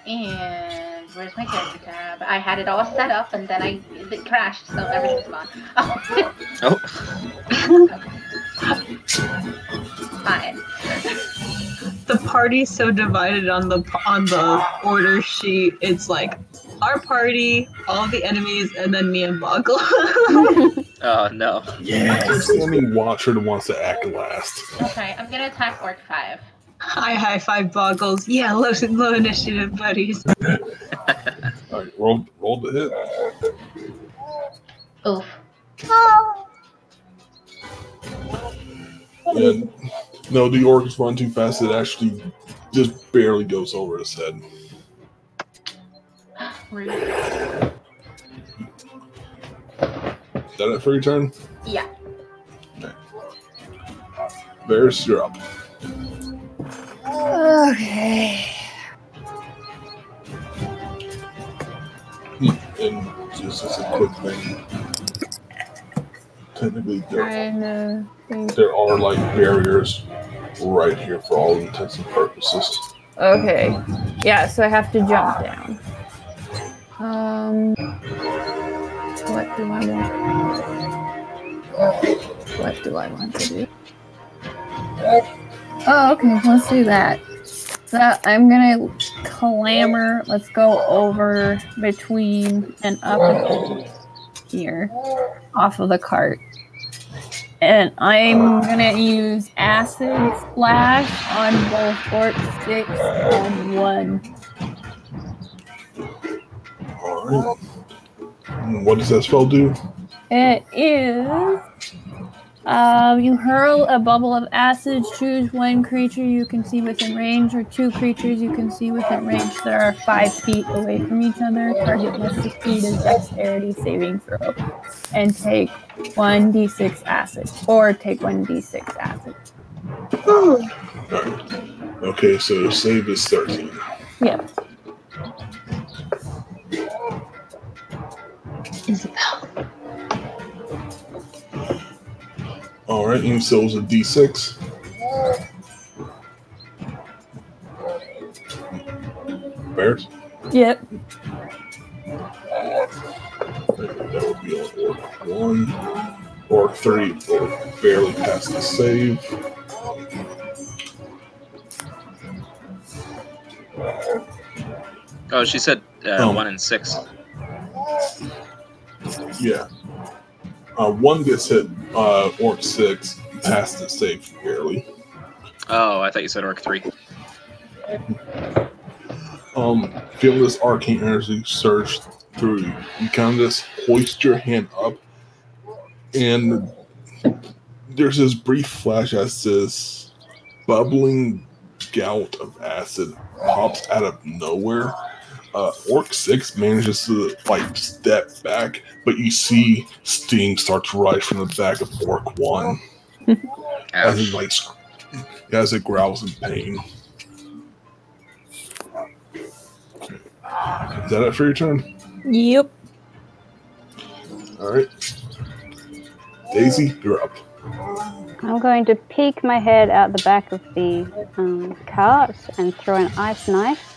I: And where's my character tab? I had it all set up and then I it crashed, so everything's gone. Oh.
D: Oh.
I: Fine.
A: the party's so divided on the on the order sheet. It's like our party, all the enemies, and then me and Boggle.
D: Oh, no.
F: Yes.
C: standing watcher that wants to act last.
I: Okay, I'm gonna attack Orc Five.
A: High high five Boggles. Yeah, low low initiative buddies.
C: All right, roll, roll the hit.
I: Oof.
C: And no, the orcs run too fast. It actually just barely goes over his head.
I: Rude.
C: Is that it for your turn?
I: Yeah.
C: Varus, you're up.
G: Okay.
C: Hmm. And just as a quick thing, technically there,
B: Trying to think.
C: there are like barriers right here for all intents and purposes.
B: Okay. Yeah, so I have to jump down. Um what do I want? What do I want to do? Oh, okay, let's do that. So I'm gonna clamber. Let's go over between and up and over here off of the cart. And I'm gonna use acid splash on both fort six and one.
C: All right. And Hmm, What does that spell do?
B: It is. Um, you hurl a bubble of acid. Choose one creature you can see within range, or two creatures you can see within range that are five feet away from each other. Target must succeed a dexterity saving throw, and take one d6 acid, or take one d6 acid.
C: All right. Okay, so save is 13.
B: Yeah.
A: Isabel.
C: All right, and so it's a D6. Bears?
B: Yep.
C: That would be on orc one or three, or barely past the save.
D: Oh, she said uh,
C: Oh.
D: one and six.
C: Yeah. Uh, one gets hit, uh, orc six, past the save barely.
D: Oh, I thought you said orc three.
C: Um, feel this arcane energy surge through you. You kind of just hoist your hand up, and there's this brief flash as this bubbling gout of acid pops out of nowhere. Uh, Orc Six manages to like step back, but you see steam start to rise from the back of Orc One as it like sc- as it growls in pain. Is that it for your turn?
B: Yep.
C: All right, Daisy, you're up.
E: I'm going to peek my head out the back of the um, cart and throw an ice knife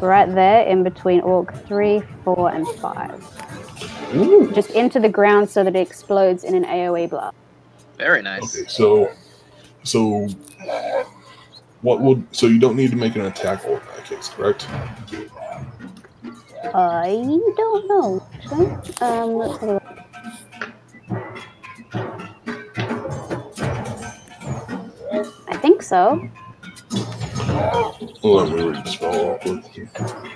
E: right there in between orc 3, 4, and 5. Just into the ground so that it explodes in an AoE blast.
D: Very nice.
C: Okay, so, so what would so you don't need to make an attack roll in that case, correct?
E: I don't know. actually. Um, let's have a look. I think so.
C: Let me read the spell real quick.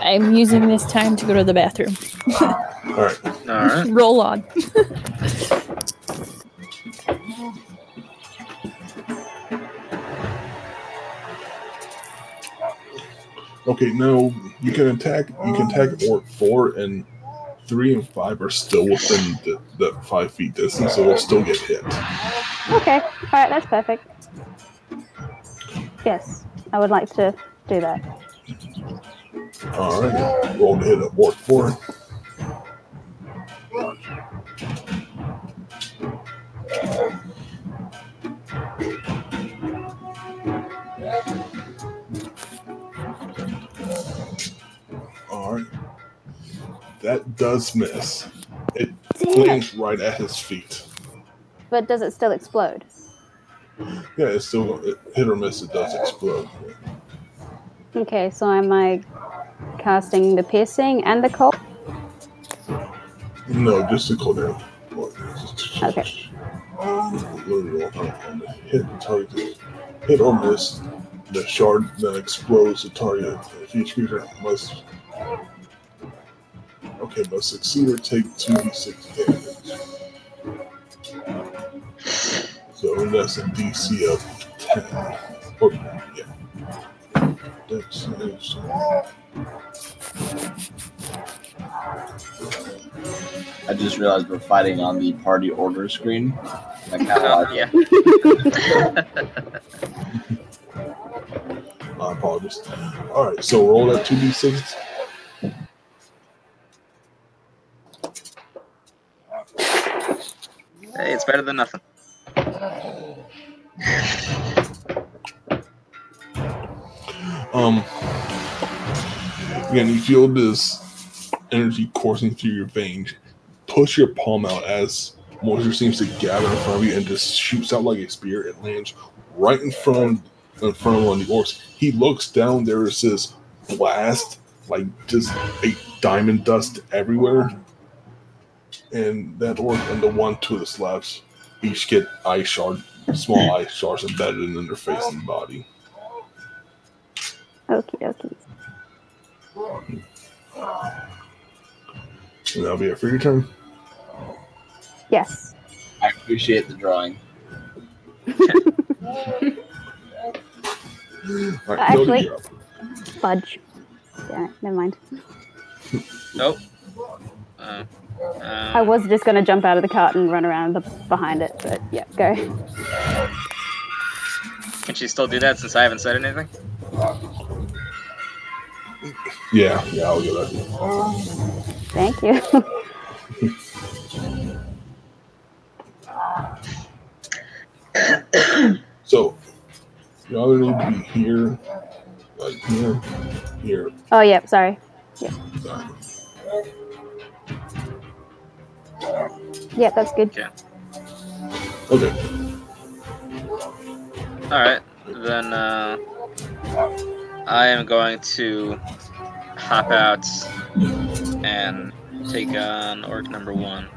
B: I'm using this time to go to the bathroom.
C: All right,
D: All right.
B: Roll on.
C: okay. Now you can attack. You can attack orc four and three and five are still within the, the five feet distance, so they'll still get hit.
E: Okay. All right, that's perfect. Yes, I would like to do that.
C: All right, roll to hit at orc four. All right, that does miss. It lands right at his feet.
E: But does it still explode?
C: Yeah, it's still it, hit or miss. It does explode.
E: Okay, so am I casting the piercing and the cold?
C: No, just to cool down.
E: Okay.
C: Hit target. Hit or miss. The shard then explodes the target. Each creature must. Okay, must succeed or take 2d6 damage. So that's a DC of 10. Or, yeah. That's, that's,
F: I just realized we're fighting on the party order screen. I kind
D: Oh,
F: of
D: yeah.
C: I apologize. All right, so roll that 2d6
D: Hey, it's better than nothing.
C: Um, again, you feel this energy coursing through your veins. Push your palm out as moisture seems to gather in front of you and just shoots out like a spear. It lands right in front in front of one of the orcs. He looks down. There is this blast, like just a diamond dust everywhere. And that orc and the one to the left each get ice shard, small ice shards embedded in their face and body.
E: Okie dokie.
C: And that'll be it for your turn.
E: Yes.
F: I appreciate the drawing.
C: All right,
E: Actually-
C: Cody, you're up.
E: Fudge. Damn it, never mind.
D: Nope. Oh. Uh, uh,
E: I was just going to jump out of the cart and run around the, behind it, but yeah, go.
D: Can she still do that since I haven't said anything?
C: Yeah, yeah, I'll get that.
E: Thank you.
C: So, y'all need to be here, like here, here.
E: oh, yeah, sorry.
C: Sorry.
E: Yeah, that's good.
C: Okay.
D: All right, then uh, I am going to hop out and take on orc number one,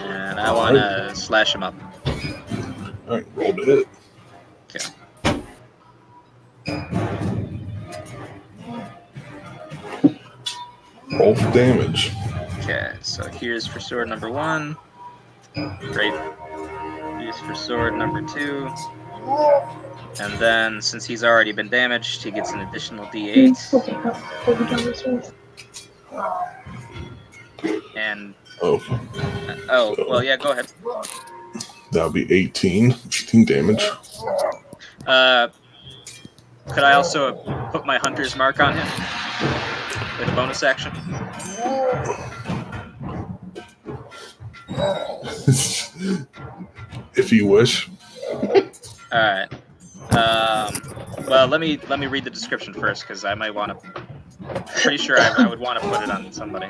D: and I want to slash him up.
C: All right. Roll to hit. Roll for damage.
D: Okay, so here's for sword number one. Great. Here's for sword number two. And then, since he's already been damaged, he gets an additional d8. And,
C: Oh,
D: oh, well, yeah, go ahead.
C: that'll be 18. 18 damage.
D: Uh, could I also put my hunter's mark on him? With a bonus action?
C: if you wish.
D: All right. Um, well, let me let me read the description first because I might want to. Pretty sure I, I would want to put it on somebody.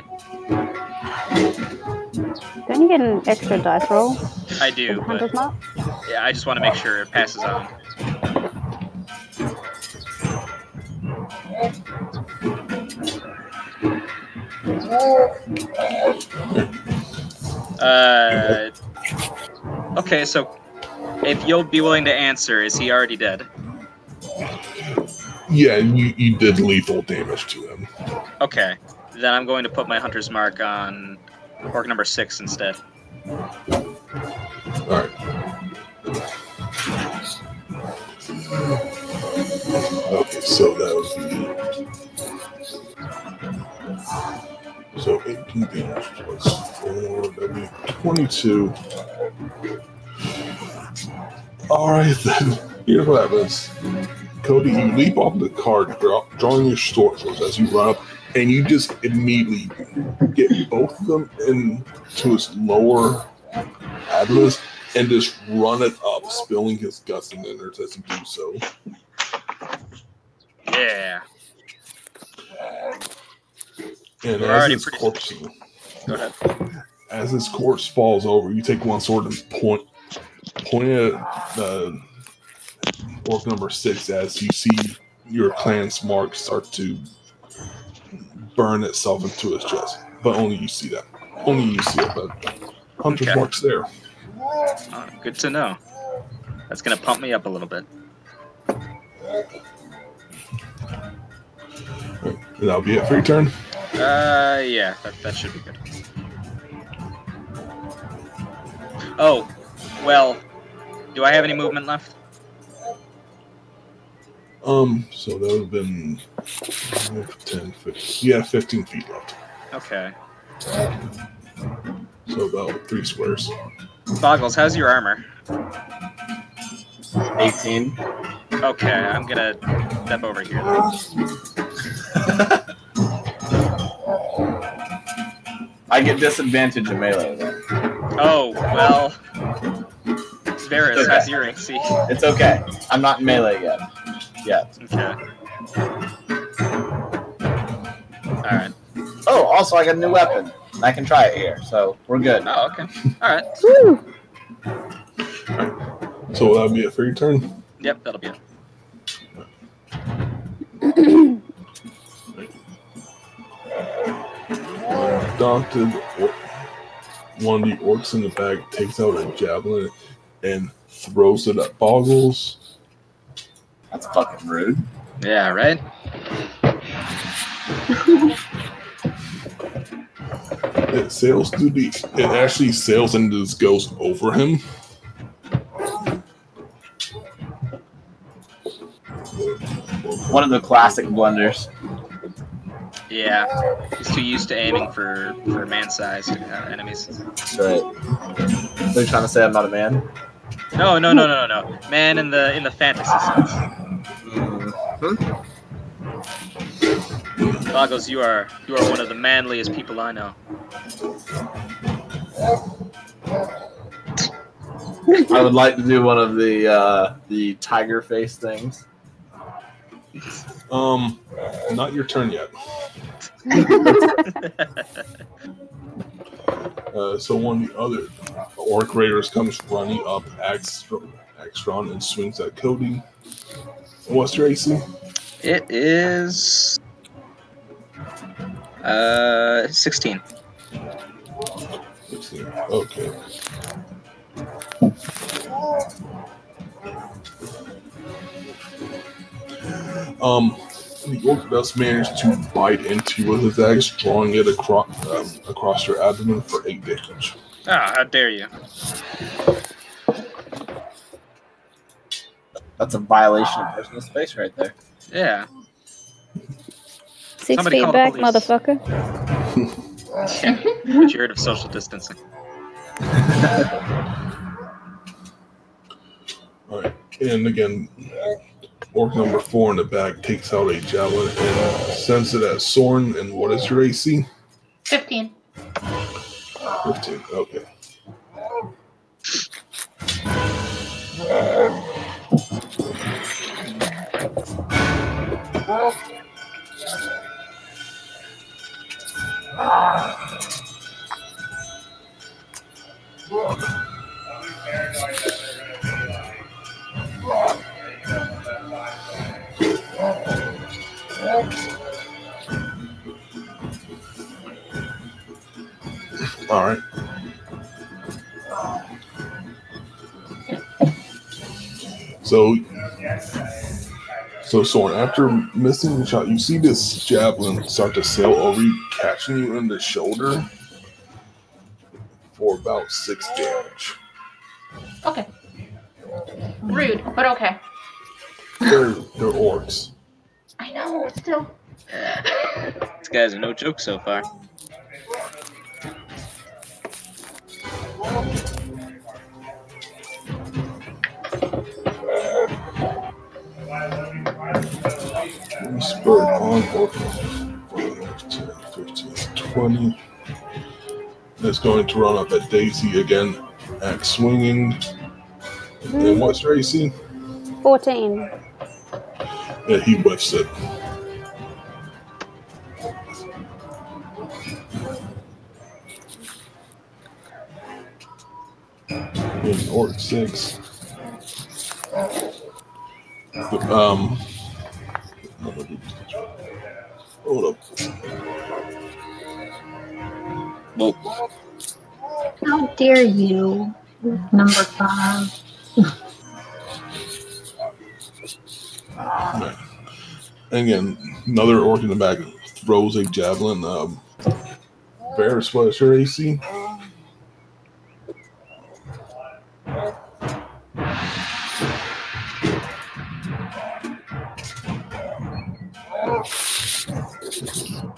E: Don't you get an extra dice roll? with
D: I do,
E: Hunter's
D: but
E: Mark?
D: yeah, I just want to make sure it passes on. Uh, okay, so if you'll be willing to answer, is he already dead?
C: Yeah, you, you did lethal damage to him.
D: Okay, then I'm going to put my hunter's mark on orc number six instead.
C: All right. Okay, so that would be. So 18 damage plus 4, that'd be 22. Alright then, here's what happens. Cody, you leap off the cart, draw, drawing your sword as you run up, and you just immediately get both of them into his lower Atlas and just run it up, spilling his guts and innards as you do so.
D: Yeah.
C: And
D: We're
C: as
D: already
C: his,
D: pretty-
C: corpse,
D: Go ahead.
C: as his corpse falls over, you take one sword and point point it at uh, orc number six as you see your clan's mark start to burn itself into his chest. But only you see that. Only you see it. But Hunter's
D: Okay.
C: mark's there.
D: Oh, good to know. That's gonna pump me up a little bit.
C: And that'll be it for your turn.
D: Uh, yeah, that, that should be good. Oh, well, do I have any movement left?
C: Um, so that would have been 10, 15, yeah, 15 feet left.
D: Okay.
C: So about three squares.
D: Boggles, how's your armor?
F: 18.
D: Okay, I'm gonna step over here. Then.
F: I get disadvantage in melee. Though.
D: Oh, well. Varus, how's your AC?
F: It's okay. I'm not in melee yet. Yet.
D: Okay. Alright.
F: Oh, also I got a new weapon. I can try it here, so we're good.
D: Oh, okay. Alright.
C: So that'll be it for your turn.
D: Yep, that'll be it.
C: Adopted or- one of the orcs in the back takes out a javelin and throws it at Boggles.
F: That's fucking rude.
D: Yeah, right?
C: It sails through the. It actually sails and just goes over him.
F: One of the classic blunders.
D: Yeah, he's too used to aiming for for man size uh, enemies.
F: Right. They're trying to say I'm not a man.
D: No, no, no, no, no, no. Man in the in the fantasy sense.
F: Mm-hmm.
D: Boggles, you are you are one of the manliest people I know.
F: I would like to do one of the uh, the tiger face things.
C: Um, not your turn yet. Uh, so one of the other orc raiders comes running up Axtron, Axtron and swings at Cody. What's your AC?
D: It is uh 16.
C: 16. Okay. Um, the orc does manage to bite into you with his axe, drawing it across um, across your abdomen for eight damage.
D: Ah, how dare you?
F: That's a violation of personal space right there.
D: Yeah.
G: Six
D: Somebody
G: feet
D: call the
G: back,
D: police.
G: motherfucker.
D: yeah. But you heard of social distancing.
C: All right, and again, orc number four in the back takes out a javelin and sends it at Soren. And what is your AC?
I: 15.
C: Fifteen. Okay. All right. So, so Soren, after missing the shot, you see this javelin start to sail over you, catching you in the shoulder for about six damage.
I: Okay. Rude, but okay.
C: They're, they're orcs.
I: I know, still.
D: These guys are no joke so far.
C: We spurred on orc five, 10, 15, 20. It's going to run up at Daisy again, axe swinging. And what's your AC?
E: 14.
C: Yeah, he whiffs it. In Orc six. Um. Hold up.
D: Well,
A: How dare you? Number five.
C: Right. And again, another orc in the back throws a javelin. Um, Ferris, what is your AC?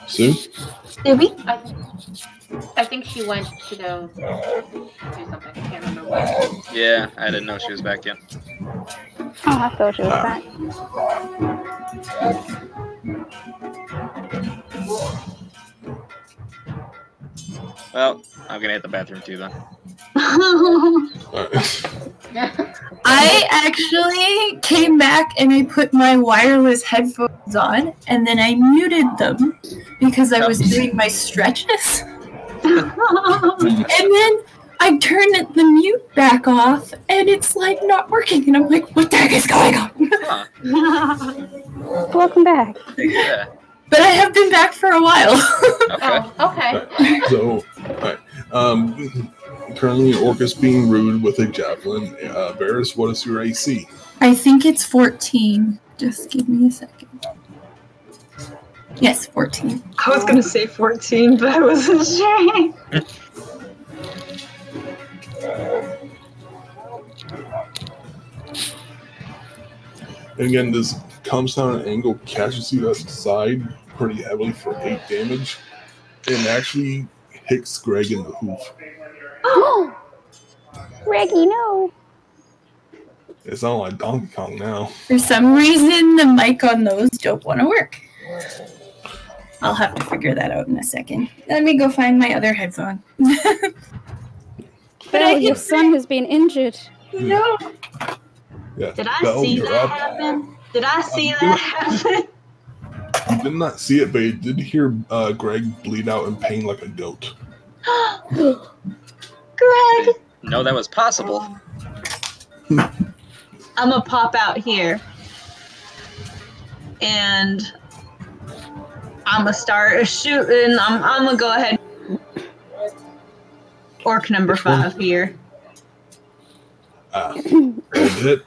C: 2
A: Did we?
I: I, I think she went to go do something. I can't remember what.
D: yeah, I didn't know she was back yet.
E: Oh, I thought you was back.
D: Well, I'm gonna hit the bathroom too then.
C: All right.
B: I actually came back and I put my wireless headphones on and then I muted them because I was doing my stretches. and then I turned the mute back off and it's like not working and I'm like, what the heck is going on?
D: Huh,
E: Welcome back.
D: yeah.
B: But I have been back for a while.
D: Okay.
I: Oh, okay.
C: So, all right. Um, currently, an orc is being rude with a javelin. Uh, Varus, what is your AC?
B: I think it's 14. Just give me a second. Yes, 14.
K: I was gonna say 14, but I wasn't sure.
C: And again, this comes down at an angle, catches you at the side pretty heavily for eight damage, and actually hits Greg in the hoof.
E: Reggie, no.
C: It's not like Donkey Kong now.
B: For some reason, the mic on those don't want to work. I'll have to figure that out in a second. Let me go find my other headphone.
E: But oh, your son has been injured.
B: No.
C: Yeah.
A: Did I
C: Bell,
A: see
C: you're
A: that
C: up.
A: happen? Did I see that happen?
C: You did not see it, but you did hear uh, Greg bleed out in pain like a goat.
A: Greg,
D: No, that was possible.
A: I'm gonna pop out here, and I'm gonna start shooting. I'm, I'm gonna go ahead. Orc number five here.
C: Ah, Greg did it.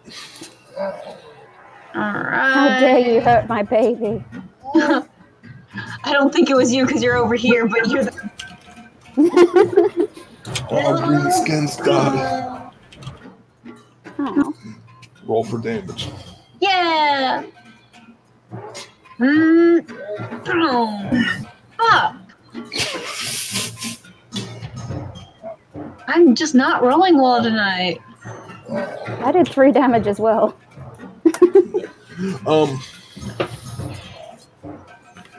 A: All
E: How dare
A: right.
E: you hurt my baby?
A: I don't think it was you because you're over here, but you're the
C: All green skins died.
E: Oh.
C: Roll for damage.
A: Yeah. Mm. Oh. Fuck. I'm just not rolling well tonight.
E: I did three damage as well.
C: Um,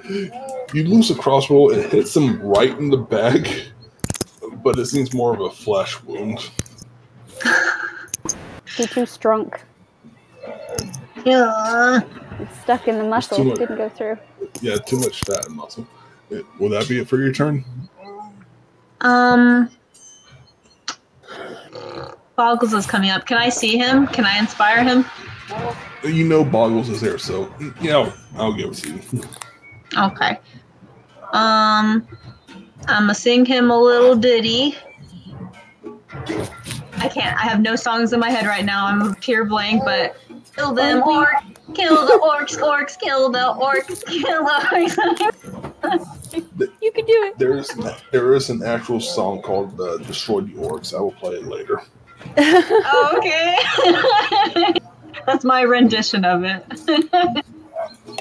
C: you lose a crossbow. It hits him right in the back, but it seems more of a flesh wound.
E: He too strunk.
A: Yeah.
E: It's stuck in the muscle.
C: too much.
E: Didn't go through.
C: Yeah, too much fat and muscle. It- will that be it for your turn?
A: Um. Boggles is coming up. Can I see him? Can I inspire him?
C: You know, Boggles is there, so you know I'll give it to you.
A: Okay. Um, I'm gonna sing him a little ditty. I can't. I have no songs in my head right now. I'm a pure blank. But kill them orc, kill the orcs, orcs, kill the orcs, kill the
N: You can do it.
C: There is there is an actual song called uh, "Destroy the Orcs." I will play it later.
A: orcs. Oh, okay. That's my rendition of it.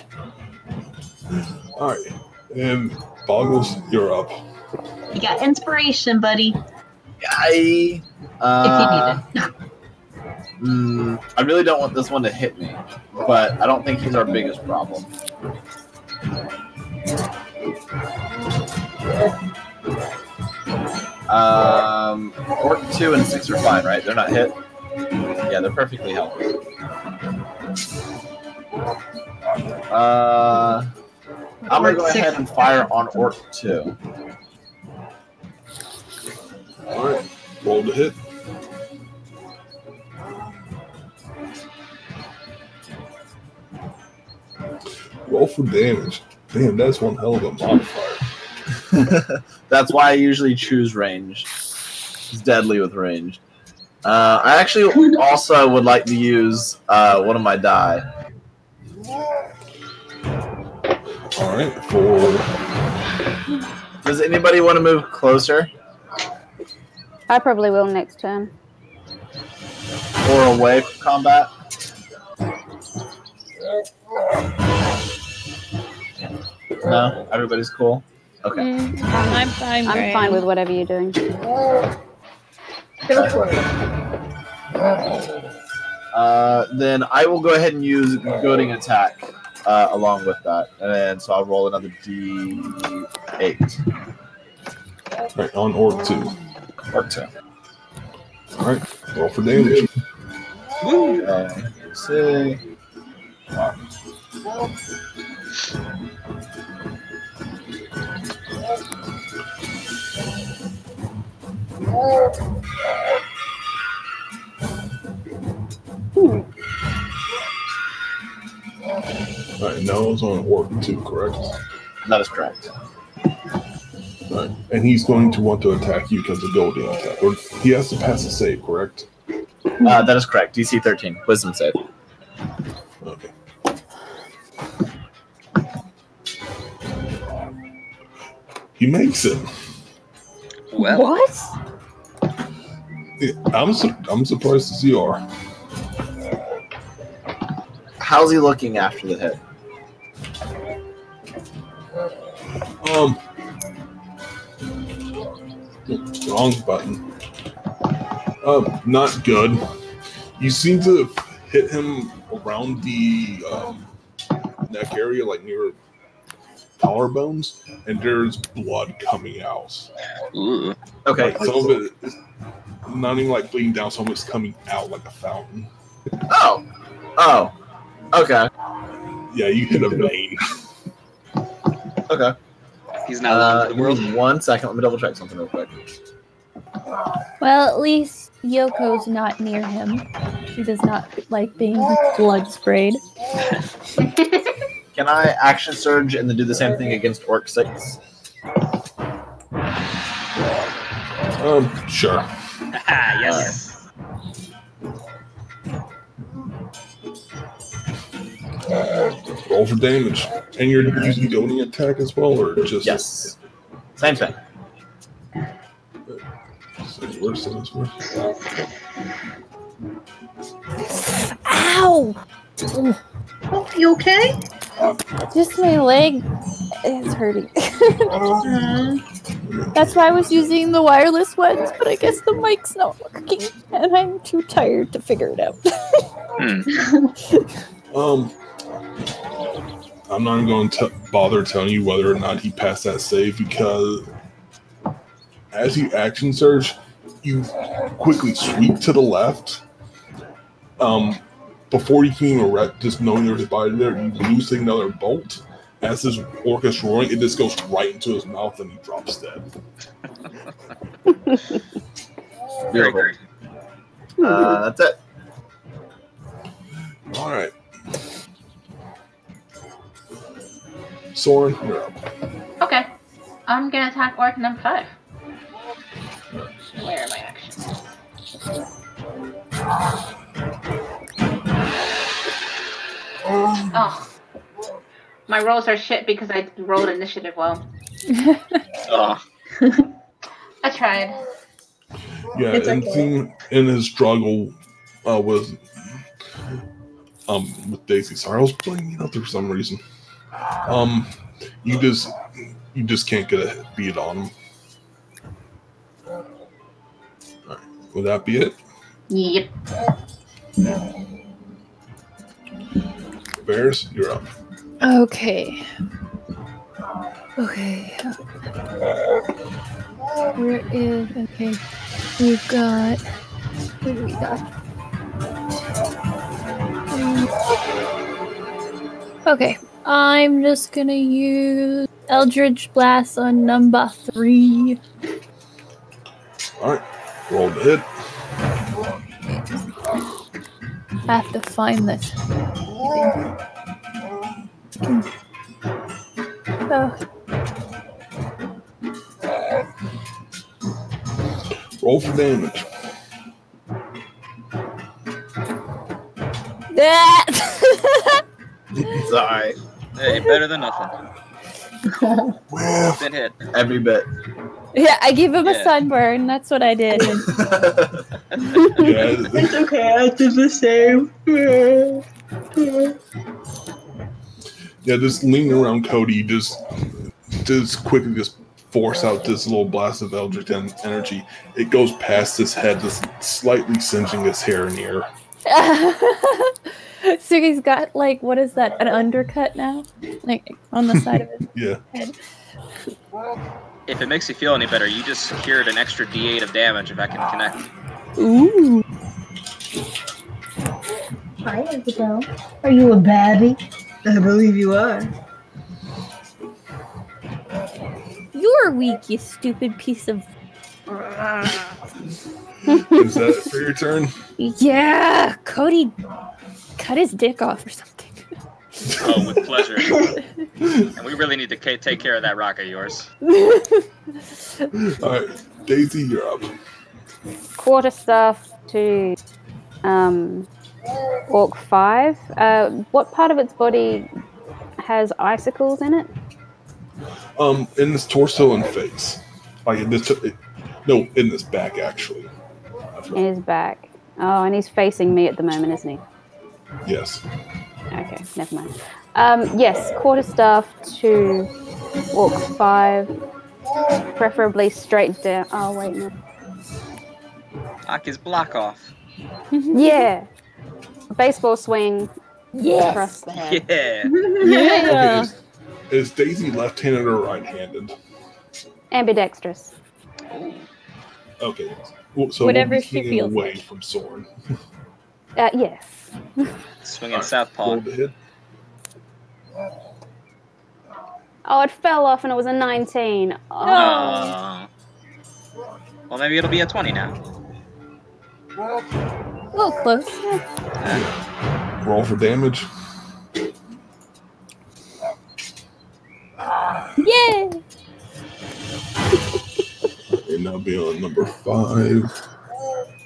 C: All right, and Boggles, you're up.
A: you got inspiration, buddy.
F: I.
A: If
F: Uh,
A: you need it.
F: mm, I really don't want this one to hit me, but I don't think he's our biggest problem. Um, orc two and six are fine, right? They're not hit. Yeah, they're perfectly healthy. Uh, I'm gonna
A: Orc
F: go
A: six.
F: ahead and fire on orc two.
C: All right, roll to hit. Roll for damage. Damn, that's one hell of a modifier.
F: That's why I usually choose range. It's deadly with range. Uh, I actually also would like to use uh, one of my die.
C: All right, for
F: Does anybody want to move closer
E: I probably will next turn.
F: or away from combat? No, everybody's cool. Okay.
N: Mm, I'm fine.
E: I'm
N: Greg.
E: fine with whatever you're doing.
B: Go for it.
F: Uh, then I will go ahead and use goading attack uh, along with that, and then so I'll roll another d8
C: right, on orc two.
F: or two.
C: All right, roll for damage.
F: Okay, see.
C: All right, now it's on orc two, correct?
F: That is correct.
C: All right, and he's going to want to attack you because of golden attack. Or he has to pass a save, correct?
F: Uh, that is correct. DC 13, Wisdom save.
C: Okay. He makes it.
D: Well,
E: What?
C: I'm su- I'm surprised to see you are.
F: how's he looking after the hit?
C: Um, wrong button. Um, not good. You seem to have hit him around the um, neck area, like near collarbones, and there's blood coming out.
F: Okay.
C: Like some of it is not even like bleeding down, some of it's coming out like a fountain.
F: Oh. Oh. Okay.
C: Yeah, you hit a vein.
F: Okay.
D: He's
F: not uh, the world. One second, let me double check something real quick.
B: Well, at least Yoko's not near him. She does not like being blood sprayed.
F: Can I action surge and then do the same thing against Orc Six?
C: Um, sure.
D: Ah, yes.
C: Uh, Roll for damage. And you're using goading attack as well, or just
F: Yes. Same thing.
C: It's worse than it's worse.
B: Ow!
A: You okay?
B: Just my leg is hurting.
N: Uh-huh.
B: That's why I was using the wireless ones, but I guess the mic's not working, and I'm too tired to figure it out.
C: Um, I'm not even going to bother telling you whether or not he passed that save because as you action surge, you quickly sweep to the left. Um, before you can even rep, just knowing there's a body there, you loose another bolt. As this orc is roaring, it just goes right into his mouth and he drops dead.
D: Very great.
F: Uh, that's it.
C: All right. Soren, you're up.
I: Okay. I'm gonna attack orc number five. Where are my actions? Oh. My rolls are shit because I rolled initiative well.
D: Oh,
I: I tried.
C: Yeah,
I: It's
C: and
I: okay.
C: seeing in his struggle uh, with um with Daisy. Sorry, I was playing it up there for some reason. Um, you just you just can't get a beat on him. All right, would that be it?
I: Yep.
C: Bears, you're up.
B: Okay. Okay. Where is okay? We've got. What do we got? Mm. Okay, I'm just gonna use Eldridge Blast on number three.
C: All right, roll to hit.
B: I have to find this. Oh,
C: Roll for damage.
B: that.
F: Sorry.
D: hey, better than nothing.
C: Well,
D: Been hit.
F: Every bit.
B: yeah, I gave him
D: Yeah.
B: a sunburn. That's what I did.
C: yeah,
A: It's okay. I did the same.
C: yeah, just leaning around Cody, you just just quickly just force out this little blast of Eldritch en- energy. It goes past his head, just slightly singeing his hair in the air.
B: so he's got like what is that? An undercut now, like on the side of his
C: Yeah.
B: head.
D: If it makes you feel any better, you just secured an extra D8 of damage if I can connect.
B: Ooh.
A: Hi, Isabel. Are you a baby? I believe you are.
B: You're weak, you stupid piece of.
C: Is that it for your turn?
B: Yeah, Cody cut his dick off or something.
D: Oh, with pleasure. and we really need to ca- take care of that rock of yours.
C: All right, Daisy, you're up.
E: Quarter staff to um, Orc 5. Uh, what part of its body has icicles in it?
C: Um, in this torso and face, like in this, it, no, in this back actually.
E: In his back. Oh, and he's facing me at the moment, isn't he?
C: Yes.
E: Okay, never mind. Um, yes, quarterstaff to walk five, preferably straight down. Oh wait, no.
D: Knock his block off.
E: yeah, baseball swing
D: Yes.
E: across the head.
D: Yeah.
C: Okay, is, is Daisy left-handed or right-handed?
E: Ambidextrous.
C: Okay. Well, so
E: Whatever
C: we'll be
E: she
C: swinging
E: feels
C: away from Soren.
E: Uh, yes.
D: Swinging southpaw.
C: Roll to hit.
E: Oh, it fell off and it was a 19. Oh.
D: Oh. Well, maybe it'll be a 20 now.
B: A little close.
C: Roll for damage.
B: Yay!
C: And that'll be on number five.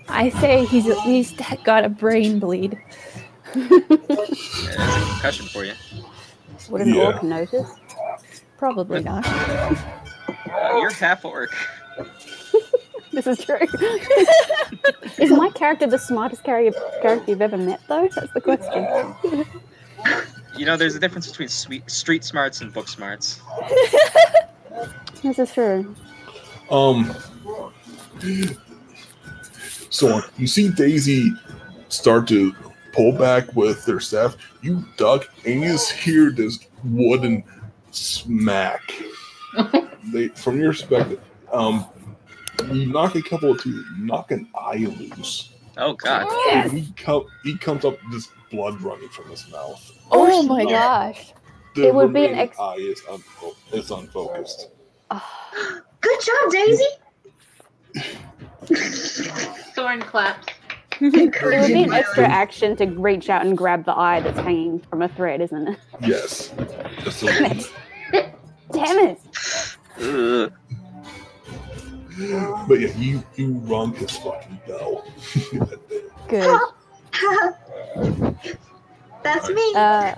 B: I say he's at least got a brain bleed.
D: Yeah, that's a concussion for you.
E: Would an
D: Yeah.
E: orc notice?
B: Probably not.
D: Uh, you're half orc.
E: This is true. is my character the smartest character character you've ever met, though? That's the question.
D: You know, there's a difference between sweet, street smarts and book smarts.
E: this is true.
C: Um. So you see Daisy start to pull back with their staff. You duck, and you just hear this wooden smack. they, from your perspective, um, you knock a couple of teeth, knock an eye loose.
D: Oh God.
C: And He, co- he comes up, just blood running from his mouth.
E: Oh my gosh.
C: The
E: It would be an
C: remaining
E: ex-
C: eye is, unfo- is unfocused.
K: Good job, Daisy.
I: Soren claps.
E: It would be an extra action to reach out and grab the eye that's hanging from a thread, isn't it?
C: Yes. That's the
E: Damn it. Damn it.
D: Ugh.
C: But yeah, you you rung his fucking bell.
E: Good.
K: That's me.
E: Uh,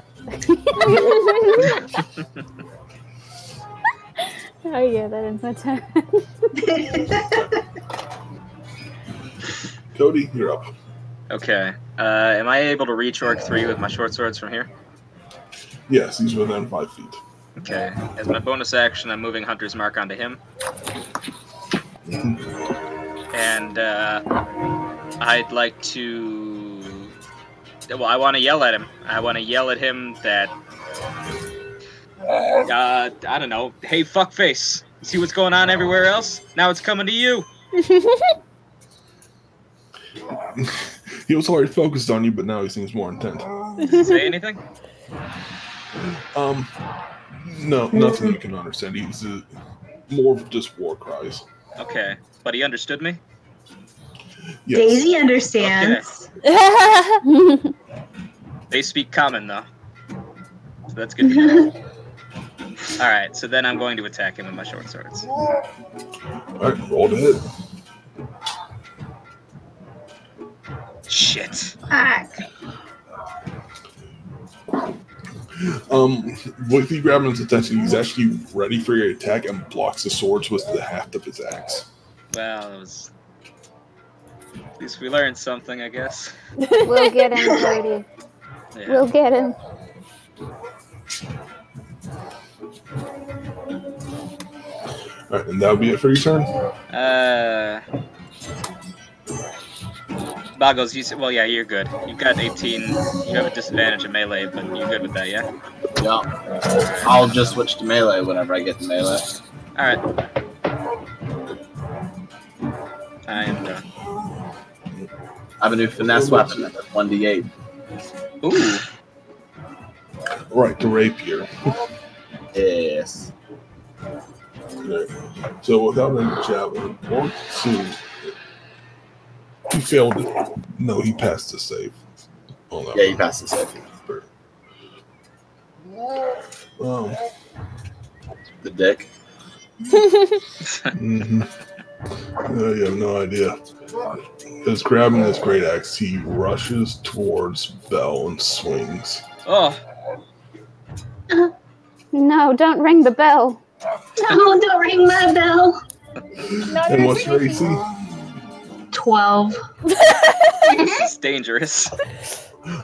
E: oh yeah, that ends my turn.
C: Cody, you're up.
D: Okay. Uh, am I able to reach orc three with my short swords from here?
C: Yes, he's within five feet.
D: Okay. As my bonus action, I'm moving Hunter's Mark onto him. And uh, I'd like to. Well, I want to yell at him. I want to yell at him that. Uh, I don't know. Hey, fuckface. See what's going on everywhere else? Now it's coming to you.
C: He was already focused on you, but now he seems more intent.
D: Say anything?
C: Um, no, nothing you can understand. He's uh, more of just war cries.
D: Okay. But he understood me?
C: Yes.
K: Daisy understands.
D: They speak common, though. So that's good to know. Alright, so then I'm going to attack him with my short swords.
C: All right, roll to hit.
D: Shit.
C: Um, with you grabbing his attention, he's actually ready for your attack and blocks the swords with the haft of his axe.
D: Well, it was. At least we learned something, I guess.
E: we'll get him, Cody.
D: Yeah.
E: We'll get him.
C: All right, and that'll be it for your turn.
D: Uh. Boggles, you said, well, yeah, you're good. You've got 18. You have a disadvantage in melee, but you're good with that, yeah?
F: No. I'll just switch to melee whenever I get to melee.
D: Alright. I am done.
F: I have a new finesse weapon that's 1d8.
D: Ooh.
C: Right, the rapier.
F: Yes.
C: So without any javelin, one, two. He failed it. No, he passed the save. On that
F: Yeah,
C: one.
F: you passed the save.
C: Um,
F: The dick.
C: mhm. No, you have no idea. Is grabbing this great axe, he rushes towards Bell and swings.
D: Oh,
E: No, don't ring the bell.
K: No, don't ring my bell.
C: and what's your AC?
K: Twelve.
D: this is dangerous.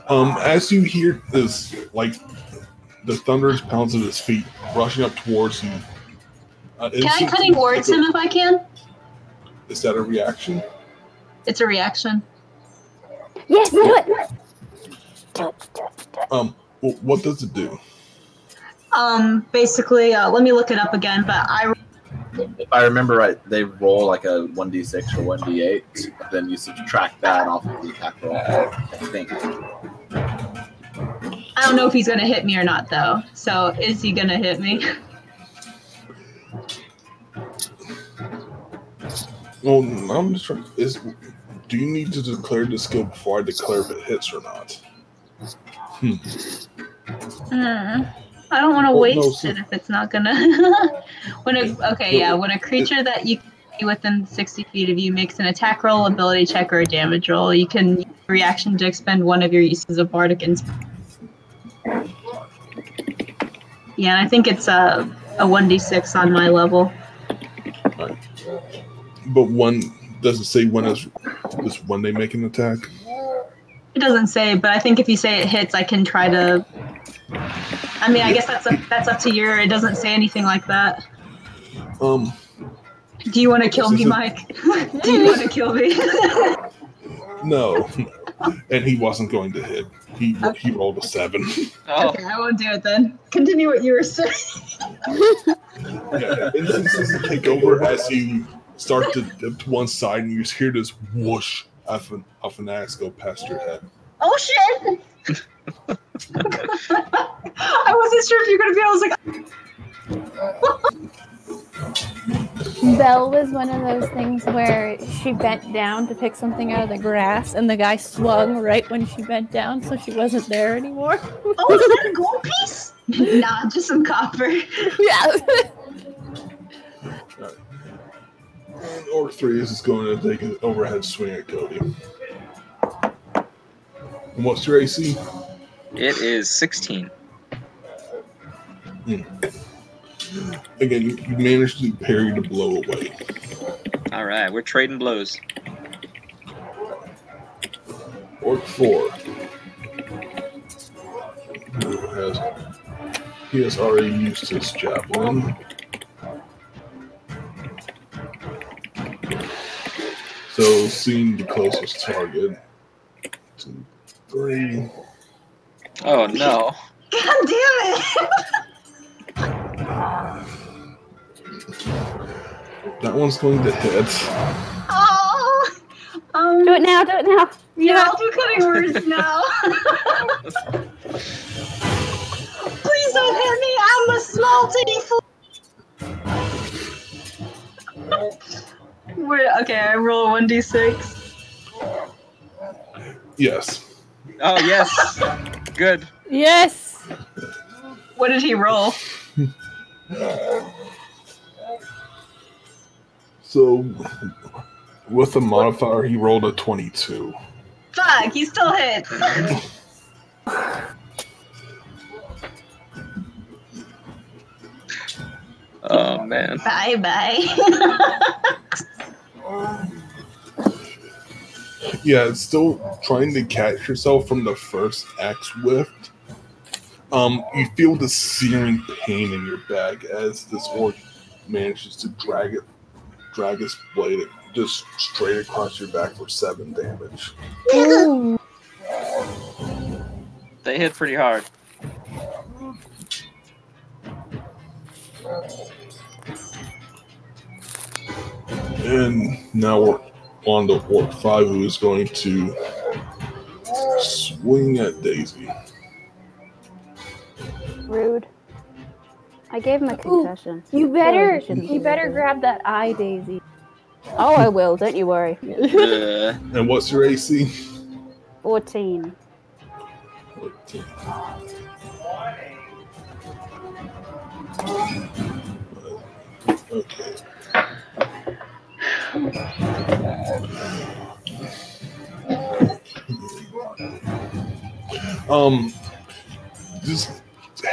C: Um, as you hear this, like the thunder is pounds at his feet, rushing up towards you. Uh,
A: Can I
C: it's-
A: cutting words him if I can?
C: Is that a reaction?
A: It's a reaction.
O: Yes, do it.
C: Um, wh- what does it do?
P: Um, basically, uh, let me look it up again, but I
F: If I remember right, they roll like a one d six or one d eight, then you subtract that off of the attack roll. I think.
P: I don't know if he's gonna hit me or not though. So is he gonna hit me?
C: Well, I'm just trying. Is do you need to declare the skill before I declare if it hits or not? Hmm.
A: Mm. I don't want to
C: Well, Oh, no,
A: waste
C: so-
A: it if it's not gonna. when a, okay, yeah,
C: No,
A: when a creature that you can see within 60 feet of you makes an attack roll, ability check, or a damage roll, you can use a reaction to expend one of your uses of bardic inspiration. Yeah, and I think it's a a 1d6 on my level.
C: But one doesn't say when is is when they make an attack.
A: It doesn't say, but I think if you say it hits, I can try to. I mean, I guess that's up, that's up to your. It doesn't say anything like that.
C: Um,
A: Do you want to kill me, Mike? Do you want to kill me?
C: no, and he wasn't going to hit. He he rolled a seven.
D: Oh.
A: Okay, I won't do it then. Continue what you were saying.
C: yeah, instances take over as you start to dip to one side, and you just hear this whoosh of an of an axe go past your head.
A: Oh shit! I wasn't sure if you're gonna be. I was like,
B: Belle was one of those things where she bent down to pick something out of the grass, and the guy swung right when she bent down, so she wasn't there anymore.
A: oh, is that a gold piece? nah, just some copper.
B: yeah.
C: And Orc three is just going to take an overhead swing at Cody. And what's your AC?
D: It is 16.
C: Again, you, you managed to parry the blow away.
D: All right, we're trading blows.
C: Orc four. Who has he has already used his javelin. So seeing the closest target. Two, three.
D: Oh no.
A: God damn it!
C: That one's going to hit.
A: Oh, um,
E: Do it now. Do it now.
A: Yeah, I'll do cutting words now. Please don't hit me. I'm a small titty. Fl- Wait, okay, I roll a 1d6.
C: Yes.
D: Oh yes. Good.
B: Yes.
A: What did he roll?
C: So with the modifier, he rolled a twenty-two.
A: Fuck, he still hits.
D: Oh man.
A: bye bye.
C: Yeah, it's still trying to catch yourself from the first axe whiff. Um, you feel the searing pain in your back as this orc manages to drag it, drag its blade just straight across your back for seven damage.
D: They hit pretty hard.
C: And now we're on to orc five, who is going to swing at Daisy.
E: Rude. I gave him a concussion.
O: You
E: Probably
O: better,
E: shouldn't
O: you
E: do
O: better
E: that.
O: grab that eye, Daisy.
E: Oh, I will. Don't you worry.
D: Uh,
C: And what's your AC?
E: Fourteen.
C: Fourteen. Okay. Um, just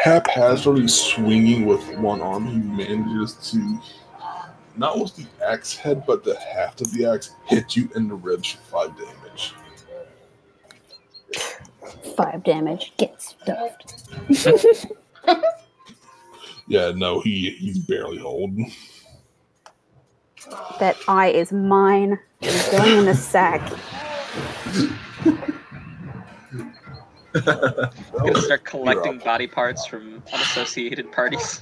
C: haphazardly swinging with one arm, he manages to not with the axe head, but the haft of the axe hit you in the ribs for five damage.
E: Five damage. Get stuffed.
C: Yeah, no, he he's barely holding.
E: That eye is mine. It's going in the sack.
D: gonna start collecting body parts from unassociated parties.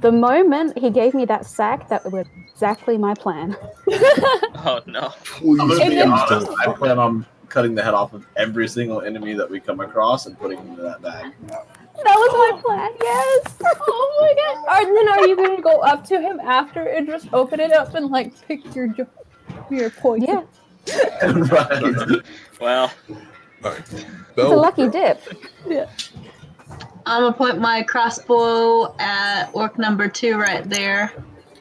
E: The moment he gave me that sack, that was exactly my plan.
D: Oh no!
F: I'm gonna
E: And
F: be
E: then-
F: honest. I plan on cutting the head off of every single enemy that we come across and putting them into that bag.
B: That was my plan. Yes. Oh my god. And then are you gonna go up to him after and just open it up and like pick your jo- your point? Yeah.
F: right.
D: Well,
C: That
E: It's a lucky dip.
B: Yeah.
A: I'm gonna point my crossbow at orc number two right there.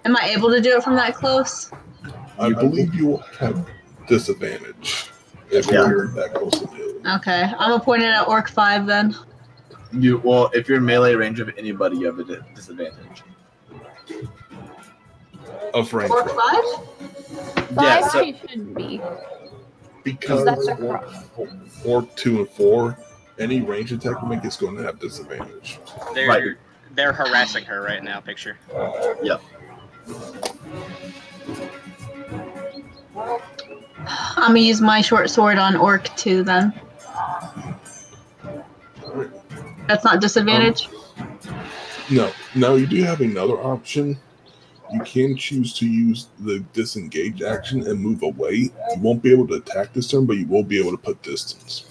A: Am I able to do it from that close?
C: I believe you will have disadvantage if
F: Yeah.
C: you're that close to him.
A: Okay, I'm gonna point it at orc five then.
F: You well, if you're in melee range of anybody, you have a di- disadvantage.
C: Of range
A: Orc
C: roll.
A: five?
F: Yeah,
B: Five
F: so
B: she should be.
C: Because
B: That's a
C: orc, orc two and four, any range attack you make is going to have disadvantage.
D: they're
F: Right.
D: they're harassing her right now. Picture.
A: I'm gonna use my short sword on orc two then. That's not disadvantage.
C: No, now you do have another option. You can choose to use the disengage action and move away. You won't be able to attack this turn, but you will be able to put distance.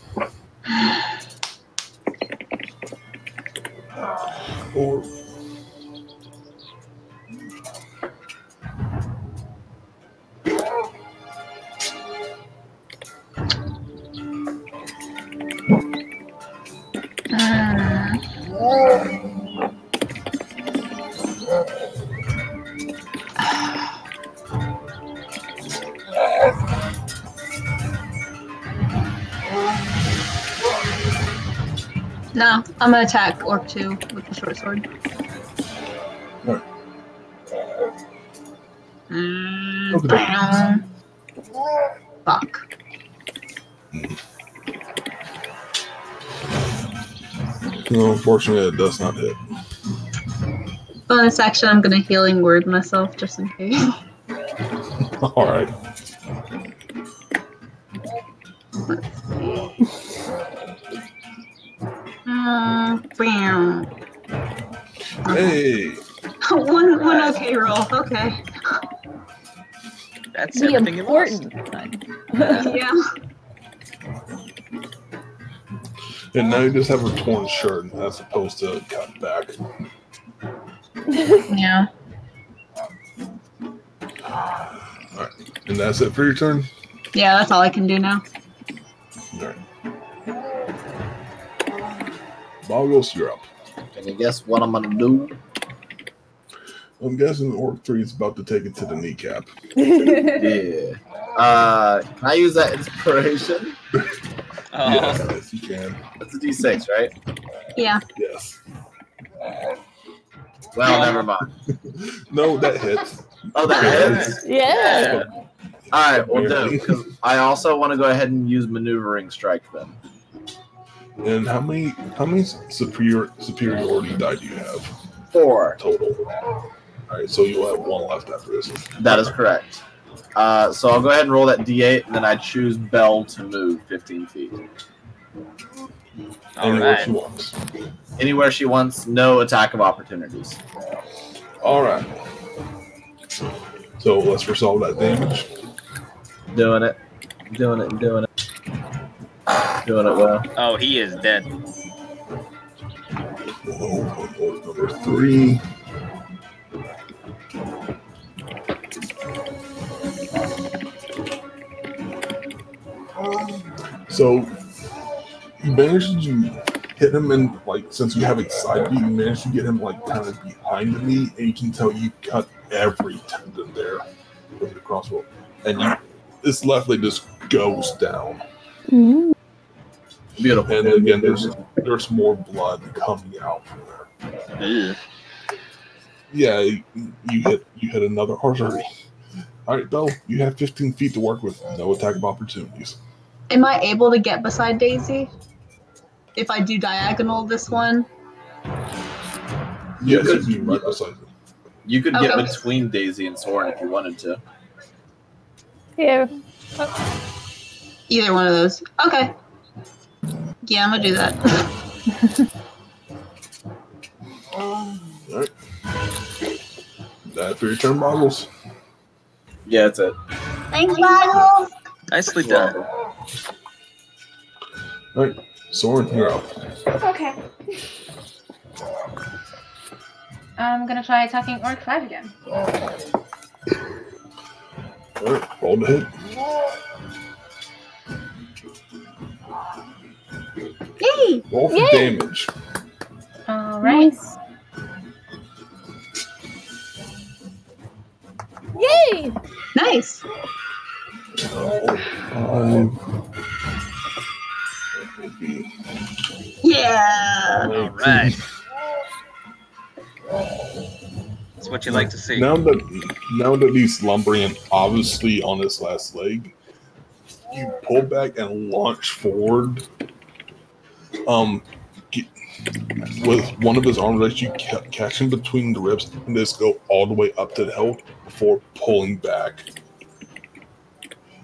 C: Or
A: No, I'm gonna attack orc two with the short sword.
C: Alright.
A: Mm,
C: Okay.
A: bam. Fuck.
C: no, unfortunately, it does not hit.
A: Bonus action, I'm gonna healing word myself just in case.
C: All right.
A: Mm, bam.
C: Hey,
A: one one okay roll. Okay.
D: That's
B: The
D: everything you lost.
B: important one.
A: Yeah.
C: and now you just have a torn shirt as opposed to cut back.
A: Yeah.
C: And that's it for your turn.
A: Yeah, that's all I can do now.
C: All right. Boggles, you're up.
F: can you guess what I'm gonna do?
C: I'm guessing Orc 3 is about to take it to the kneecap.
F: Yeah. Uh, can I use that inspiration?
D: Oh,
C: Yes, you can.
F: That's a D6, right?
A: Yeah.
C: Yes.
F: Well, never mind.
C: No, that hits.
F: Oh, that is.
B: Yeah.
F: All right, well, no, because I also want to go ahead and use maneuvering strike then.
C: And how many how many superior superiority die do you have
F: Four.
C: total? All right, so you'll have one left after this.
F: That is correct. Uh, so I'll go ahead and roll that D8, and then I choose Bell to move 15 feet.
D: all
C: Anywhere
D: right.
C: she wants.
F: Anywhere she wants, no attack of opportunities.
C: All right. So let's resolve that damage.
F: Doing it, doing it, doing it, doing it well.
D: Oh, he is dead.
C: Whoa, whoa, whoa, number three. So you managed to hit him and like since you have a side view, you managed to get him like kind of behind the knee, and you can tell you cut every tendon there with the crossbow, and you, this left leg just goes down.
F: Beautiful.
C: And again, there's there's more blood coming out from there.
D: Ugh.
C: Yeah, you you hit you hit another artery. All right, Bell, you have 15 feet to work with. No attack of opportunities.
A: Am I able to get beside Daisy? if I do diagonal this one?
C: Yes, you can right beside them.
F: You could get
A: Okay.
F: between Daisy and Soren if you wanted to.
B: Yeah.
A: Either one of those. Okay. Yeah, I'm gonna do that.
C: All right. That for your turn, models.
F: Yeah, that's it.
K: Thanks, Boggle.
D: Nicely done.
C: All right, Soren, you're up.
I: Okay. I'm gonna try attacking Orc 5 again.
C: All right, roll to hit.
K: Yay!
C: Roll for
K: Yay!
C: damage.
I: Alright.
B: Yay!
A: Nice.
C: Um,
A: Yeah.
D: All right. That's what you like to see.
C: now that now that he's lumbering and obviously on his last leg, you pull back and launch forward. Um, get, with one of his arms, that you ca- catch him between the ribs and just go all the way up to the hilt before pulling back.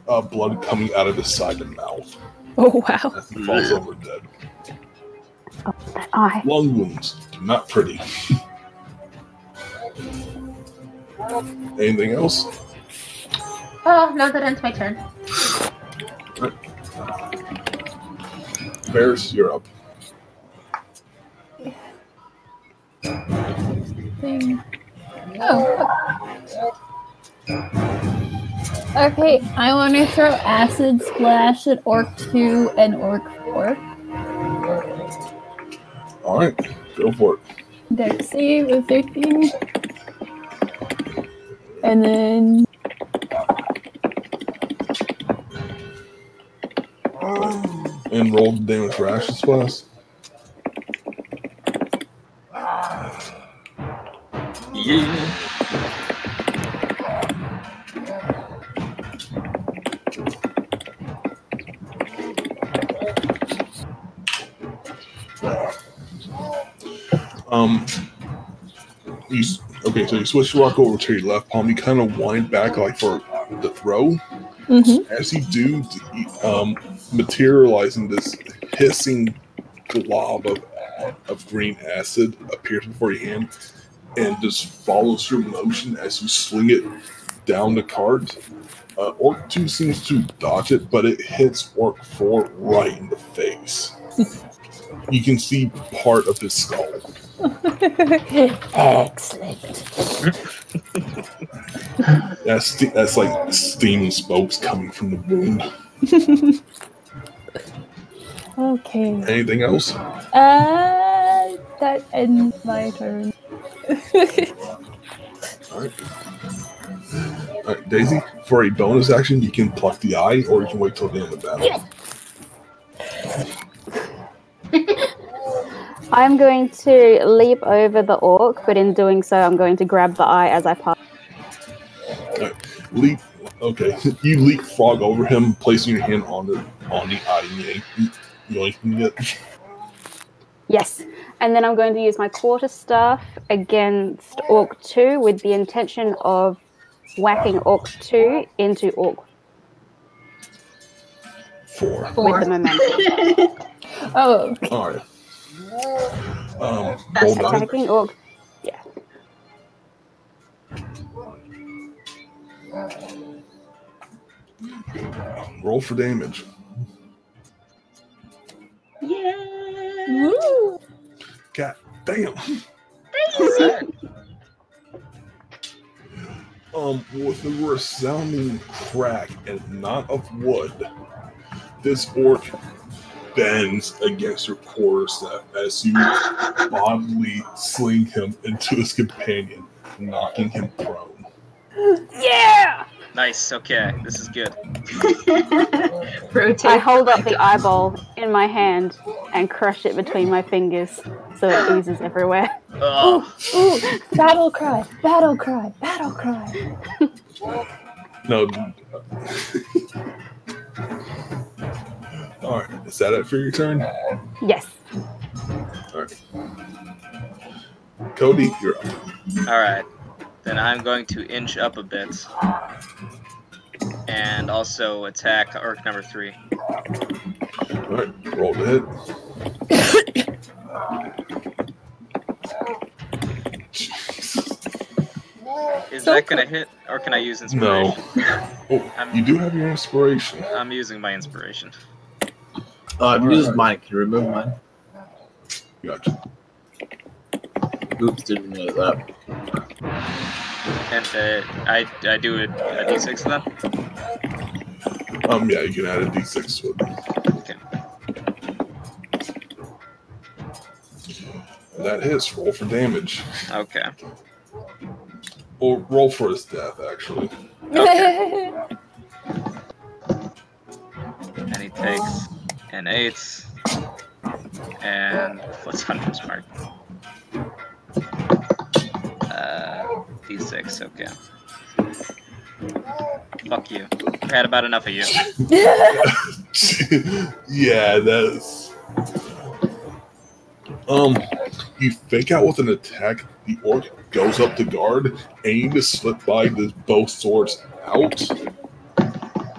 C: Uh, blood coming out of his side and mouth.
B: Oh wow.
C: He falls over dead.
E: That eye.
C: Lung wounds, not pretty. Anything else?
I: Oh, no, that ends my turn.
C: Bears, you're up.
B: Thing. Oh. Okay, I want to throw acid splash at orc two and orc four.
C: All right, go for it.
B: Dex save of 13. And then.
C: And roll the damage for Action Splash.
D: Yeah.
C: Um, you s- okay? So you switch your rock over to your left palm. You kind of wind back like for the throw. As you do, t- um, materializing this hissing glob of of green acid appears before your hand and just follows your motion as you sling it down the cart. Uh, orc two seems to dodge it, but it hits orc four right in the face. you can see part of his skull.
G: Excellent.
C: That's ste- that's like steam and spokes coming from the wound.
B: Okay.
C: Anything else?
B: Uh, that ends my turn.
C: All right. All right, Daisy. For a bonus action, you can pluck the eye, or you can wait till the end of the battle.
E: I'm going to leap over the orc, but in doing so, I'm going to grab the eye as I pass.
C: Leap. Okay, you leapfrog over him, placing your hand on the on the eye. and yank- You only can get.
E: Yes. And then I'm going to use my quarter staff against Orc 2 with the intention of whacking Orc 2 into Orc
C: Four.
E: with the momentum.
B: Oh,
C: All right. Um, roll
E: That's
C: down.
E: attacking Orc.
C: Roll for damage.
K: Yeah.
B: woo!
C: God damn. Um, with a resounding crack and not of wood, this orc bends against your quarterstaff as you bodily sling him into his companion, knocking him prone.
D: Nice. Okay. This is good.
E: I
A: Rotate.
E: hold up the eyeball in my hand and crush it between my fingers so it oozes everywhere.
D: Oh,
B: Ooh, battle cry, battle cry, battle cry.
C: No. All right. Is that it for your turn?
E: Yes.
C: All right. Cody, you're up.
D: All right. Then I'm going to inch up a bit and also attack Orc number three.
C: All right. Roll to hit.
D: Is that going to hit, or can I use
C: No.
D: inspiration?
C: Oh, you do have your inspiration.
D: I'm using my inspiration.
F: Uh, I've used mine. Can you remove mine?
C: Gotcha.
F: Oops, didn't know that.
D: And uh, I, I do it a d6 then?
C: Um, yeah, you can add a d6 to it.
D: Okay.
C: That hits. Roll for damage.
D: Okay.
C: Or roll for his death, actually.
D: And he takes an 8. And what's on his mark? Uh, d6, okay. Fuck you. I had about enough of you.
C: yeah, that is. Um, you fake out with an attack. The orc goes up to guard, aim to slip by the both swords out.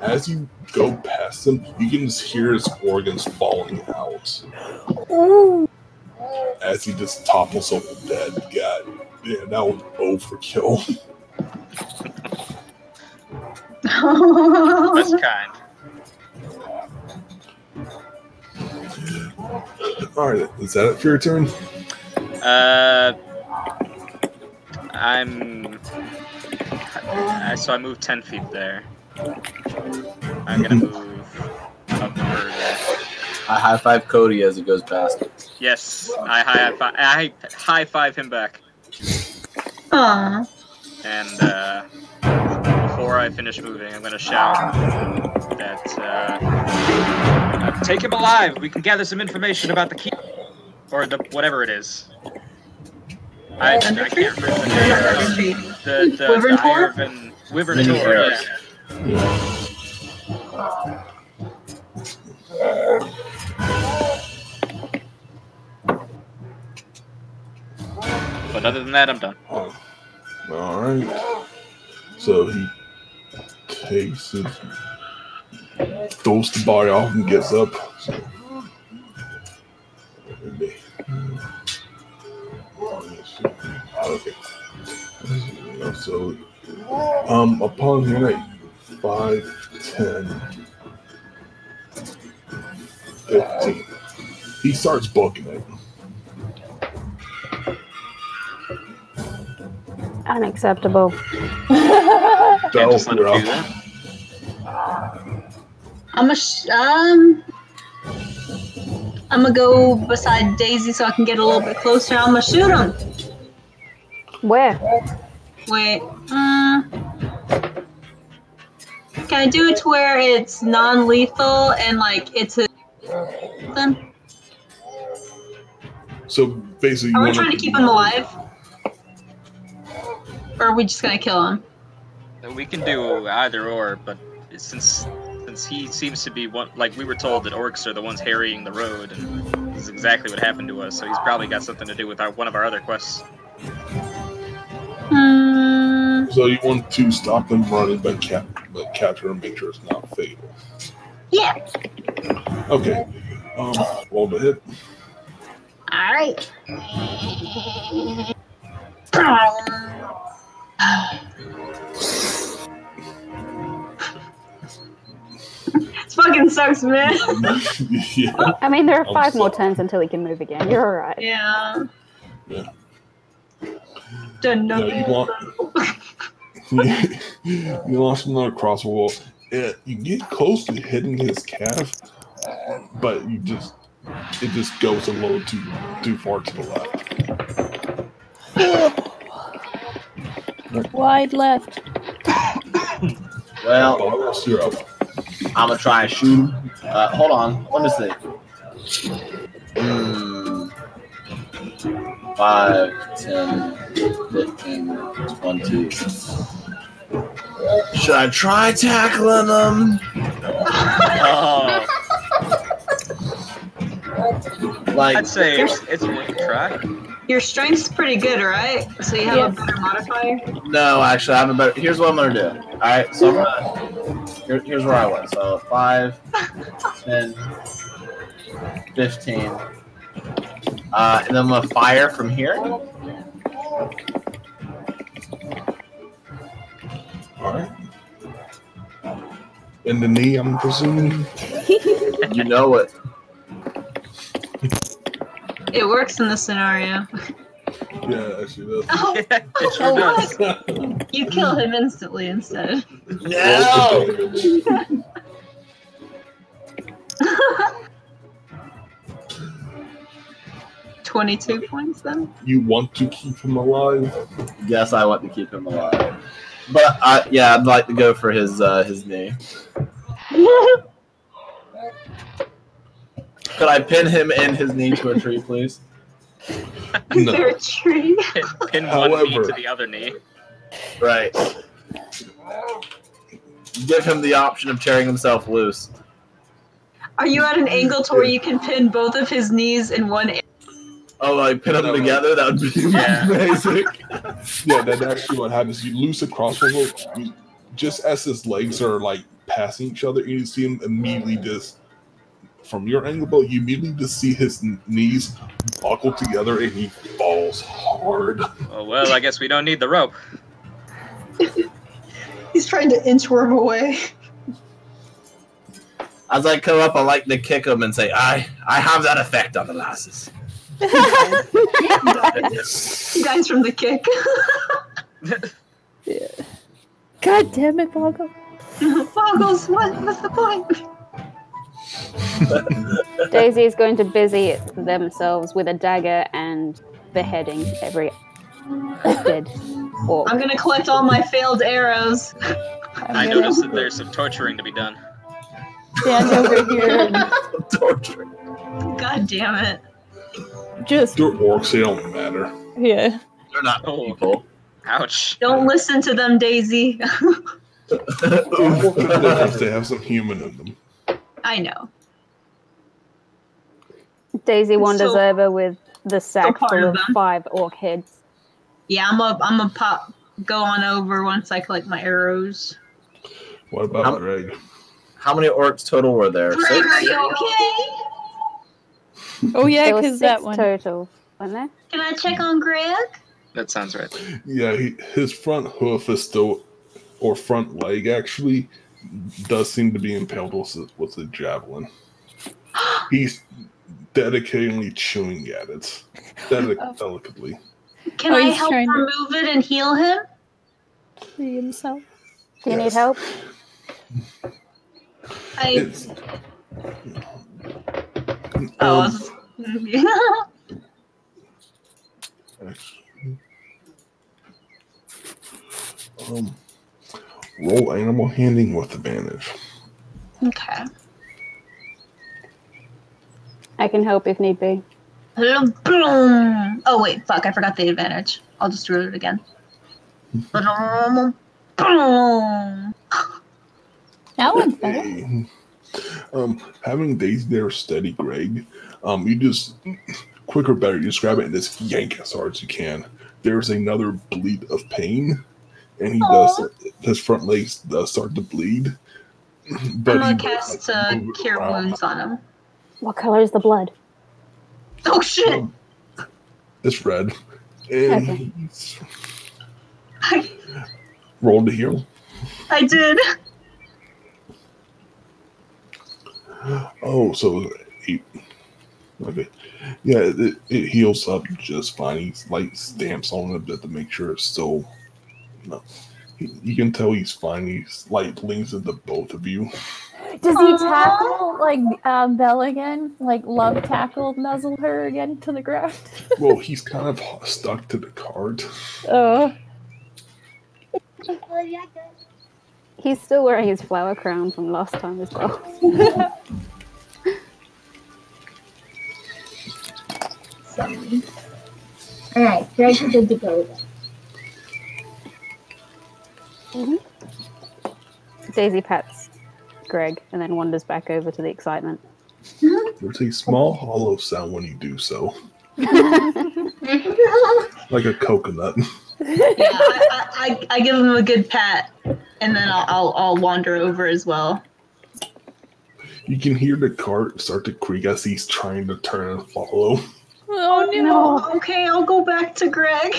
C: As you go past him, you can just hear his organs falling out
G: Ooh.
C: as he just topples over dead. God, yeah, that was overkill.
D: That's kind.
C: All right, is that it for your turn?
D: Uh, I'm. I, so I move 10 feet there. I'm gonna move up further.
F: I high five Cody as he goes past.
D: Yes, I high five, I high five him back.
K: Aww.
D: And uh, before I finish moving, I'm gonna shout that uh, take him alive. We can gather some information about the key or the whatever it is. I, I can't remember the name. of The, the, the
K: Wyvern Tor?
D: Iron- Wyvern
F: Mini
D: Tor,
F: Earth.
D: yeah. But other than that, I'm done.
C: Oh. All right. So he takes it, throws the body off, and gets up. So, okay. So, um, upon hearing that, 5, 10, 15, he starts booking it.
E: Unacceptable.
D: Can't
C: Oh,
D: just let him
C: bro.
D: do that.
A: I'm a sh- um. I'm gonna go beside Daisy so I can get a little bit closer. I'm gonna shoot him.
E: Where?
A: Wait. Mm. Can I do it to where it's non-lethal and like it's a then?
C: So basically, you
A: Are we
C: wanna-
A: trying to keep him alive? Or are we just gonna kill him?
D: We can do either or, but since since he seems to be one, like we were told that orcs are the ones harrying the road, and this is exactly what happened to us. So he's probably got something to do with our, one of our other quests.
A: Hmm.
C: So you want to stop them running, but cap, but capture and make sure it's not fatal.
A: Yeah.
C: Okay. Um, roll the hit.
A: All right. This fucking sucks, man.
C: yeah.
E: I mean, there are
C: I'm
E: five more
C: sorry.
E: turns until he can move again. You're alright.
A: Yeah.
C: Yeah.
A: Done
C: Yeah,
A: nothing.
C: you want. you launch another crossbow. Wall. Yeah, you get close to hitting his calf, but you just it just goes a little too too far to the left.
B: Wide left.
F: Well,
C: Bottles, you're up.
F: I'm gonna try and shoot him. Uh, hold on. Let me see. Hmm. 5, 10, 15, 20. Should I try tackling him?
D: Oh,
F: Like,
D: I'd say it's, it's worth a try.
A: Your strength's pretty good, right? So you have a better modifier.
F: No, actually, I have a better. Here's what I'm gonna do. All right, so I'm gonna. Here, here's where I went. So 5, 10, 15. Uh, and then I'm gonna fire from here.
C: All right. In the knee, I'm presuming.
F: you know it.
A: It works in this scenario.
C: Yeah, actually, that's.
A: Oh,
D: it
A: sure does. You kill him instantly instead. Twenty-two points then.
C: You want to keep him alive?
F: Yes, I want to keep him alive. But I, yeah, I'd like to go for his uh, his knee. Could I pin him and his knee to a tree, please?
C: No.
A: They're a tree.
D: Pin one knee
C: However-
D: to the other knee.
F: Right. Give him the option of tearing himself loose.
A: Are you at an angle to where you can pin both of his knees in one? a-
F: Oh, like pin them together? That would be
D: Yeah.
F: amazing.
C: Yeah, that's actually what happens. You lose the crossover. you- Just as his legs are like passing each other, you see him immediately just from your angle, but you immediately just see his kn- knees buckle together and he falls hard.
D: Oh well, I guess we don't need the rope.
K: He's trying to inchworm away.
F: As I come up, I like to kick him and say, "I, I have that effect on the lasses."
A: He dies from the kick.
B: God damn it, Boggle.
A: Boggles, what? What's the point?
E: Daisy is going to busy themselves with a dagger and beheading every dead orc.
A: I'm gonna collect all my failed arrows.
D: I noticed that there's some torturing to be done.
B: Stand over here and
F: Torture.
A: God damn it.
B: just
C: They're orcs, they don't matter.
B: yeah.
F: They're not people.
D: Oh. Ouch.
A: Don't listen to them, Daisy.
C: Orcs are different, they have some human in them.
A: I know.
E: Daisy wanders
A: So-
E: over with the sack
A: part
E: full
A: of
E: of
A: them.
E: five orc heads.
A: Yeah, I'm a I'm a pop go on over once I collect my arrows.
C: What about
F: I'm-
C: Greg?
F: How many orcs total were there?
A: Greg,
F: Six?
A: are you okay?
B: Oh yeah,
E: there were
B: because
E: six
B: that one.
E: total, weren't there?
A: Can I check on Greg?
D: That sounds right.
C: Yeah, he, his front hoof is still, or front leg actually, does seem to be impaled with a, with a javelin. He's dedicatedly chewing at it, Dedic- delicately.
A: Can
B: Oh,
A: I
B: he's
A: help
B: trying to-
A: remove it and heal him?
B: See himself.
E: Do you
C: Yes.
E: need help?
A: I
C: It's,
A: oh,
C: um,
A: I was-
C: um, roll animal handling with advantage.
A: okay.
E: I can help if need be.
A: Hello, boom. Oh wait, fuck! I forgot the advantage. I'll just roll it again. Boom. Boom.
G: That one's better.
C: Hey. Mm-hmm. Um, having Daisy there steady, Greg. Um, you just quicker, better. You just grab it and just yank as hard as you can. There's another bleed of pain, and he
A: Aw.
C: does. His front legs does start to bleed.
A: I'm
C: But
A: gonna
C: he
A: cast
C: like,
A: uh,
C: move it
A: cure
C: around.
A: wounds on him.
E: What color is the blood?
A: Oh shit!
C: Um, It's red, and
E: Okay.
C: he's
A: I,
C: rolled to heal.
A: I did.
C: Oh, so he okay. Yeah, it, it heals up just fine. He like stamps on it bit to make sure it's still. No, he, you can tell he's fine. He's like leans into both of you.
B: Does he tackle like um, Belle again? Like love tackle nuzzle her again to the ground?
C: Well, he's kind of stuck to the cart.
B: Oh,
E: He's still wearing his flower crown from last time as well.
G: All right, Greg is good to go. Then.
E: Mm-hmm. Daisy pats Greg and then wanders back over to the excitement.
A: Mhm.
C: There's a small hollow sound when you do so, like a coconut.
K: yeah, I, I, I, I give him a good pat, and then I'll, I'll, I'll wander over as well.
C: You can hear the cart start to creak as he's trying to turn and follow.
K: Oh, no. Okay, I'll go back to Greg.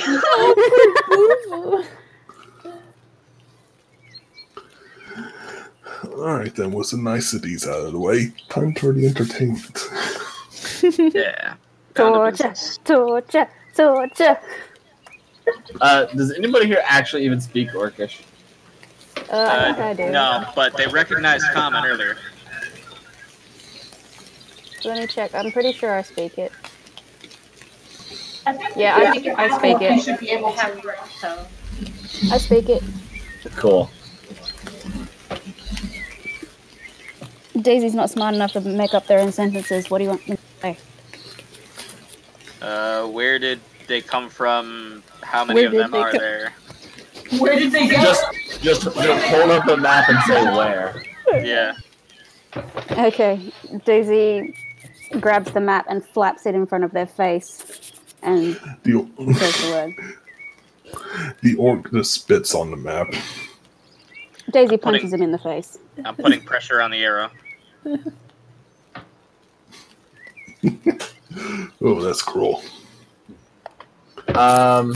C: All right, then, with the niceties out of the way, time for the entertainment.
D: yeah.
E: Torture, torture, torture.
F: Uh, does anybody here actually even speak Orcish?
E: Uh, I think I do.
D: no, but they recognized Common earlier.
E: Let me check. I'm pretty sure I speak it. Yeah, I think I speak
I: I
E: it.
I: should be able to. So.
E: I speak it.
F: Cool.
E: Daisy's not smart enough to make up their own sentences. What do you want me to say?
D: Uh, where did they come from? How many
E: Where
D: of
E: did
D: them
E: they
D: are
E: co-
D: there?
K: Where did they go?
F: Just, just, just hold up the map and say where.
D: Yeah.
E: Okay, Daisy grabs the map and flaps it in front of their face and
C: The,
E: says the word.
C: the orc just spits on the map.
E: Daisy punches him in the face.
D: I'm putting pressure on the arrow.
C: Oh, that's cruel.
F: Um,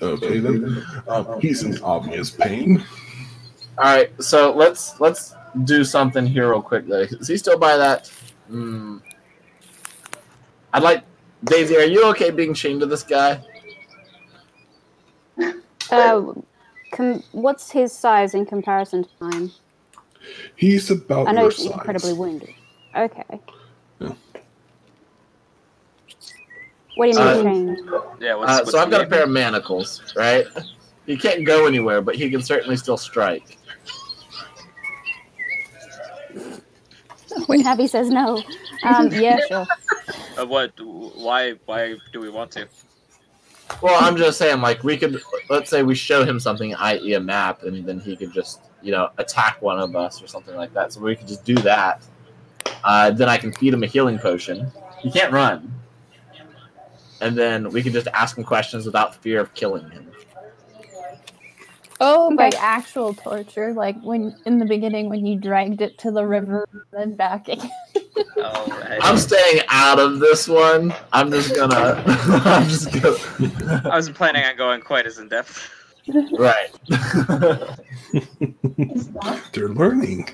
C: Okay, then. Um, he's in obvious pain.
F: all right, so let's let's do something here real quick. Though. Is he still by that? Mm. I'd like Daisy. Are you okay being chained to this guy?
E: Uh, com- what's his size in comparison to mine?
C: He's about
E: I know
C: your
E: he's
C: size.
E: incredibly wounded. Okay.
C: Yeah.
E: What do you mean
F: Uh,
E: change?
D: Yeah. What's,
F: Uh,
D: what's
F: so I've
D: the
F: got a pair of manacles, right? He can't go anywhere, but he can certainly still strike.
E: When Abby says no. Um, yeah, sure.
D: Uh, what? Why? Why do we want to?
F: Well, I'm just saying, like we could, let's say we show him something, i.e., a map, and then he could just, you know, attack one of us or something like that. So we could just do that. Uh, then I can feed him a healing potion. He can't run, and then we can just ask him questions without fear of killing him.
B: Oh,
E: Okay.
B: like actual torture, like when in the beginning when you dragged it to the river and then back again.
D: Oh, hey.
F: I'm staying out of this one. I'm just gonna. I'm just gonna.
D: I wasn't planning on going quite as in depth.
F: right.
C: They're learning.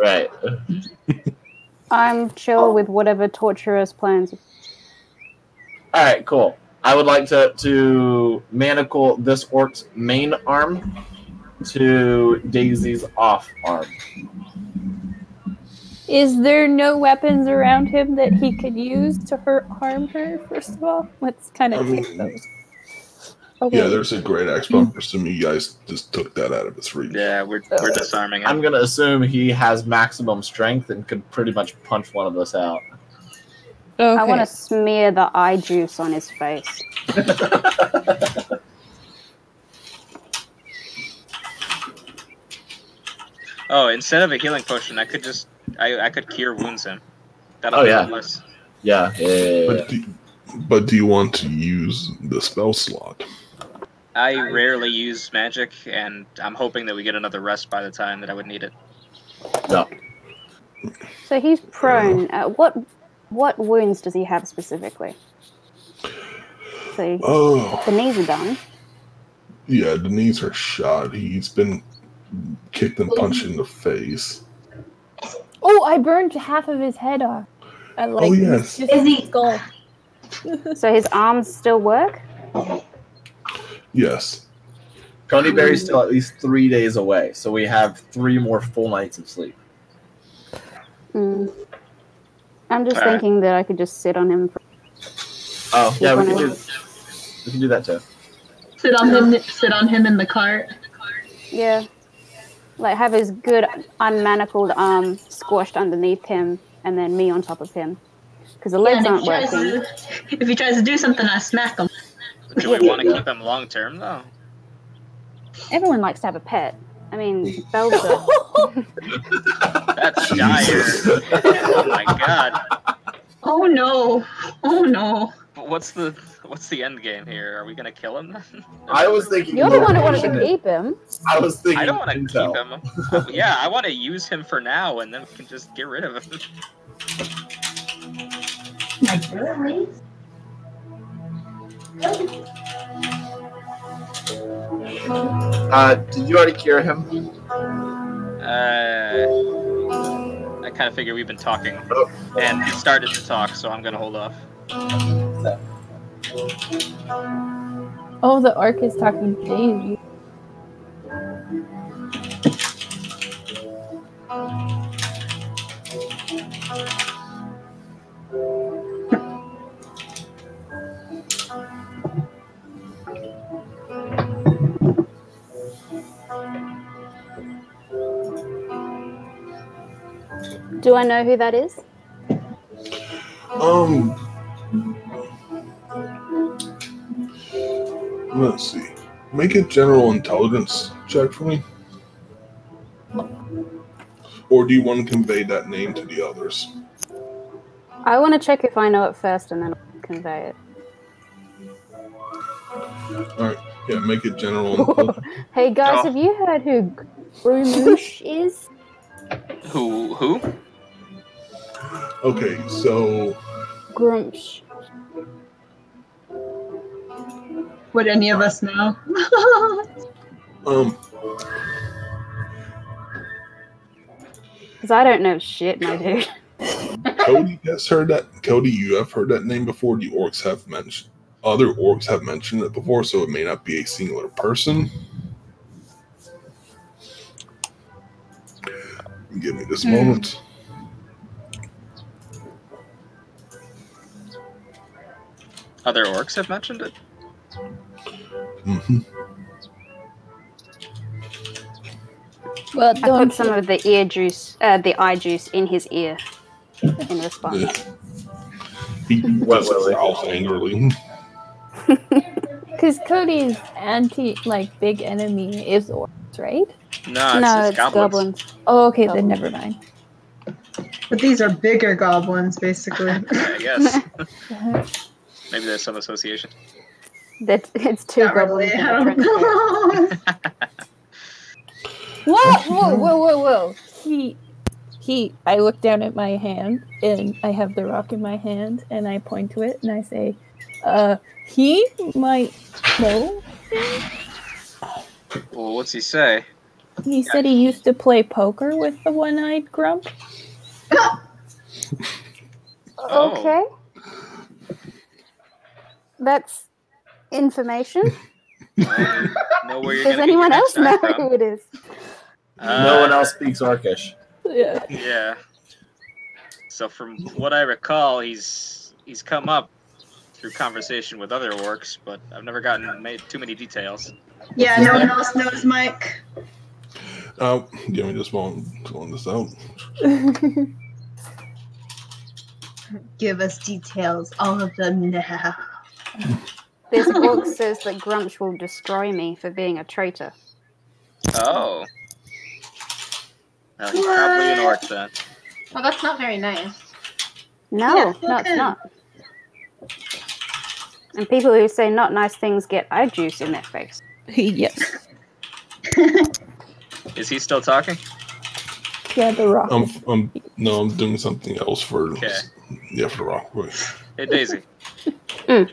F: right.
C: Oh.
E: I'm chill with whatever torturous plans.
F: All right, cool. I would like to to manacle this orc's main arm to Daisy's off arm.
B: Is there no weapons around him that he could use to hurt harm her? First of all, let's kind of
C: Um,
B: take those. Oh,
C: Yeah,
B: wait.
C: there's a great axe bump. Some of you guys just took that out of his reach.
D: Yeah, we're we're disarming
F: I'm
D: him.
F: gonna assume he has maximum strength and could pretty much punch one of us out.
B: okay.
E: I want to smear the eye juice on his face.
D: Oh, instead of a healing potion, I could just I, I could cure wounds him. That'll
F: Oh,
D: be
F: yeah.
D: less.
F: Yeah, yeah, yeah, yeah,
C: But do, but do you want to use the spell slot?
D: I rarely use magic, and I'm hoping that we get another rest by the time that I would need it.
F: yeah.
E: So he's prone. Uh, what what wounds does he have specifically? See,
C: Oh,
E: the knees are done.
C: yeah, the knees are shot. He's been kicked and punched in the face.
B: oh, I burned half of his head off. I like
C: Oh,
B: it's
C: yes.
B: just
Q: Is
B: his
Q: he-
B: skull.
E: So his arms still work.
C: Yes.
F: Tony Berry's still at least three days away, so we have three more full nights of sleep.
E: Mm. I'm just
D: All right.
E: thinking that I could just sit on him. For-
F: Oh yeah, we can do we can do that too.
K: Sit on him. Sit on him in the cart.
E: yeah, like have his good unmanacled arm squashed underneath him, and then me on top of him, because the legs
K: And if,
E: aren't
K: he tries
E: working.
K: to, if he tries to do something, I smack him.
D: Do we want to keep him long term though?
E: Everyone likes to have a pet. I mean, Belza.
D: That's dire. oh my god.
A: Oh no. Oh no.
D: But what's the what's the end game here? Are we gonna kill him? then?
F: I was thinking.
E: You're the one who wanted to
F: location.
E: keep him.
F: I was thinking.
D: I don't want to
F: intel.
D: keep him. Uh, yeah, I want to use him for now, and then we can just get rid of him.
F: Uh, did you already cure him?
D: Uh, I kind of figure we've been talking, and he started to talk, so I'm gonna hold off.
B: Oh, the orc is talking to Daisy.
E: Do I know who that is?
C: Um, let's see. Make a general intelligence check for me. Or do you want to convey that name to the others?
E: I want to check if I know it first and then I'll convey it.
C: Yeah, make a general. intelligence.
E: Hey guys,
D: Oh.
E: have you heard who Grumoosh is?
D: Who? Who?
C: okay, so
E: Grumsh.
A: Would any of us know?
C: um,
E: Because I don't know shit, my dude.
C: Cody has heard that. Cody, you have heard that name before. The orcs have mentioned. Other orcs have mentioned it before, so it may not be a singular person. Give me this moment.
D: Other orcs have mentioned it.
C: hmm
B: Well,
E: I put
B: don't
E: some of the ear juice, uh, the eye juice, in his ear in response.
C: He
F: What
C: just
F: will it-
C: growls angrily.
B: because Cody's anti like big enemy is orcs, right?
D: No, it's,
E: no,
D: just
E: it's
D: goblins.
E: goblins.
B: Oh, okay, then
E: Goblin.
B: never mind.
A: But these are bigger goblins, basically.
D: I guess maybe there's some association.
E: That it's two
A: Not really.
E: goblins. in
A: I
E: a
A: don't
E: trench coat.
A: know.
B: Whoa, whoa, whoa, whoa, whoa! He, he. I look down at my hand, and I have the rock in my hand, and I point to it, and I say, "Uh, he might know."
D: Well, what's he say?
B: He said he used to play poker with the one-eyed grump.
D: Oh.
E: Okay. That's information.
D: I know where you're
E: Does
D: gonna get
E: anyone
D: your
E: else know
D: next eye
E: who it is?
D: from. Uh,
F: no one else speaks Orcish.
B: Yeah.
D: Yeah. So from what I recall, he's he's come up through conversation with other orcs, but I've never gotten made too many details.
A: yeah, no one else knows Mike.
C: Uh, give me this moment. Pulling this out.
A: Give us details, all of them now.
E: This book says that Grumsh will destroy me for being a traitor.
D: Oh. Well, he's probably an orc then.
I: Well, that's not very nice.
E: No,
A: Yeah,
E: no, it's
A: okay.
E: not. And people who say not nice things get eye juice in their face.
B: yes.
D: Is he still talking?
B: Yeah, the rock.
C: I'm, I'm no, I'm doing something else for
D: Okay.
C: yeah for the rock. Wait.
D: Hey Daisy.
E: Mm.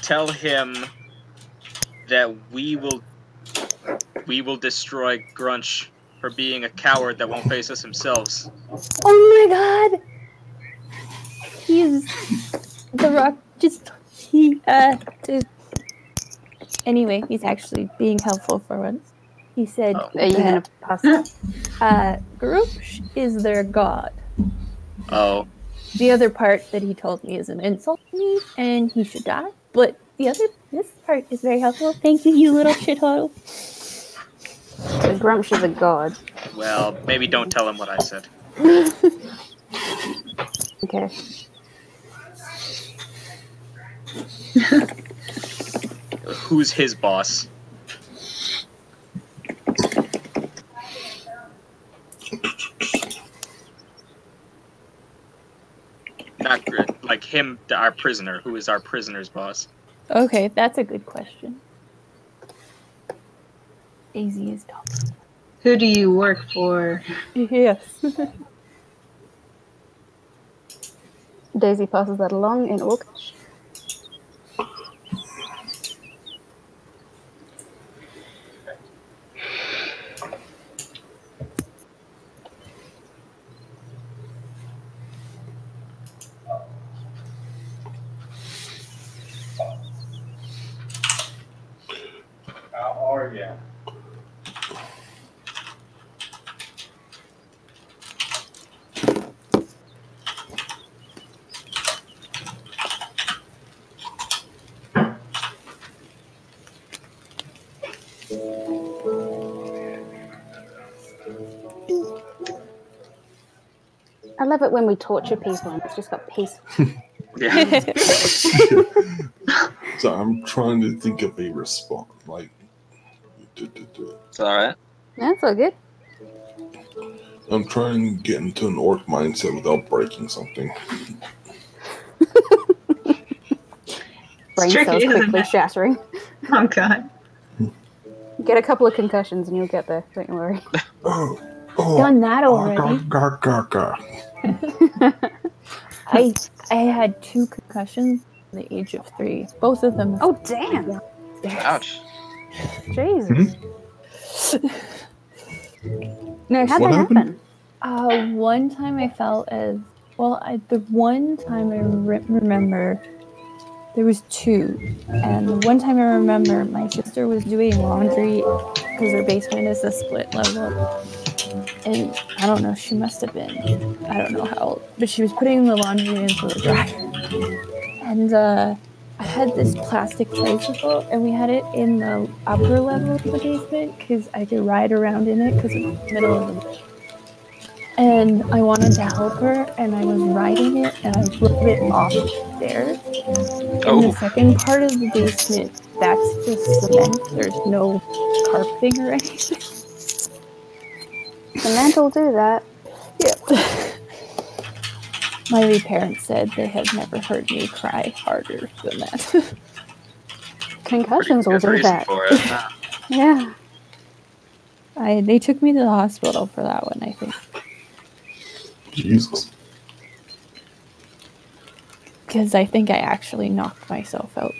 D: Tell him that we will we will destroy Grunch for being a coward that won't face us themselves.
B: Oh my god! He's the rock. Just he. Uh, to- anyway, he's actually being helpful for once. He said,
D: Oh.
E: Are you gonna pass?
B: uh, "Grouch is their god."
D: Oh.
B: The other part that he told me is an insult to me, and he should die. But the other, this part is very helpful. Thank you, you little shithole.
E: The Grumsh is a god.
D: Well, maybe don't tell him what I said.
E: Okay.
D: Who's his boss? him, to our prisoner, who is our prisoner's boss.
B: Okay, that's a good question. Daisy is top.
A: Who do you work for?
B: Yes.
E: Daisy passes that along in Orcish.
R: How are you?
E: I love it when we torture people and it's just got peace.
C: So I'm trying to think of a response. Like,
D: it's all right.
E: That's all good.
C: I'm trying to get into an orc mindset without breaking something.
E: Brain
A: tricky,
E: cells
A: isn't
E: quickly
A: it?
E: shattering.
A: Oh god.
E: Get a couple of concussions and you'll get there. Don't you worry.
C: Oh,
B: Done that
C: gar,
B: already.
C: gar, gar, gar.
B: I I had two concussions at the age of three. Both of them.
E: Oh damn!
D: Ouch.
E: Jesus.
A: Mm-hmm.
B: No,
E: how'd What that happened?
B: Uh, one time I felt as well. I, the one time I re- remember, there was two, and the one time I remember, my sister was doing laundry because her basement is a split level, and I don't know. She must have been, I don't know how old, but she was putting the laundry into the dryer, and uh, I had this plastic tricycle, and we had it in the upper level of the basement because I could ride around in it because it's middle of the and I wanted to help her, and I was riding it, and I rode it off there. In the second part of the basement, that's just cement. There's no carpeting or anything.
E: Cement will do that.
B: Yeah. My parents said they have never heard me cry harder than that.
E: Concussions will
B: Good
E: do
B: reason
E: that.
D: for it, huh?
E: yeah.
B: I they took me to the hospital for that one, I think.
C: Jesus.
B: Because I think I actually knocked myself out.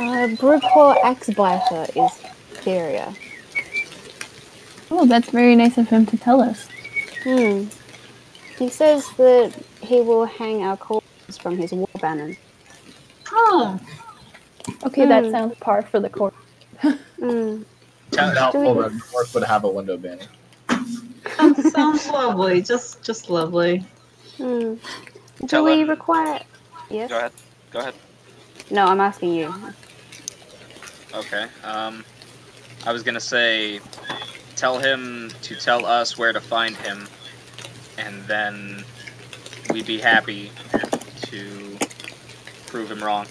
E: Uh, Brookhaw Axebiter is scarier.
B: Oh, that's very nice of him to tell us.
E: Hmm. He says that he will hang our corpses from his war banner.
A: Oh.
B: Okay, that
E: Hmm.
B: sounds par for the course.
E: Mm.
F: Town doubtful
E: Doing-
F: that Morph would have a window banner.
A: Sounds, sounds lovely. Just just lovely.
E: Mm. Do
A: Tell
E: we
A: him-
E: require? Yes.
D: Go ahead. Go ahead.
E: No, I'm asking you.
D: Okay. Um, I was gonna say, tell him to tell us where to find him, and then we'd be happy to prove him wrong.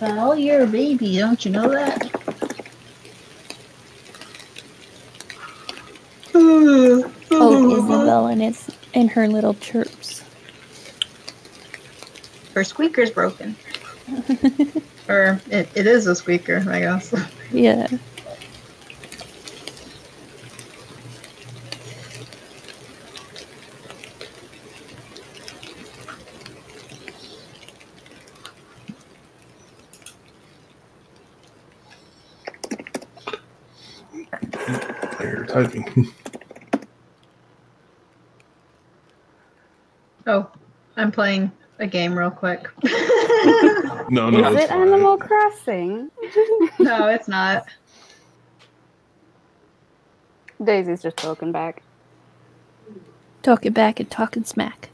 H: Well, you're a baby, don't you know that?
B: Oh, Isabel and it's and her little chirps.
A: Her squeaker's broken. or it, it is a squeaker, I guess.
B: Yeah.
C: I hear typing.
A: Oh, I'm playing a game real quick.
C: No, no,
E: is
C: it's
E: it
C: fine.
E: Animal Crossing?
A: no, it's not.
E: Daisy's just talking back.
B: Talking back and talking smack.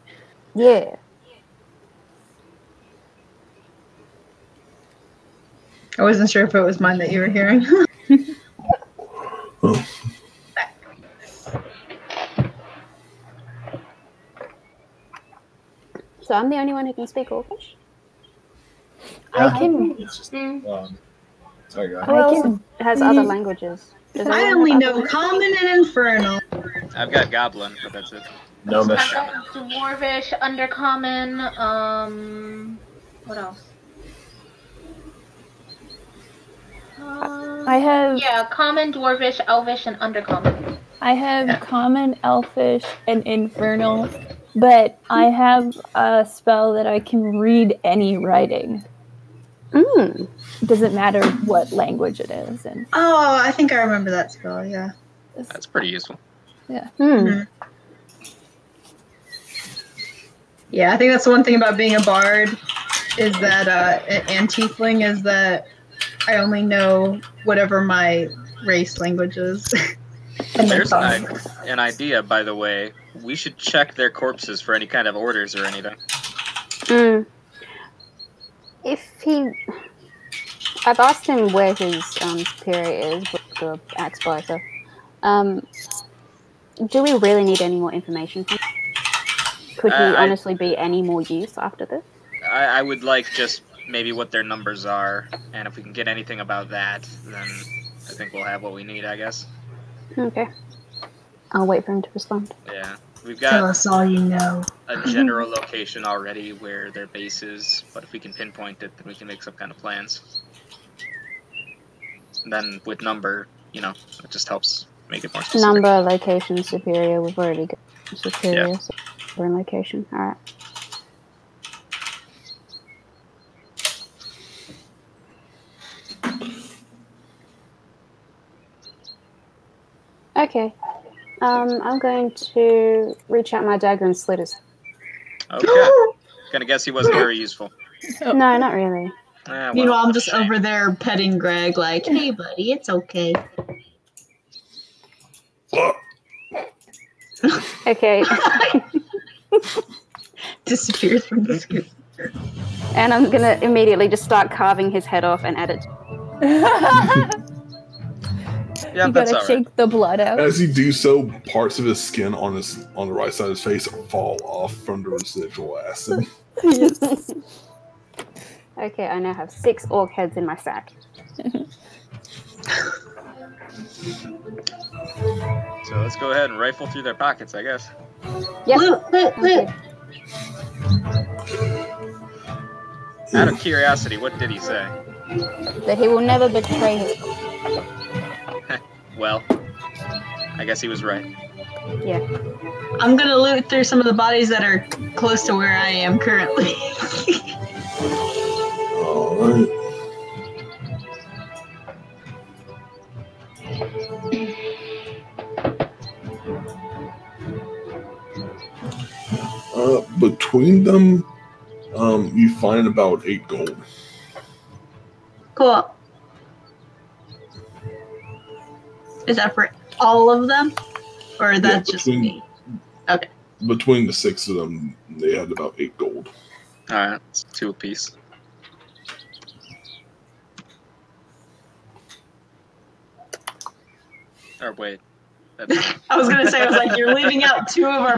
E: Yeah.
A: I wasn't sure if it was mine that you were hearing.
E: So I'm the only one who can speak Orcish.
B: I can.
F: It's just, um, sorry, go ahead.
E: it has other languages. Does
H: I
E: anyone
H: only
E: have
H: know common and infernal.
D: I've got Goblin, but that's it.
F: No
I: I've
F: miss.
I: got Dwarvish, Undercommon, um, what else? Uh,
B: I have-
I: yeah, common, dwarvish, elvish, and undercommon.
B: I have common, elfish, and infernal, but I have a spell that I can read any writing.
E: Mm.
B: Doesn't matter what language it is. And
A: Oh, I think I remember that spell. Yeah.
D: That's pretty useful.
B: yeah.
A: Yeah, I think that's the one thing about being a bard is that uh, a- and tiefling is that I only know whatever my race language is. And my
D: There's an,
A: tongue.
D: i- an idea, by the way. We should check their corpses for any kind of orders or anything.
E: Mm. If he, I've asked him where his um, superior is, with the axe blighter. Um, do we really need any more information? From him? Could he
D: Uh, I-
E: honestly be any more use after this?
D: I, I would like just maybe what their numbers are, and if we can get anything about that, then I think we'll have what we need, I guess.
E: Okay. I'll wait for him to respond.
D: Yeah. We've
A: Tell
D: got
A: us all you know.
D: a general location already where their base is, but if we can pinpoint it, then we can make some kind of plans. And then with number, you know, it just helps make it more specific.
E: Number, location, superior. We've already got superior.
D: Yeah.
E: So we're in location. All right. Okay. Um, I'm going to reach out my dagger and slit his.
D: Okay. Gonna guess he wasn't very useful.
E: No, not really.
D: Eh, well,
A: Meanwhile, I'm just over there petting Greg, like, "Hey, buddy, it's okay."
C: Uh,
E: Okay.
A: Disappears from the screen.
E: and I'm gonna immediately just start carving his head off and add it.
D: yeah,
B: you gotta shake the blood out.
C: As you do so, parts of his skin on his on the right side of his face fall off from the residual acid.
E: okay, I now have six orc heads in my sack.
D: So let's go ahead and rifle through their pockets, I guess.
E: Yes.
D: Out of curiosity, what did he say?
E: That he will never betray him.
D: Well, I guess he was right.
E: Yeah.
A: I'm gonna loot through some of the bodies that are close to where I am currently.
C: All right. Uh, between them, um, you find about eight gold.
A: cool. Is that for all of them, or that's just
C: between,
A: me? Okay.
C: Between the six of them, they had about eight gold.
D: All right, it's two apiece. Or wait, that's-
A: I was gonna say, I was like, "You're leaving out two of our."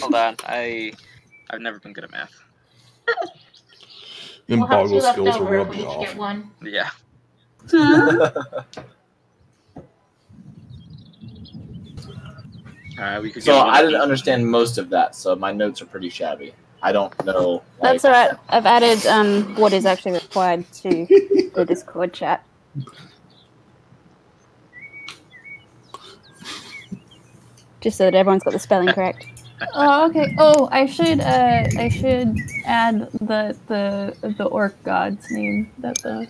D: hold on. I I've never been good at math.
C: And
I: We'll have
C: boggle
I: two left
C: skills are
I: over if we
C: rubbing
I: each
C: off.
I: get one.
D: Yeah. All right, we could.
F: So
D: get one
F: I
D: of
F: didn't
D: each.
F: understand most of that, so my notes are pretty shabby. I don't know. Like,
E: That's all right. I've added um, what is actually required to the Discord chat. Just so that everyone's got the spelling correct.
B: Oh, okay. Oh, I should uh, I should add the the the orc god's name that the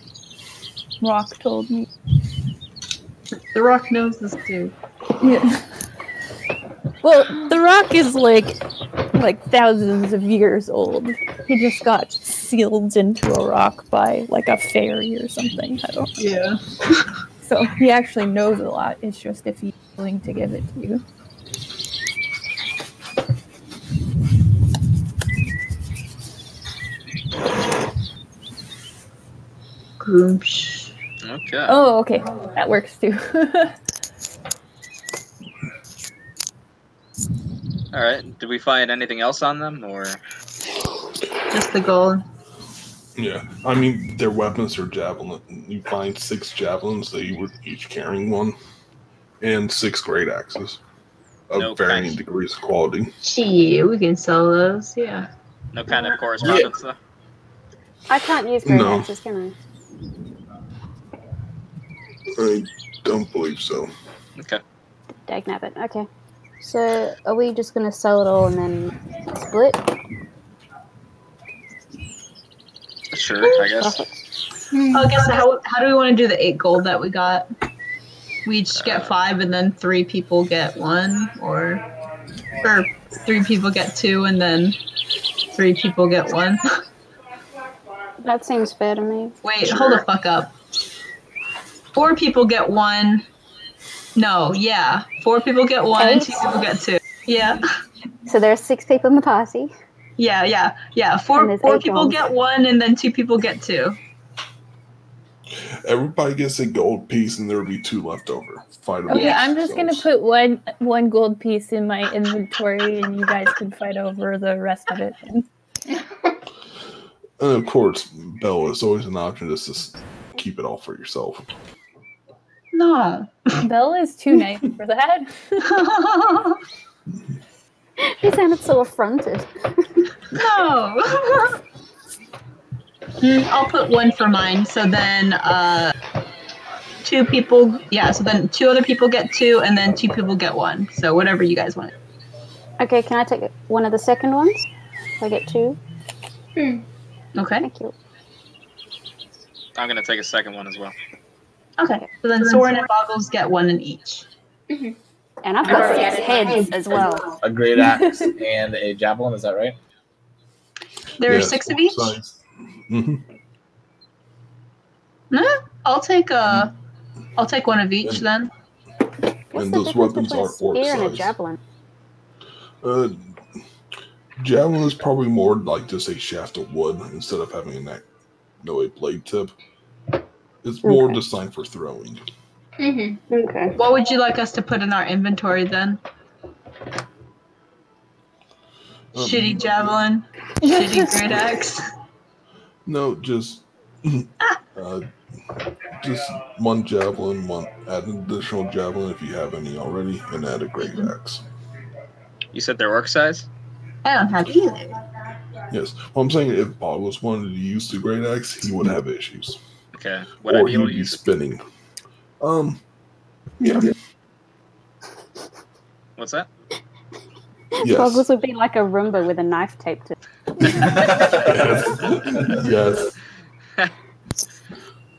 B: rock told me.
A: The Rock knows this too.
B: Yeah. Well, the rock is like like thousands of years old. He just got sealed into a rock by like a fairy or something. I don't.
A: Yeah.
B: So he actually knows a lot. It's just if he's willing to give it to you.
A: Groomsh.
D: Okay.
B: Oh, okay, that works too.
D: All right. Did we find anything else on them, or
A: Just the gold.
C: Yeah, I mean their weapons are javelin. You find six javelins. They were each carrying one, and six great axes of
D: No
C: varying degrees of quality.
A: She, we can sell those. Yeah.
D: No kind of correspondence though.
E: I can't use great
C: No.
E: axes, can
C: I don't believe so.
D: Okay.
E: I? Dag nabbit. Okay. So are we just gonna sell it all and then split?
D: Sure, I guess.
A: Oh, I guess how how do we want to do the eight gold that we got? We each
E: Uh,
A: get five, and then three people get one, or or three people get two, and then three people get one.
E: That seems fair to me.
A: Wait, hold the fuck up. Four people get one. No, yeah, four people get one, and two people get two. Yeah,
E: So there are six people in the party.
A: yeah, yeah, yeah.
E: And
A: Four
E: there's
A: four
E: eight
A: people
E: golds.
A: get one, and then two people get two.
C: Everybody gets a gold piece, and there'll be two left over. Fight amongst
B: Okay, I'm just gonna
C: yourselves.
B: put one one gold piece in my inventory, and you guys can fight over the rest of it.
C: And of course, Bell is always an option just to s- keep it all for yourself.
A: No,
B: Belle is too nice for that.
E: He sounded so affronted.
A: No. Mm, I'll put one for mine. So then, uh, two people. Yeah. So then, two other people get two, and then two people get one. So whatever you guys want.
E: Okay, can I take one of the second ones? I get two.
A: Okay.
E: Thank you.
D: I'm gonna take a second one as well.
A: Okay. So then, Soren and Boggles get one in each.
E: And I've got six heads as well.
F: A great axe and a javelin. Is that right?
A: There are six of each.
C: hmm
A: Nah, I'll take uh I'll take one of each then.
C: And those weapons are orc
E: Spear and a
C: size.
E: javelin.
C: Uh, javelin is probably more like just a shaft of wood instead of having a neck, no, a blade tip. It's more designed for throwing.
A: Mm-hmm. Okay. What would you like us to put in our inventory then?
C: Oh. Um,
A: Shitty javelin. Shitty great axe.
C: No, just
A: Ah!
C: uh, just one javelin, one add an additional javelin if you have any already, and add a great
A: Mm-hmm.
C: axe.
D: You said they're orc size?
A: I don't have either.
C: Yes, well, I'm saying if Boggles wanted to use the great axe, he would have issues,
D: Okay. What
C: or
D: I
C: he
D: you
C: would be spinning. Um, yeah,
D: What's that?
C: Yes.
E: Boggles would be like a Roomba with a knife taped to
C: yes.
D: All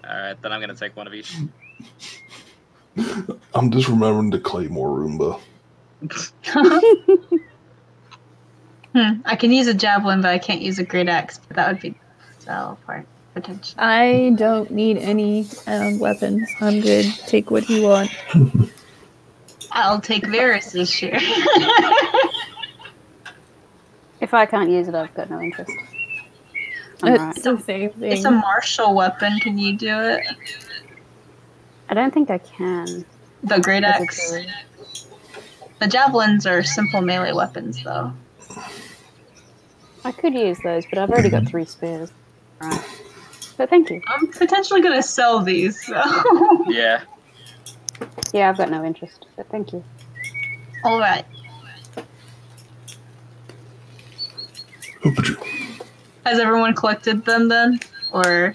D: right, then I'm gonna take one of each.
C: I'm just remembering the Claymore Roomba.
A: Hmm. I can use a javelin, but I can't use a great axe. But that would be spell part potential.
B: I don't need any um, weapons. I'm good. Take what you want.
A: I'll take Varys's share.
E: If I can't use it, I've got no interest.
B: It's
E: Alright.
B: the same thing.
A: It's a martial weapon. Can you do it?
E: I don't think I can.
A: The great
E: That's
A: axe. The javelins are simple melee weapons, though.
E: I could use those, but I've already got three spears. Right. But thank you.
A: I'm potentially gonna sell these. So.
D: Yeah.
E: Yeah, I've got no interest, but thank you.
A: All right. Has everyone collected them then, or?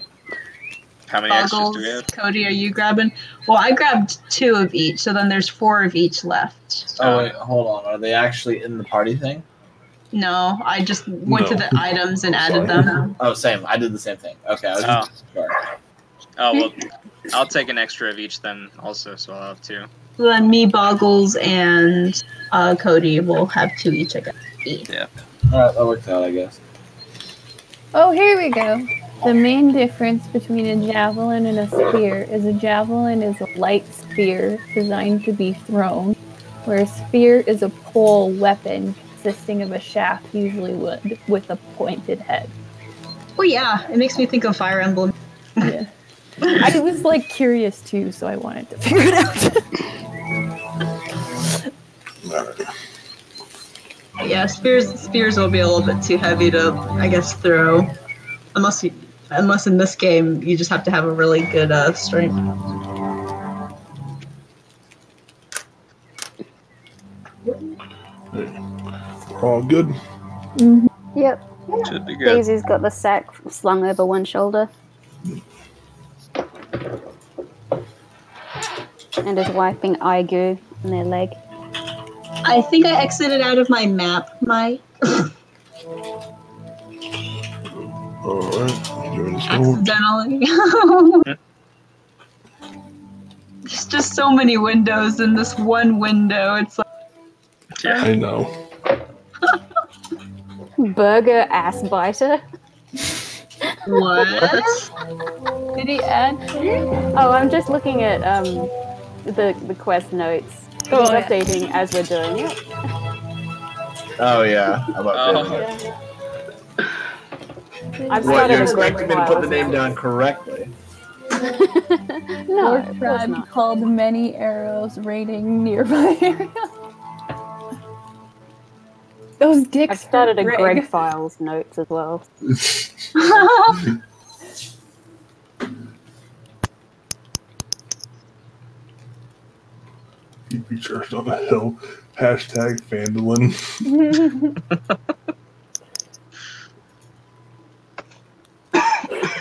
D: How many extras do we
A: Boggles,
D: have?
A: Cody, are you grabbing? Well, I grabbed two of each, so then there's four of each left.
F: Oh wait, hold on. Are they actually in the party thing?
A: No, I just went to
F: No.
A: the items and added them.
F: Oh, same. I did the same thing. Okay. I was just
D: Oh well, I'll take an extra of each then also, so I'll have two.
A: So then me, Boggles, and uh, Cody will have two each, I guess. Yeah.
F: All right, that worked out, I guess.
B: Oh, here we go. The main difference between a javelin and a spear is a javelin is a light spear designed to be thrown, where a spear is a pole weapon consisting of a shaft, usually wood, with a pointed head.
A: Oh, yeah. It makes me think of Fire Emblem.
B: Yeah. I was like curious too, so I wanted to figure it out.
C: Alright.
A: Yeah, spears spears will be a little bit too heavy to, I guess, throw. Unless you, unless in this game you just have to have a really good uh, strength.
C: We're all good.
E: Yep.
D: Should be good.
E: Daisy's got the sack slung over one shoulder. And is wiping eye goo on their leg.
A: I think I exited out of my map, Mike.
C: All right. During this moment,
A: Accidentally. There's just so many windows in this one window. It's like
C: I know.
E: Burger ass biter.
A: What?
E: Did he add? Oh, I'm just looking at um the the quest notes. He's
A: Oh, yeah.
E: updating as we're doing it.
F: Oh yeah. How about
D: Oh.
F: that?
E: I've
F: What
E: started
F: you're
E: a
F: expecting
E: group
F: me to put the
E: while.
F: name down correctly?
E: No,
B: Lord Prime called many arrows raiding nearby area. Those dicks.
E: I've started a
B: hurt,
E: Greg files notes as well.
C: Keep your church on the hill. Hashtag Fandolin.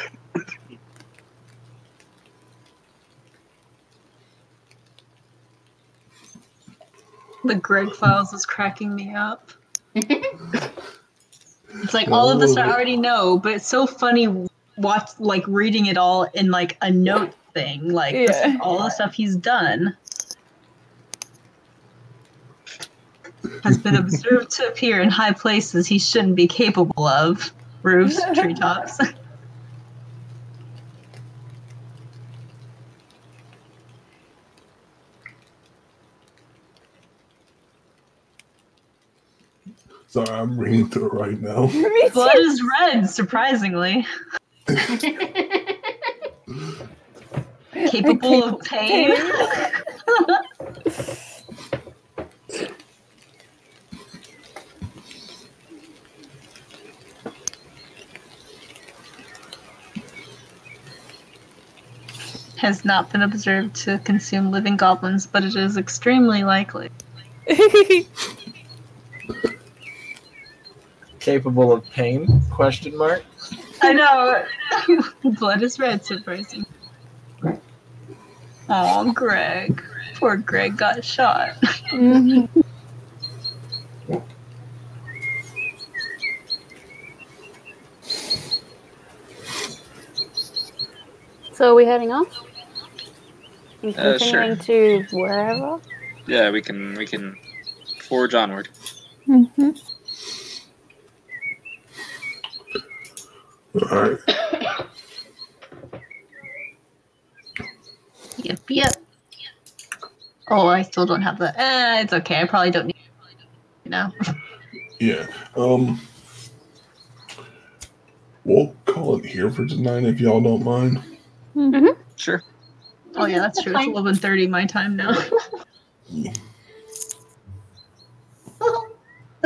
A: the Greg files is cracking me up. it's like all of this I already know, but it's so funny watch like reading it all in like a note thing, like this is
B: Yeah.
A: all the stuff he's done. Has been observed to appear in high places he shouldn't be capable of. Roofs, treetops.
C: Sorry, I'm reading through it right now.
A: Blood is red, surprisingly. Capable of pain. Has not been observed to consume living goblins, but it is extremely likely.
F: Capable of pain? Question mark.
A: I know. Blood is red, surprising. Oh, Greg. Poor Greg got shot.
E: So are we heading off? And
D: Uh, sure.
E: continuing to wherever?
D: Yeah, we can we can forge onward.
E: Mm-hmm.
C: All right.
A: Yep, yep. Oh, I still don't have the. Eh, it's okay. I probably don't need. No.
C: Yeah. Um. We'll call it here for tonight if y'all don't mind.
E: Mm-hmm.
D: Sure.
A: Oh yeah, that's true. It's eleven thirty my time now.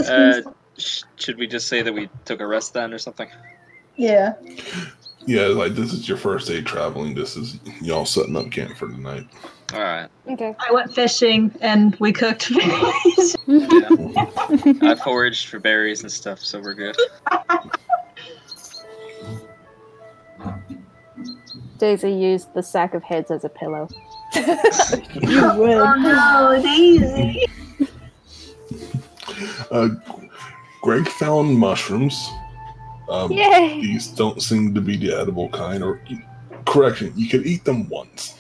D: Uh, sh- should we just say that we took a rest then or something?
A: yeah.
C: Yeah, like this is your first day traveling. This is y'all setting up camp for tonight.
D: All right.
E: Okay.
A: I went fishing and we cooked. Oh,
D: I foraged for berries and stuff, so we're good.
E: Daisy used the sack of heads as a pillow.
B: You would.
A: no, Daisy.
C: Uh, Greg found mushrooms. Um,
E: Yay.
C: These don't seem to be the edible kind. Or correction, you could eat them once.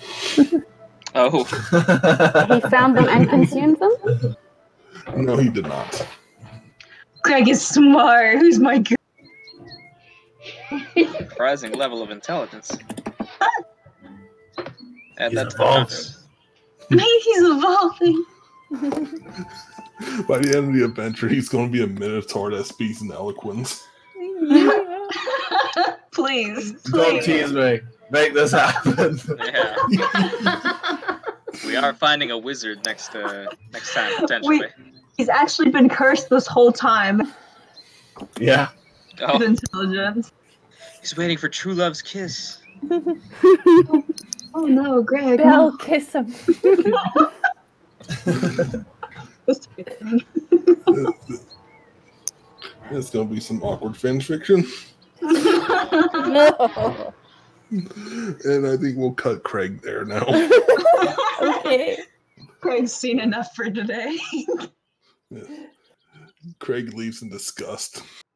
D: Oh.
E: He found them and consumed them?
C: No, he did not.
A: Greg is smart. Who's my? Gr-
D: Surprising level of intelligence. Add that to the
F: evolving.
D: notes.
A: He's evolving.
C: By the end of the adventure, he's going to be a minotaur that speaks in eloquence.
A: please,
F: Don't
A: please.
F: tease me. Make this happen.
D: Yeah. we are finding a wizard next uh, next time
A: We
D: potentially.
A: He's actually been cursed this whole time.
F: Yeah.
D: Oh.
A: His intelligence.
D: He's waiting for true love's kiss.
A: Oh no, Greg.
B: Belle, kiss him.
C: It's gonna be some awkward fan fiction,
B: no.
C: and I think we'll cut Craig there now.
A: okay. Craig's seen enough for today.
C: Craig leaves in disgust.